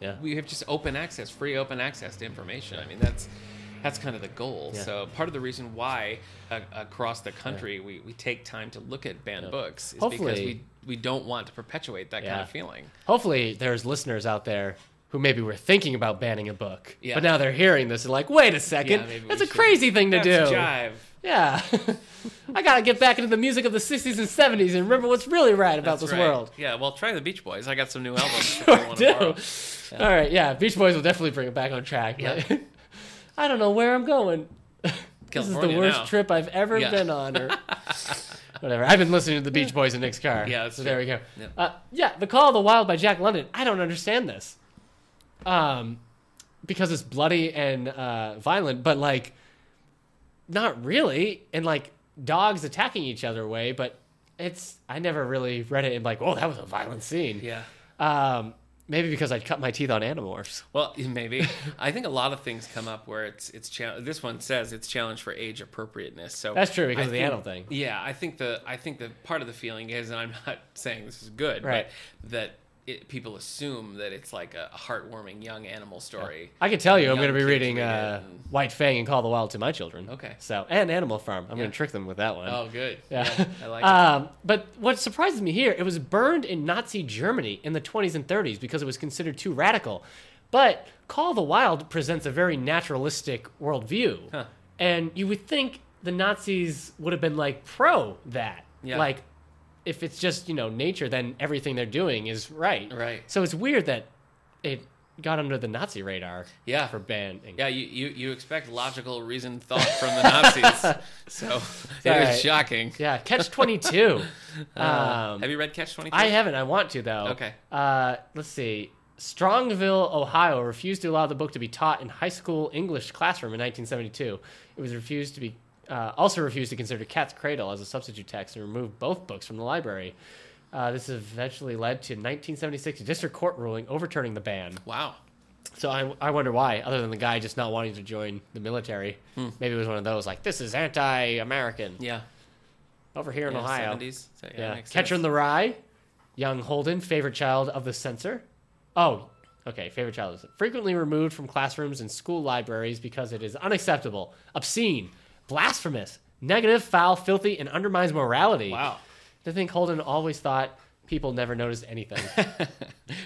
[SPEAKER 1] Yeah.
[SPEAKER 2] we have just open access, free open access to information. I mean, that's that's kind of the goal.
[SPEAKER 1] Yeah.
[SPEAKER 2] So part of the reason why uh, across the country we, we take time to look at banned books is because
[SPEAKER 1] Hopefully-
[SPEAKER 2] we we don't want to perpetuate that kind
[SPEAKER 1] Yeah.
[SPEAKER 2] of feeling.
[SPEAKER 1] Hopefully, there's listeners out there who maybe were thinking about banning a book,
[SPEAKER 2] Yeah.
[SPEAKER 1] but now they're hearing this and like, wait a second,
[SPEAKER 2] Yeah, maybe
[SPEAKER 1] that's
[SPEAKER 2] we
[SPEAKER 1] a
[SPEAKER 2] should-
[SPEAKER 1] crazy thing to
[SPEAKER 2] That's
[SPEAKER 1] do.
[SPEAKER 2] jive.
[SPEAKER 1] Yeah. I gotta get back into the music of the '60s and '70s and remember what's really right about this
[SPEAKER 2] That's right.
[SPEAKER 1] world.
[SPEAKER 2] Yeah, well, try the Beach Boys. I got some new albums. if you want to borrow.
[SPEAKER 1] All right, yeah. Beach Boys will definitely bring it back on track.
[SPEAKER 2] Yeah.
[SPEAKER 1] but I don't know where I'm going. this is the
[SPEAKER 2] California
[SPEAKER 1] worst
[SPEAKER 2] now.
[SPEAKER 1] trip I've ever
[SPEAKER 2] Yeah.
[SPEAKER 1] been on, or whatever. I've been listening to the Beach Boys in Nick's car.
[SPEAKER 2] Yeah, that's
[SPEAKER 1] so
[SPEAKER 2] true.
[SPEAKER 1] there we go.
[SPEAKER 2] Yeah.
[SPEAKER 1] Uh, yeah, the Call of the Wild by Jack London. I don't understand this, um, because it's bloody and uh, violent, but like, not really, and like dogs attacking each other way, but. It's. I never really read it and like, oh, that was a violent scene.
[SPEAKER 2] Yeah.
[SPEAKER 1] Um, maybe because I'd cut my teeth on Animorphs.
[SPEAKER 2] Well, maybe. I think a lot of things come up where it's it's chal- this one says it's challenged for age appropriateness. So
[SPEAKER 1] That's true, because
[SPEAKER 2] I
[SPEAKER 1] of the
[SPEAKER 2] think-
[SPEAKER 1] animal thing.
[SPEAKER 2] Yeah, I think the I think the part of the feeling is, and I'm not saying this is good,
[SPEAKER 1] Right.
[SPEAKER 2] but that it, people assume that it's like a heartwarming young animal story.
[SPEAKER 1] I can tell you, I'm going
[SPEAKER 2] Young
[SPEAKER 1] to be
[SPEAKER 2] kids
[SPEAKER 1] reading
[SPEAKER 2] read it
[SPEAKER 1] uh,
[SPEAKER 2] and-
[SPEAKER 1] White Fang and Call of the Wild to my children.
[SPEAKER 2] Okay.
[SPEAKER 1] So and Animal Farm, I'm going to trick them with that one.
[SPEAKER 2] Oh, good.
[SPEAKER 1] Yeah.
[SPEAKER 2] I like it.
[SPEAKER 1] Um, but what surprises me here, it was burned in Nazi Germany in the 20s and 30s because it was considered too radical. But Call of the Wild presents a very naturalistic worldview.
[SPEAKER 2] Huh.
[SPEAKER 1] And you would think the Nazis would have been like pro that.
[SPEAKER 2] Yeah.
[SPEAKER 1] Like, if it's just, you know, nature, then everything they're doing is right.
[SPEAKER 2] Right.
[SPEAKER 1] So it's weird that it got under the Nazi radar
[SPEAKER 2] Yeah.
[SPEAKER 1] for banning.
[SPEAKER 2] Yeah, you, you, you expect logical, reasoned thought from the Nazis. so it
[SPEAKER 1] all
[SPEAKER 2] is
[SPEAKER 1] right.
[SPEAKER 2] shocking.
[SPEAKER 1] Yeah, Catch 22. um,
[SPEAKER 2] Have you read Catch 23?
[SPEAKER 1] I haven't. I want to though.
[SPEAKER 2] Okay.
[SPEAKER 1] Uh, let's see. Strongville, Ohio, refused to allow the book to be taught in high school English classroom in 1972. It was refused to be uh, also refused to consider Cat's Cradle as a substitute text and removed both books from the library. Uh, this eventually led to 1976 district court ruling overturning the ban.
[SPEAKER 2] Wow.
[SPEAKER 1] So I, I wonder why, other than the guy just not wanting to join the military.
[SPEAKER 2] Hmm.
[SPEAKER 1] Maybe it was one of those like this is anti-American
[SPEAKER 2] Yeah.
[SPEAKER 1] over here in
[SPEAKER 2] Yeah,
[SPEAKER 1] Ohio.
[SPEAKER 2] 70s. So, yeah.
[SPEAKER 1] Yeah.
[SPEAKER 2] makes
[SPEAKER 1] Catcher in
[SPEAKER 2] sense.
[SPEAKER 1] the Rye, young Holden, favorite child of the censor. Oh, okay, favorite child of the Frequently removed from classrooms and school libraries because it is unacceptable, obscene, blasphemous, negative, foul, filthy, and undermines morality.
[SPEAKER 2] Wow.
[SPEAKER 1] I think Holden always thought people never noticed anything.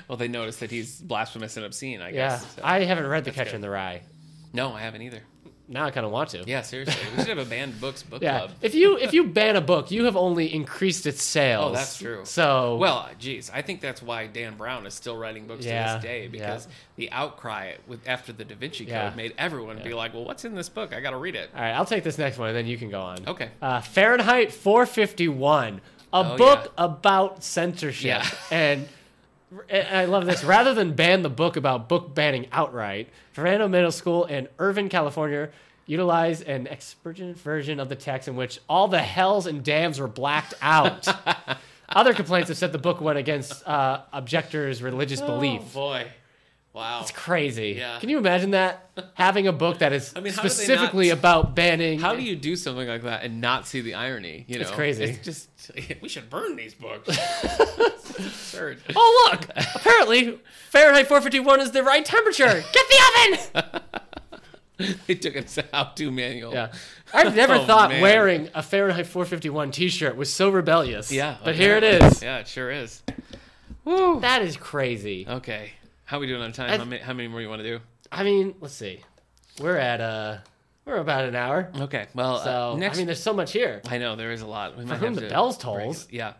[SPEAKER 2] Well, they noticed that he's blasphemous and obscene, I
[SPEAKER 1] yeah.
[SPEAKER 2] guess. so.
[SPEAKER 1] I haven't read The Catcher
[SPEAKER 2] good.
[SPEAKER 1] in the Rye.
[SPEAKER 2] No, I haven't either.
[SPEAKER 1] Now I kind of want to.
[SPEAKER 2] Yeah, seriously. We should have a banned books book
[SPEAKER 1] Yeah.
[SPEAKER 2] club.
[SPEAKER 1] If you if you ban a book, you have only increased its sales.
[SPEAKER 2] Oh, that's true.
[SPEAKER 1] So
[SPEAKER 2] Well, geez, I think that's why Dan Brown is still writing books to
[SPEAKER 1] Yeah,
[SPEAKER 2] this day
[SPEAKER 1] yeah.
[SPEAKER 2] because the outcry with after the Da Vinci Code
[SPEAKER 1] Yeah.
[SPEAKER 2] made everyone be like, "Well, what's in this book? I got to read it."
[SPEAKER 1] All right, I'll take this next one, and then you can go on.
[SPEAKER 2] Okay.
[SPEAKER 1] Uh, Fahrenheit 451, a
[SPEAKER 2] Oh, yeah.
[SPEAKER 1] book about censorship,
[SPEAKER 2] Yeah.
[SPEAKER 1] and, and I love this. Rather than ban the book about book banning outright, Fernando Middle School in Irvine, California, utilized an expurgated version of the text in which all the hells and dams were blacked out. Other complaints have said the book went against uh, objectors' religious belief.
[SPEAKER 2] Oh boy, wow.
[SPEAKER 1] Uh, It's crazy.
[SPEAKER 2] Yeah.
[SPEAKER 1] Can you imagine that? Having a book that is
[SPEAKER 2] I mean, how do they
[SPEAKER 1] specifically
[SPEAKER 2] not-
[SPEAKER 1] about banning.
[SPEAKER 2] How do you do something like that and not see the irony? You know,
[SPEAKER 1] It's crazy.
[SPEAKER 2] It's just we should burn these books. it's absurd.
[SPEAKER 1] Oh look! Apparently, Fahrenheit 451 is the right temperature. Get the oven.
[SPEAKER 2] They took a how-to manual.
[SPEAKER 1] Yeah, I've never
[SPEAKER 2] Oh,
[SPEAKER 1] thought
[SPEAKER 2] man.
[SPEAKER 1] wearing a Fahrenheit 451 T-shirt was so rebellious.
[SPEAKER 2] yeah.
[SPEAKER 1] but
[SPEAKER 2] okay.
[SPEAKER 1] here it is.
[SPEAKER 2] Yeah, it sure is.
[SPEAKER 1] That is crazy.
[SPEAKER 2] Okay, how we doing on time?
[SPEAKER 1] I-
[SPEAKER 2] how, many, how many more you want to do?
[SPEAKER 1] I mean, let's see. We're at uh, we're about an hour.
[SPEAKER 2] Okay, well,
[SPEAKER 1] So
[SPEAKER 2] uh,
[SPEAKER 1] I
[SPEAKER 2] next
[SPEAKER 1] mean, there's so much here.
[SPEAKER 2] I know there is a lot. We might
[SPEAKER 1] whom
[SPEAKER 2] have
[SPEAKER 1] the
[SPEAKER 2] to
[SPEAKER 1] bells
[SPEAKER 2] break
[SPEAKER 1] tolls.
[SPEAKER 2] it. Yeah.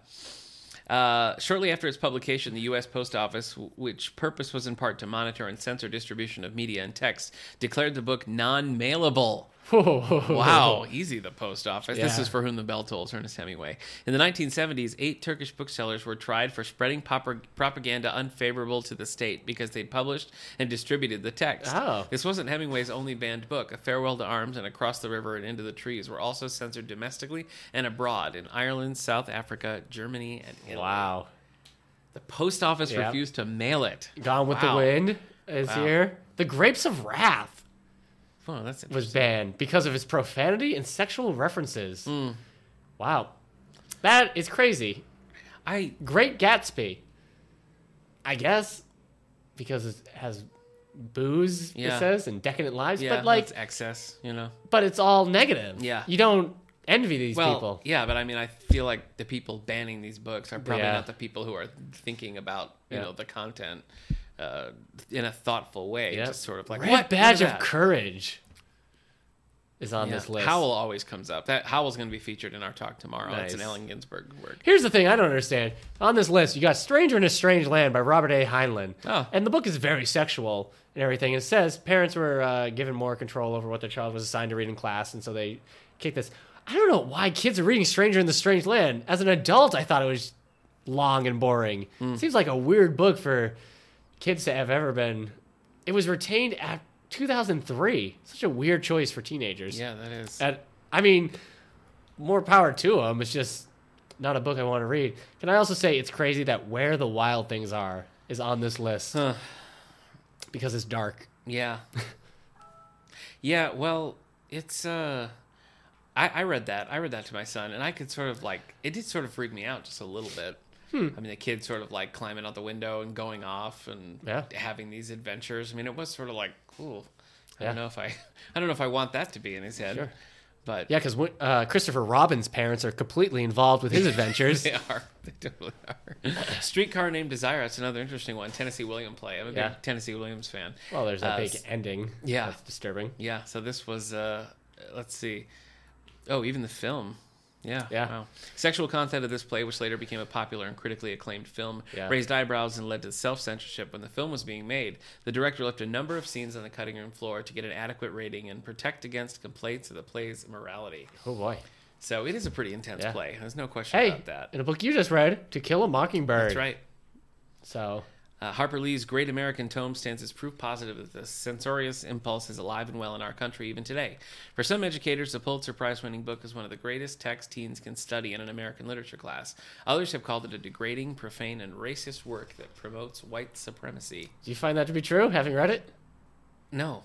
[SPEAKER 2] Uh, shortly after its publication, the U.S. Post Office, w- which purpose was in part to monitor and censor distribution of media and text, declared the book non mailable. Wow, easy the post office. This
[SPEAKER 1] Yeah.
[SPEAKER 2] is for whom the bell tolls, Ernest Hemingway. In the 1970s, eight Turkish booksellers were tried for spreading popper- propaganda unfavorable to the state because they published and distributed the text.
[SPEAKER 1] Oh.
[SPEAKER 2] This wasn't Hemingway's only banned book. A Farewell to Arms and Across the River and Into the Trees were also censored domestically and abroad in Ireland, South Africa, Germany, and Italy.
[SPEAKER 1] Wow.
[SPEAKER 2] The post office
[SPEAKER 1] Yep.
[SPEAKER 2] refused to mail it.
[SPEAKER 1] Gone with
[SPEAKER 2] Wow.
[SPEAKER 1] the Wind is here. The Grapes of Wrath
[SPEAKER 2] Wow, that's interesting.
[SPEAKER 1] was banned because of its profanity and sexual references.
[SPEAKER 2] Hmm.
[SPEAKER 1] Wow. That is crazy.
[SPEAKER 2] I
[SPEAKER 1] Great Gatsby. I guess because it has booze,
[SPEAKER 2] Yeah.
[SPEAKER 1] it says, and decadent lives,
[SPEAKER 2] yeah,
[SPEAKER 1] but like,
[SPEAKER 2] that's excess, you know.
[SPEAKER 1] but it's all negative.
[SPEAKER 2] Yeah.
[SPEAKER 1] You don't envy these
[SPEAKER 2] Well,
[SPEAKER 1] people.
[SPEAKER 2] yeah, but I mean, I feel like the people banning these books are probably
[SPEAKER 1] Yeah.
[SPEAKER 2] not the people who are thinking about you
[SPEAKER 1] Yeah.
[SPEAKER 2] know the content uh, in a thoughtful way.
[SPEAKER 1] Yep.
[SPEAKER 2] Just sort of like
[SPEAKER 1] Red
[SPEAKER 2] what
[SPEAKER 1] Badge
[SPEAKER 2] Look
[SPEAKER 1] of
[SPEAKER 2] at that."
[SPEAKER 1] Courage is on
[SPEAKER 2] Yeah.
[SPEAKER 1] this list.
[SPEAKER 2] Howell always comes up. That Howell's going to be featured in our talk tomorrow. It's an
[SPEAKER 1] Nice.
[SPEAKER 2] Ellen Ginsberg work.
[SPEAKER 1] Here's the thing I don't understand. On this list, you got Stranger in a Strange Land by Robert A. Heinlein.
[SPEAKER 2] Oh.
[SPEAKER 1] And the book is very sexual and everything. It says parents were uh, given more control over what their child was assigned to read in class, and so they kicked this. I don't know why kids are reading Stranger in the Strange Land. As an adult, I thought it was long and boring.
[SPEAKER 2] Hmm.
[SPEAKER 1] seems like a weird book for kids to have ever been. It was retained at 2003. Such a weird choice for teenagers.
[SPEAKER 2] Yeah, that is.
[SPEAKER 1] And I mean, more power to them. It's just not a book I want to read. Can I also say it's crazy that Where the Wild Things Are is on this list
[SPEAKER 2] Huh.
[SPEAKER 1] because it's dark.
[SPEAKER 2] Yeah. yeah, well, it's uh I, I read that. I read that to my son and I could sort of like it did sort of freak me out just a little bit.
[SPEAKER 1] Hmm.
[SPEAKER 2] I mean the kid sort of like climbing out the window and going off and
[SPEAKER 1] Yeah.
[SPEAKER 2] having these adventures. I mean it was sort of like cool. I
[SPEAKER 1] Yeah.
[SPEAKER 2] don't know if I I don't know if I want that to be in his head.
[SPEAKER 1] Sure.
[SPEAKER 2] But
[SPEAKER 1] Yeah, because uh, Christopher Robin's parents are completely involved with his adventures.
[SPEAKER 2] They are. They totally are. Streetcar named Desire. That's another interesting one. Tennessee William play. I'm a
[SPEAKER 1] Yeah.
[SPEAKER 2] big Tennessee Williams fan.
[SPEAKER 1] Well, there's a
[SPEAKER 2] Uh,
[SPEAKER 1] big
[SPEAKER 2] s-
[SPEAKER 1] ending.
[SPEAKER 2] yeah.
[SPEAKER 1] That's disturbing.
[SPEAKER 2] Yeah, so this was uh let's see. Oh, even the film. Yeah.
[SPEAKER 1] Yeah.
[SPEAKER 2] Sexual content of this play, which later became a popular and critically acclaimed film,
[SPEAKER 1] Yeah.
[SPEAKER 2] raised eyebrows and led to self censorship when the film was being made. The director left a number of scenes on the cutting room floor to get an adequate rating and protect against complaints of the play's morality.
[SPEAKER 1] Oh, boy.
[SPEAKER 2] So it is a pretty intense
[SPEAKER 1] Yeah.
[SPEAKER 2] play. There's no question
[SPEAKER 1] Hey,
[SPEAKER 2] about that.
[SPEAKER 1] in a book you just read, To Kill a Mockingbird.
[SPEAKER 2] That's right.
[SPEAKER 1] So,
[SPEAKER 2] Uh, Harper Lee's Great American Tome stands as proof positive that the censorious impulse is alive and well in our country even today. For some educators, the Pulitzer Prize winning book is one of the greatest texts teens can study in an American literature class. Others have called it a degrading, profane, and racist work that promotes white supremacy.
[SPEAKER 1] do you find that to be true, having read it?
[SPEAKER 2] No.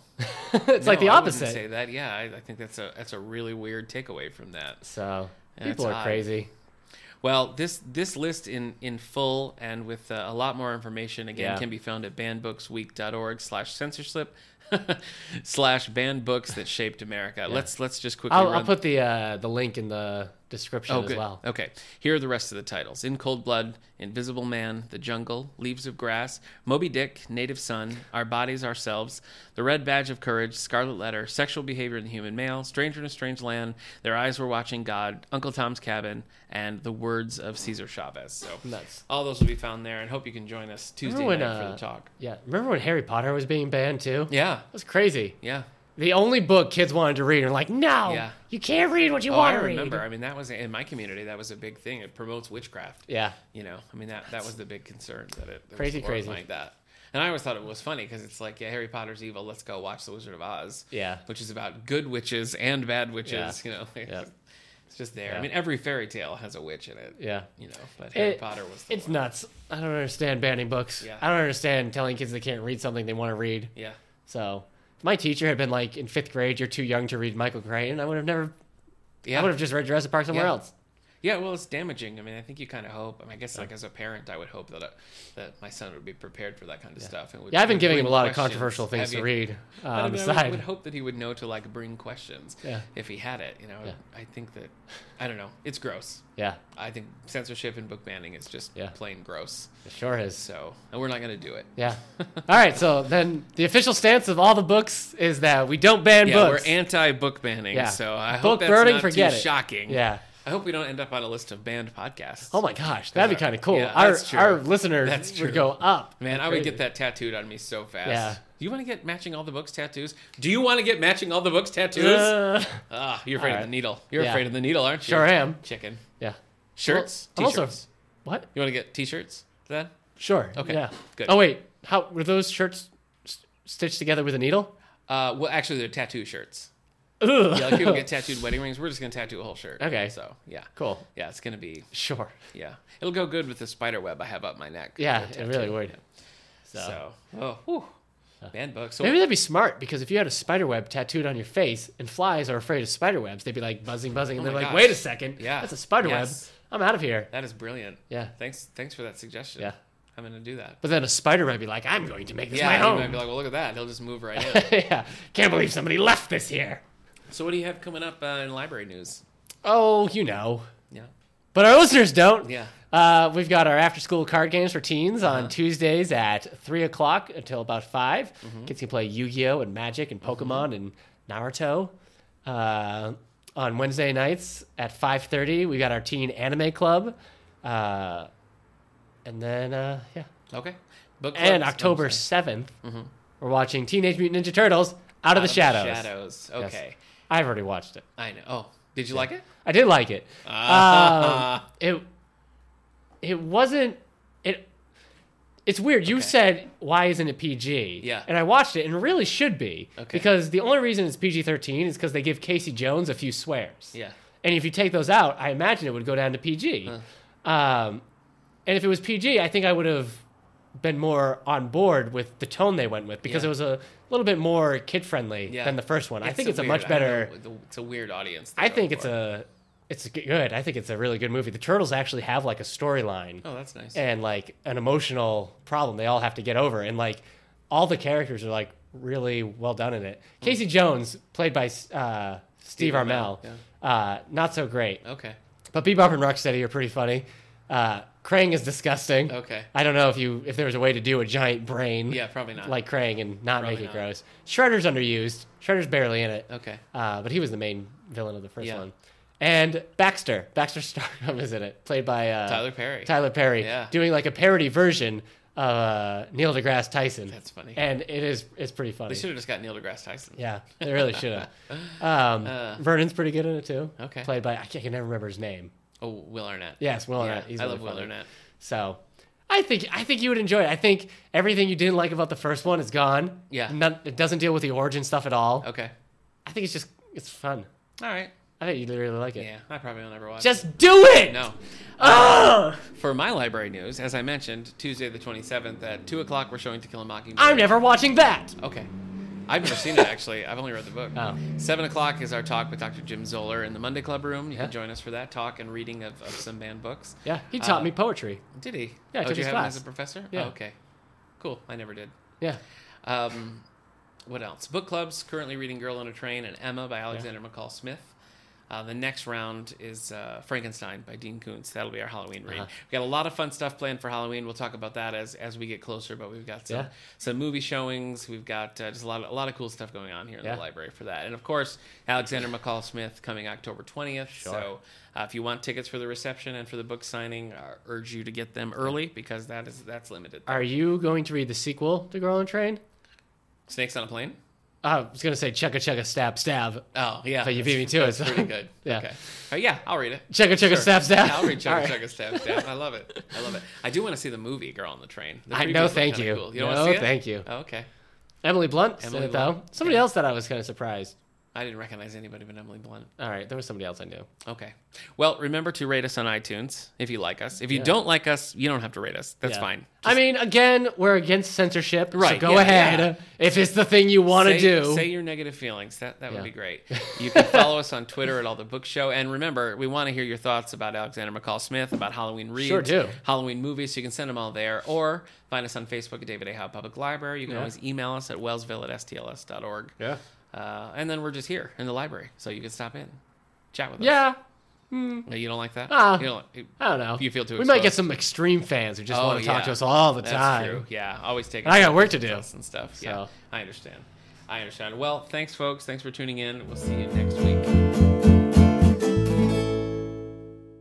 [SPEAKER 1] it's like the
[SPEAKER 2] No, I wouldn't
[SPEAKER 1] opposite.
[SPEAKER 2] say that. Yeah, I, I think that's a, that's a really weird takeaway from that.
[SPEAKER 1] So,
[SPEAKER 2] Yeah,
[SPEAKER 1] people
[SPEAKER 2] it's
[SPEAKER 1] are
[SPEAKER 2] odd.
[SPEAKER 1] crazy.
[SPEAKER 2] Well, this this list in in full and with uh, a lot more information again
[SPEAKER 1] Yeah.
[SPEAKER 2] can be found at bandbooksweek.org/censorship slash banned books that shaped America. Let's let's just quickly
[SPEAKER 1] I'll,
[SPEAKER 2] run
[SPEAKER 1] I'll put the uh, the link in the description as well.
[SPEAKER 2] Oh, Okay. Here are the rest of the titles: In Cold Blood, Invisible Man, The Jungle, Leaves of Grass, Moby Dick, Native Son, Our Bodies, Ourselves, The Red Badge of Courage, Scarlet Letter, Sexual Behavior in the Human Male, Stranger in a Strange Land, Their Eyes Were Watching God, Uncle Tom's Cabin, and The Words of Cesar Chavez. So
[SPEAKER 1] Nice.
[SPEAKER 2] all those will be found there, and hope you can join us Tuesday
[SPEAKER 1] Remember when,
[SPEAKER 2] night for
[SPEAKER 1] uh,
[SPEAKER 2] the talk.
[SPEAKER 1] Yeah, remember when Harry Potter was being banned too?
[SPEAKER 2] Yeah.
[SPEAKER 1] That was crazy.
[SPEAKER 2] Yeah.
[SPEAKER 1] The only book kids wanted to read are like, no,
[SPEAKER 2] Yeah.
[SPEAKER 1] you can't read what you
[SPEAKER 2] Oh, I
[SPEAKER 1] want to
[SPEAKER 2] remember.
[SPEAKER 1] read.
[SPEAKER 2] I mean, that was in my community. That was a big thing. It promotes witchcraft.
[SPEAKER 1] Yeah,
[SPEAKER 2] you know i mean that that was the big concern that it, it
[SPEAKER 1] Crazy,
[SPEAKER 2] was crazy
[SPEAKER 1] crazy.
[SPEAKER 2] like that and i always thought it was funny because it's like yeah harry potter's evil let's go watch the wizard of oz
[SPEAKER 1] Yeah.
[SPEAKER 2] which is about good witches and bad witches you know
[SPEAKER 1] Yep.
[SPEAKER 2] it's just there i
[SPEAKER 1] Yeah.
[SPEAKER 2] mean every fairy tale has a witch in it
[SPEAKER 1] yeah.
[SPEAKER 2] you know but harry
[SPEAKER 1] It-
[SPEAKER 2] potter was the
[SPEAKER 1] It's
[SPEAKER 2] one.
[SPEAKER 1] nuts. I don't understand banning books.
[SPEAKER 2] Yeah.
[SPEAKER 1] I don't understand telling kids they can't read something they want to read.
[SPEAKER 2] yeah
[SPEAKER 1] So, if my teacher had been like, in fifth grade, you're too young to read Michael Crichton, I would have never.
[SPEAKER 2] yeah
[SPEAKER 1] I would have just read Jurassic Park somewhere
[SPEAKER 2] Yeah.
[SPEAKER 1] else.
[SPEAKER 2] Yeah, well, it's damaging. I mean, I think you kind of hope. I mean, I guess like as a parent, I would hope that uh, that my son would be prepared for that kind of stuff. And would,
[SPEAKER 1] Yeah, I've been
[SPEAKER 2] would
[SPEAKER 1] giving him
[SPEAKER 2] bring
[SPEAKER 1] a lot of
[SPEAKER 2] questions.
[SPEAKER 1] controversial
[SPEAKER 2] Have
[SPEAKER 1] things to
[SPEAKER 2] you-
[SPEAKER 1] read uh,
[SPEAKER 2] But, I
[SPEAKER 1] on the
[SPEAKER 2] mean, I would-
[SPEAKER 1] side.
[SPEAKER 2] would hope that he would know to like bring questions
[SPEAKER 1] Yeah.
[SPEAKER 2] if he had it. You know,
[SPEAKER 1] Yeah.
[SPEAKER 2] I think that I don't know. It's gross.
[SPEAKER 1] Yeah,
[SPEAKER 2] I think censorship and book banning is just
[SPEAKER 1] Yeah.
[SPEAKER 2] plain gross.
[SPEAKER 1] it sure is.
[SPEAKER 2] So, and we're not going to do it.
[SPEAKER 1] Yeah. All right. So then the official stance of all the books is that we don't ban
[SPEAKER 2] Yeah,
[SPEAKER 1] books.
[SPEAKER 2] we're anti book banning.
[SPEAKER 1] Yeah.
[SPEAKER 2] So I
[SPEAKER 1] Book
[SPEAKER 2] hope that's
[SPEAKER 1] burning,
[SPEAKER 2] not
[SPEAKER 1] forget
[SPEAKER 2] too
[SPEAKER 1] it.
[SPEAKER 2] shocking.
[SPEAKER 1] yeah.
[SPEAKER 2] I hope we don't end up on a list of banned podcasts.
[SPEAKER 1] Oh my gosh, that'd be
[SPEAKER 2] Yeah.
[SPEAKER 1] kind of cool.
[SPEAKER 2] Yeah,
[SPEAKER 1] our
[SPEAKER 2] that's true.
[SPEAKER 1] our listeners
[SPEAKER 2] That's true.
[SPEAKER 1] would go up.
[SPEAKER 2] Man, I would
[SPEAKER 1] Crazy.
[SPEAKER 2] get that tattooed on me so fast.
[SPEAKER 1] Yeah.
[SPEAKER 2] Do you want to get matching all the books tattoos? Do you want to get matching all the books tattoos?
[SPEAKER 1] Uh,
[SPEAKER 2] ah, you're afraid of
[SPEAKER 1] Alright.
[SPEAKER 2] the needle. You're
[SPEAKER 1] Yeah.
[SPEAKER 2] afraid of the needle, aren't you?
[SPEAKER 1] sure am.
[SPEAKER 2] Chicken.
[SPEAKER 1] Yeah.
[SPEAKER 2] Shirts?
[SPEAKER 1] I'm also-
[SPEAKER 2] T-shirts.
[SPEAKER 1] What?
[SPEAKER 2] You want to get t-shirts then?
[SPEAKER 1] Sure.
[SPEAKER 2] Okay,
[SPEAKER 1] Yeah.
[SPEAKER 2] good.
[SPEAKER 1] Oh wait, how were those shirts s- stitched together with a needle?
[SPEAKER 2] Uh, well, actually, they're tattoo shirts.
[SPEAKER 1] Ugh.
[SPEAKER 2] Yeah, like people get tattooed wedding rings. We're just gonna tattoo a whole shirt.
[SPEAKER 1] Okay.
[SPEAKER 2] So yeah,
[SPEAKER 1] cool.
[SPEAKER 2] yeah, it's gonna be
[SPEAKER 1] Sure.
[SPEAKER 2] yeah, it'll go good with the spider web I have up my neck.
[SPEAKER 1] Yeah,
[SPEAKER 2] The
[SPEAKER 1] it really
[SPEAKER 2] tattoo.
[SPEAKER 1] would. So.
[SPEAKER 2] So oh, whew. man, bugs. So
[SPEAKER 1] Maybe that'd be smart because if you had a spider web tattooed on your face and flies are afraid of spider webs, they'd be like buzzing, buzzing, and
[SPEAKER 2] Oh
[SPEAKER 1] they're
[SPEAKER 2] my
[SPEAKER 1] like,
[SPEAKER 2] gosh.
[SPEAKER 1] "Wait a second,
[SPEAKER 2] Yeah.
[SPEAKER 1] that's a spider
[SPEAKER 2] Yes.
[SPEAKER 1] web. I'm out of here."
[SPEAKER 2] that is brilliant.
[SPEAKER 1] Yeah,
[SPEAKER 2] Thanks, thanks for that suggestion.
[SPEAKER 1] Yeah.
[SPEAKER 2] I'm gonna do that.
[SPEAKER 1] but then a spider web would be like, "I'm going to make this
[SPEAKER 2] yeah,
[SPEAKER 1] my
[SPEAKER 2] you
[SPEAKER 1] home."
[SPEAKER 2] might be like, well, look at that. He'll just move right in.
[SPEAKER 1] yeah, can't believe somebody left this here.
[SPEAKER 2] so what do you have coming up uh, in library news?
[SPEAKER 1] Oh, you know,
[SPEAKER 2] Yeah,
[SPEAKER 1] but our listeners don't.
[SPEAKER 2] yeah. Uh-huh.
[SPEAKER 1] Uh, we've got our after school card games for teens on Tuesdays at 3 o'clock until about 5.
[SPEAKER 2] Mm-hmm.
[SPEAKER 1] Kids can play Yu Gi Oh! and Magic and Pokemon and Naruto. Uh, on Wednesday nights at 5.30, we got our teen anime club. Uh, and then, uh, yeah.
[SPEAKER 2] Okay. Book
[SPEAKER 1] And
[SPEAKER 2] clubs,
[SPEAKER 1] October
[SPEAKER 2] I'm Mm-hmm.
[SPEAKER 1] 7th, we're watching Teenage Mutant Ninja Turtles Out,
[SPEAKER 2] sorry.
[SPEAKER 1] of the Shadows.
[SPEAKER 2] Shadows.
[SPEAKER 1] Yes.
[SPEAKER 2] Okay.
[SPEAKER 1] I've already watched it.
[SPEAKER 2] I know. Oh, did you like it?
[SPEAKER 1] I did like it.
[SPEAKER 2] Ah.
[SPEAKER 1] Um, it it wasn't it. It's weird. You said why isn't it PG?
[SPEAKER 2] Yeah.
[SPEAKER 1] And I watched it, and it really should be
[SPEAKER 2] Okay.
[SPEAKER 1] because the only reason it's PG thirteen is because they give Casey Jones a few swears.
[SPEAKER 2] Yeah.
[SPEAKER 1] And if you take those out, I imagine it would go down to PG. Um, and if it was PG, I think I would have been more on board with the tone they went with because
[SPEAKER 2] Yeah.
[SPEAKER 1] it was a little bit more kid friendly
[SPEAKER 2] Yeah.
[SPEAKER 1] than the first one. I think
[SPEAKER 2] a
[SPEAKER 1] it's a
[SPEAKER 2] weird-
[SPEAKER 1] much
[SPEAKER 2] I
[SPEAKER 1] better.
[SPEAKER 2] know, It's a weird audience.
[SPEAKER 1] I think it's a it's g- good. I think it's a really good movie. The turtles actually have like a storyline
[SPEAKER 2] Oh, that's nice.
[SPEAKER 1] and like an emotional problem they all have to get over, and like all the characters are like really well done in it.
[SPEAKER 2] Hmm.
[SPEAKER 1] Casey Jones, played by uh, Steve, Armel,
[SPEAKER 2] Armell,
[SPEAKER 1] uh, not so great,
[SPEAKER 2] okay.
[SPEAKER 1] but Bebop and Rocksteady are pretty funny. Uh, Krang is disgusting.
[SPEAKER 2] Okay.
[SPEAKER 1] I don't know if you if there was a way to do a giant brain
[SPEAKER 2] Yeah, probably not.
[SPEAKER 1] like Krang and not
[SPEAKER 2] Probably
[SPEAKER 1] make it
[SPEAKER 2] not.
[SPEAKER 1] gross. Shredder's underused. Shredder's barely in it.
[SPEAKER 2] Okay.
[SPEAKER 1] Uh, but he was the main villain of the first
[SPEAKER 2] Yeah.
[SPEAKER 1] one. And Baxter, Baxter Starcom is in it, played by uh,
[SPEAKER 2] Tyler Perry.
[SPEAKER 1] Tyler Perry,
[SPEAKER 2] Yeah.
[SPEAKER 1] doing like a parody version of uh, Neil deGrasse Tyson.
[SPEAKER 2] That's funny.
[SPEAKER 1] And it is it's pretty funny.
[SPEAKER 2] They should have just got Neil deGrasse Tyson.
[SPEAKER 1] yeah, they really should have. Um,
[SPEAKER 2] Uh.
[SPEAKER 1] Vernon's pretty good in it too.
[SPEAKER 2] Okay.
[SPEAKER 1] Played by I, can't, I can never remember his name.
[SPEAKER 2] Oh, Will Arnett.
[SPEAKER 1] Yes, Will
[SPEAKER 2] Yeah,
[SPEAKER 1] Arnett. He's
[SPEAKER 2] I
[SPEAKER 1] really
[SPEAKER 2] love Will
[SPEAKER 1] funny.
[SPEAKER 2] Arnett.
[SPEAKER 1] So, I think I think you would enjoy it. I think everything you didn't like about the first one is gone.
[SPEAKER 2] Yeah.
[SPEAKER 1] None, it doesn't deal with the origin stuff at all.
[SPEAKER 2] Okay.
[SPEAKER 1] I think it's just it's fun.
[SPEAKER 2] All right.
[SPEAKER 1] I think you'd really like it.
[SPEAKER 2] Yeah, I probably won't ever watch. it.
[SPEAKER 1] Just do it. Ah!
[SPEAKER 2] no.
[SPEAKER 1] Ugh!
[SPEAKER 2] For my library news, as I mentioned, Tuesday the 27th at 2 o'clock, we're showing To Kill a Mockingbird.
[SPEAKER 1] I'm never watching that.
[SPEAKER 2] Okay. I've never seen it, actually. I've only read the book.
[SPEAKER 1] Oh.
[SPEAKER 2] 7 o'clock is our talk with Dr. Jim Zoller in the Monday Club room. You
[SPEAKER 1] Yeah.
[SPEAKER 2] can join us for that talk and reading of, of some banned books.
[SPEAKER 1] Yeah, he taught
[SPEAKER 2] Uh,
[SPEAKER 1] me poetry.
[SPEAKER 2] Did he?
[SPEAKER 1] Yeah, I
[SPEAKER 2] oh,
[SPEAKER 1] took
[SPEAKER 2] did you
[SPEAKER 1] his
[SPEAKER 2] have him
[SPEAKER 1] class.
[SPEAKER 2] as a professor?
[SPEAKER 1] Yeah.
[SPEAKER 2] Oh, okay. Cool. I never did.
[SPEAKER 1] Yeah,
[SPEAKER 2] Um, what else? Book clubs. Currently reading Girl on a Train and Emma by Alexander McCall Smith. Uh, the next round is uh, Frankenstein by Dean Koontz. That'll be our Halloween read.
[SPEAKER 1] Uh-huh.
[SPEAKER 2] We've got a lot of fun stuff planned for Halloween. We'll talk about that as as we get closer. But we've got some
[SPEAKER 1] Yeah.
[SPEAKER 2] some movie showings. We've got uh, just a lot of, a lot of cool stuff going on here in
[SPEAKER 1] Yeah.
[SPEAKER 2] the library for that. And of course, Alexander McCall Smith coming October twentieth. So uh, if you want tickets for the reception and for the book signing, I urge you to get them early because that is that's limited.
[SPEAKER 1] are you going to read the sequel to Girl on a Train?
[SPEAKER 2] Snakes on a plane.
[SPEAKER 1] Uh, I was gonna say chugga chugga stab stab.
[SPEAKER 2] Oh yeah,
[SPEAKER 1] But you
[SPEAKER 2] that's-
[SPEAKER 1] beat me to it,
[SPEAKER 2] that's
[SPEAKER 1] so-
[SPEAKER 2] Pretty good.
[SPEAKER 1] Yeah.
[SPEAKER 2] Okay. Uh, yeah, I'll read it.
[SPEAKER 1] Chugga chugga stab stab.
[SPEAKER 2] Yeah, I'll read Chugga
[SPEAKER 1] All right.
[SPEAKER 2] Chugga Stab Stab. I love it. I love it. I do want to see the movie Girl on the Train. The
[SPEAKER 1] I
[SPEAKER 2] previews
[SPEAKER 1] no,
[SPEAKER 2] look
[SPEAKER 1] thank
[SPEAKER 2] kinda
[SPEAKER 1] you.
[SPEAKER 2] cool.
[SPEAKER 1] no,
[SPEAKER 2] don't wanna see it?
[SPEAKER 1] thank you.
[SPEAKER 2] Oh, okay.
[SPEAKER 1] Emily Blunt. Emily
[SPEAKER 2] Emily
[SPEAKER 1] it, though.
[SPEAKER 2] Blunt.
[SPEAKER 1] Somebody
[SPEAKER 2] Yeah.
[SPEAKER 1] else that I was kind of surprised.
[SPEAKER 2] I didn't recognize anybody but Emily Blunt.
[SPEAKER 1] All right, there was somebody else I knew.
[SPEAKER 2] Okay. Well, remember to rate us on iTunes if you like us. If you don't like us, you don't have to rate us. That's
[SPEAKER 1] Yeah.
[SPEAKER 2] fine.
[SPEAKER 1] I mean, again, we're against censorship. So
[SPEAKER 2] Right,
[SPEAKER 1] go
[SPEAKER 2] yeah,
[SPEAKER 1] ahead
[SPEAKER 2] yeah.
[SPEAKER 1] if it's the thing you want to
[SPEAKER 2] say,
[SPEAKER 1] do.
[SPEAKER 2] Say your negative feelings. That that
[SPEAKER 1] Yeah.
[SPEAKER 2] would be great. You can follow us on Twitter at All the Book Show. And remember, we want to hear your thoughts about Alexander McCall Smith, about Halloween reads,
[SPEAKER 1] Sure do.
[SPEAKER 2] Halloween movies. So you can send them all there, or find us on Facebook at David A. Howe Public Library. You can
[SPEAKER 1] Yeah.
[SPEAKER 2] always email us at wellsville at stls.org.
[SPEAKER 1] yeah.
[SPEAKER 2] Uh, and then we're just here in the library, so you can stop in, chat with us.
[SPEAKER 1] Yeah.
[SPEAKER 2] Yeah, you don't like that?
[SPEAKER 1] Ah.
[SPEAKER 2] you don't like,
[SPEAKER 1] I don't know.
[SPEAKER 2] You feel too
[SPEAKER 1] We might get
[SPEAKER 2] exposed.
[SPEAKER 1] some extreme fans who just
[SPEAKER 2] Oh,
[SPEAKER 1] want to talk
[SPEAKER 2] yeah.
[SPEAKER 1] to us all the
[SPEAKER 2] That's
[SPEAKER 1] time.
[SPEAKER 2] true. Yeah, always taking.
[SPEAKER 1] And I got work to do.
[SPEAKER 2] and stuff. Yeah,
[SPEAKER 1] So.
[SPEAKER 2] I understand. I understand. Well, thanks, folks. Thanks for tuning in. We'll see you next week.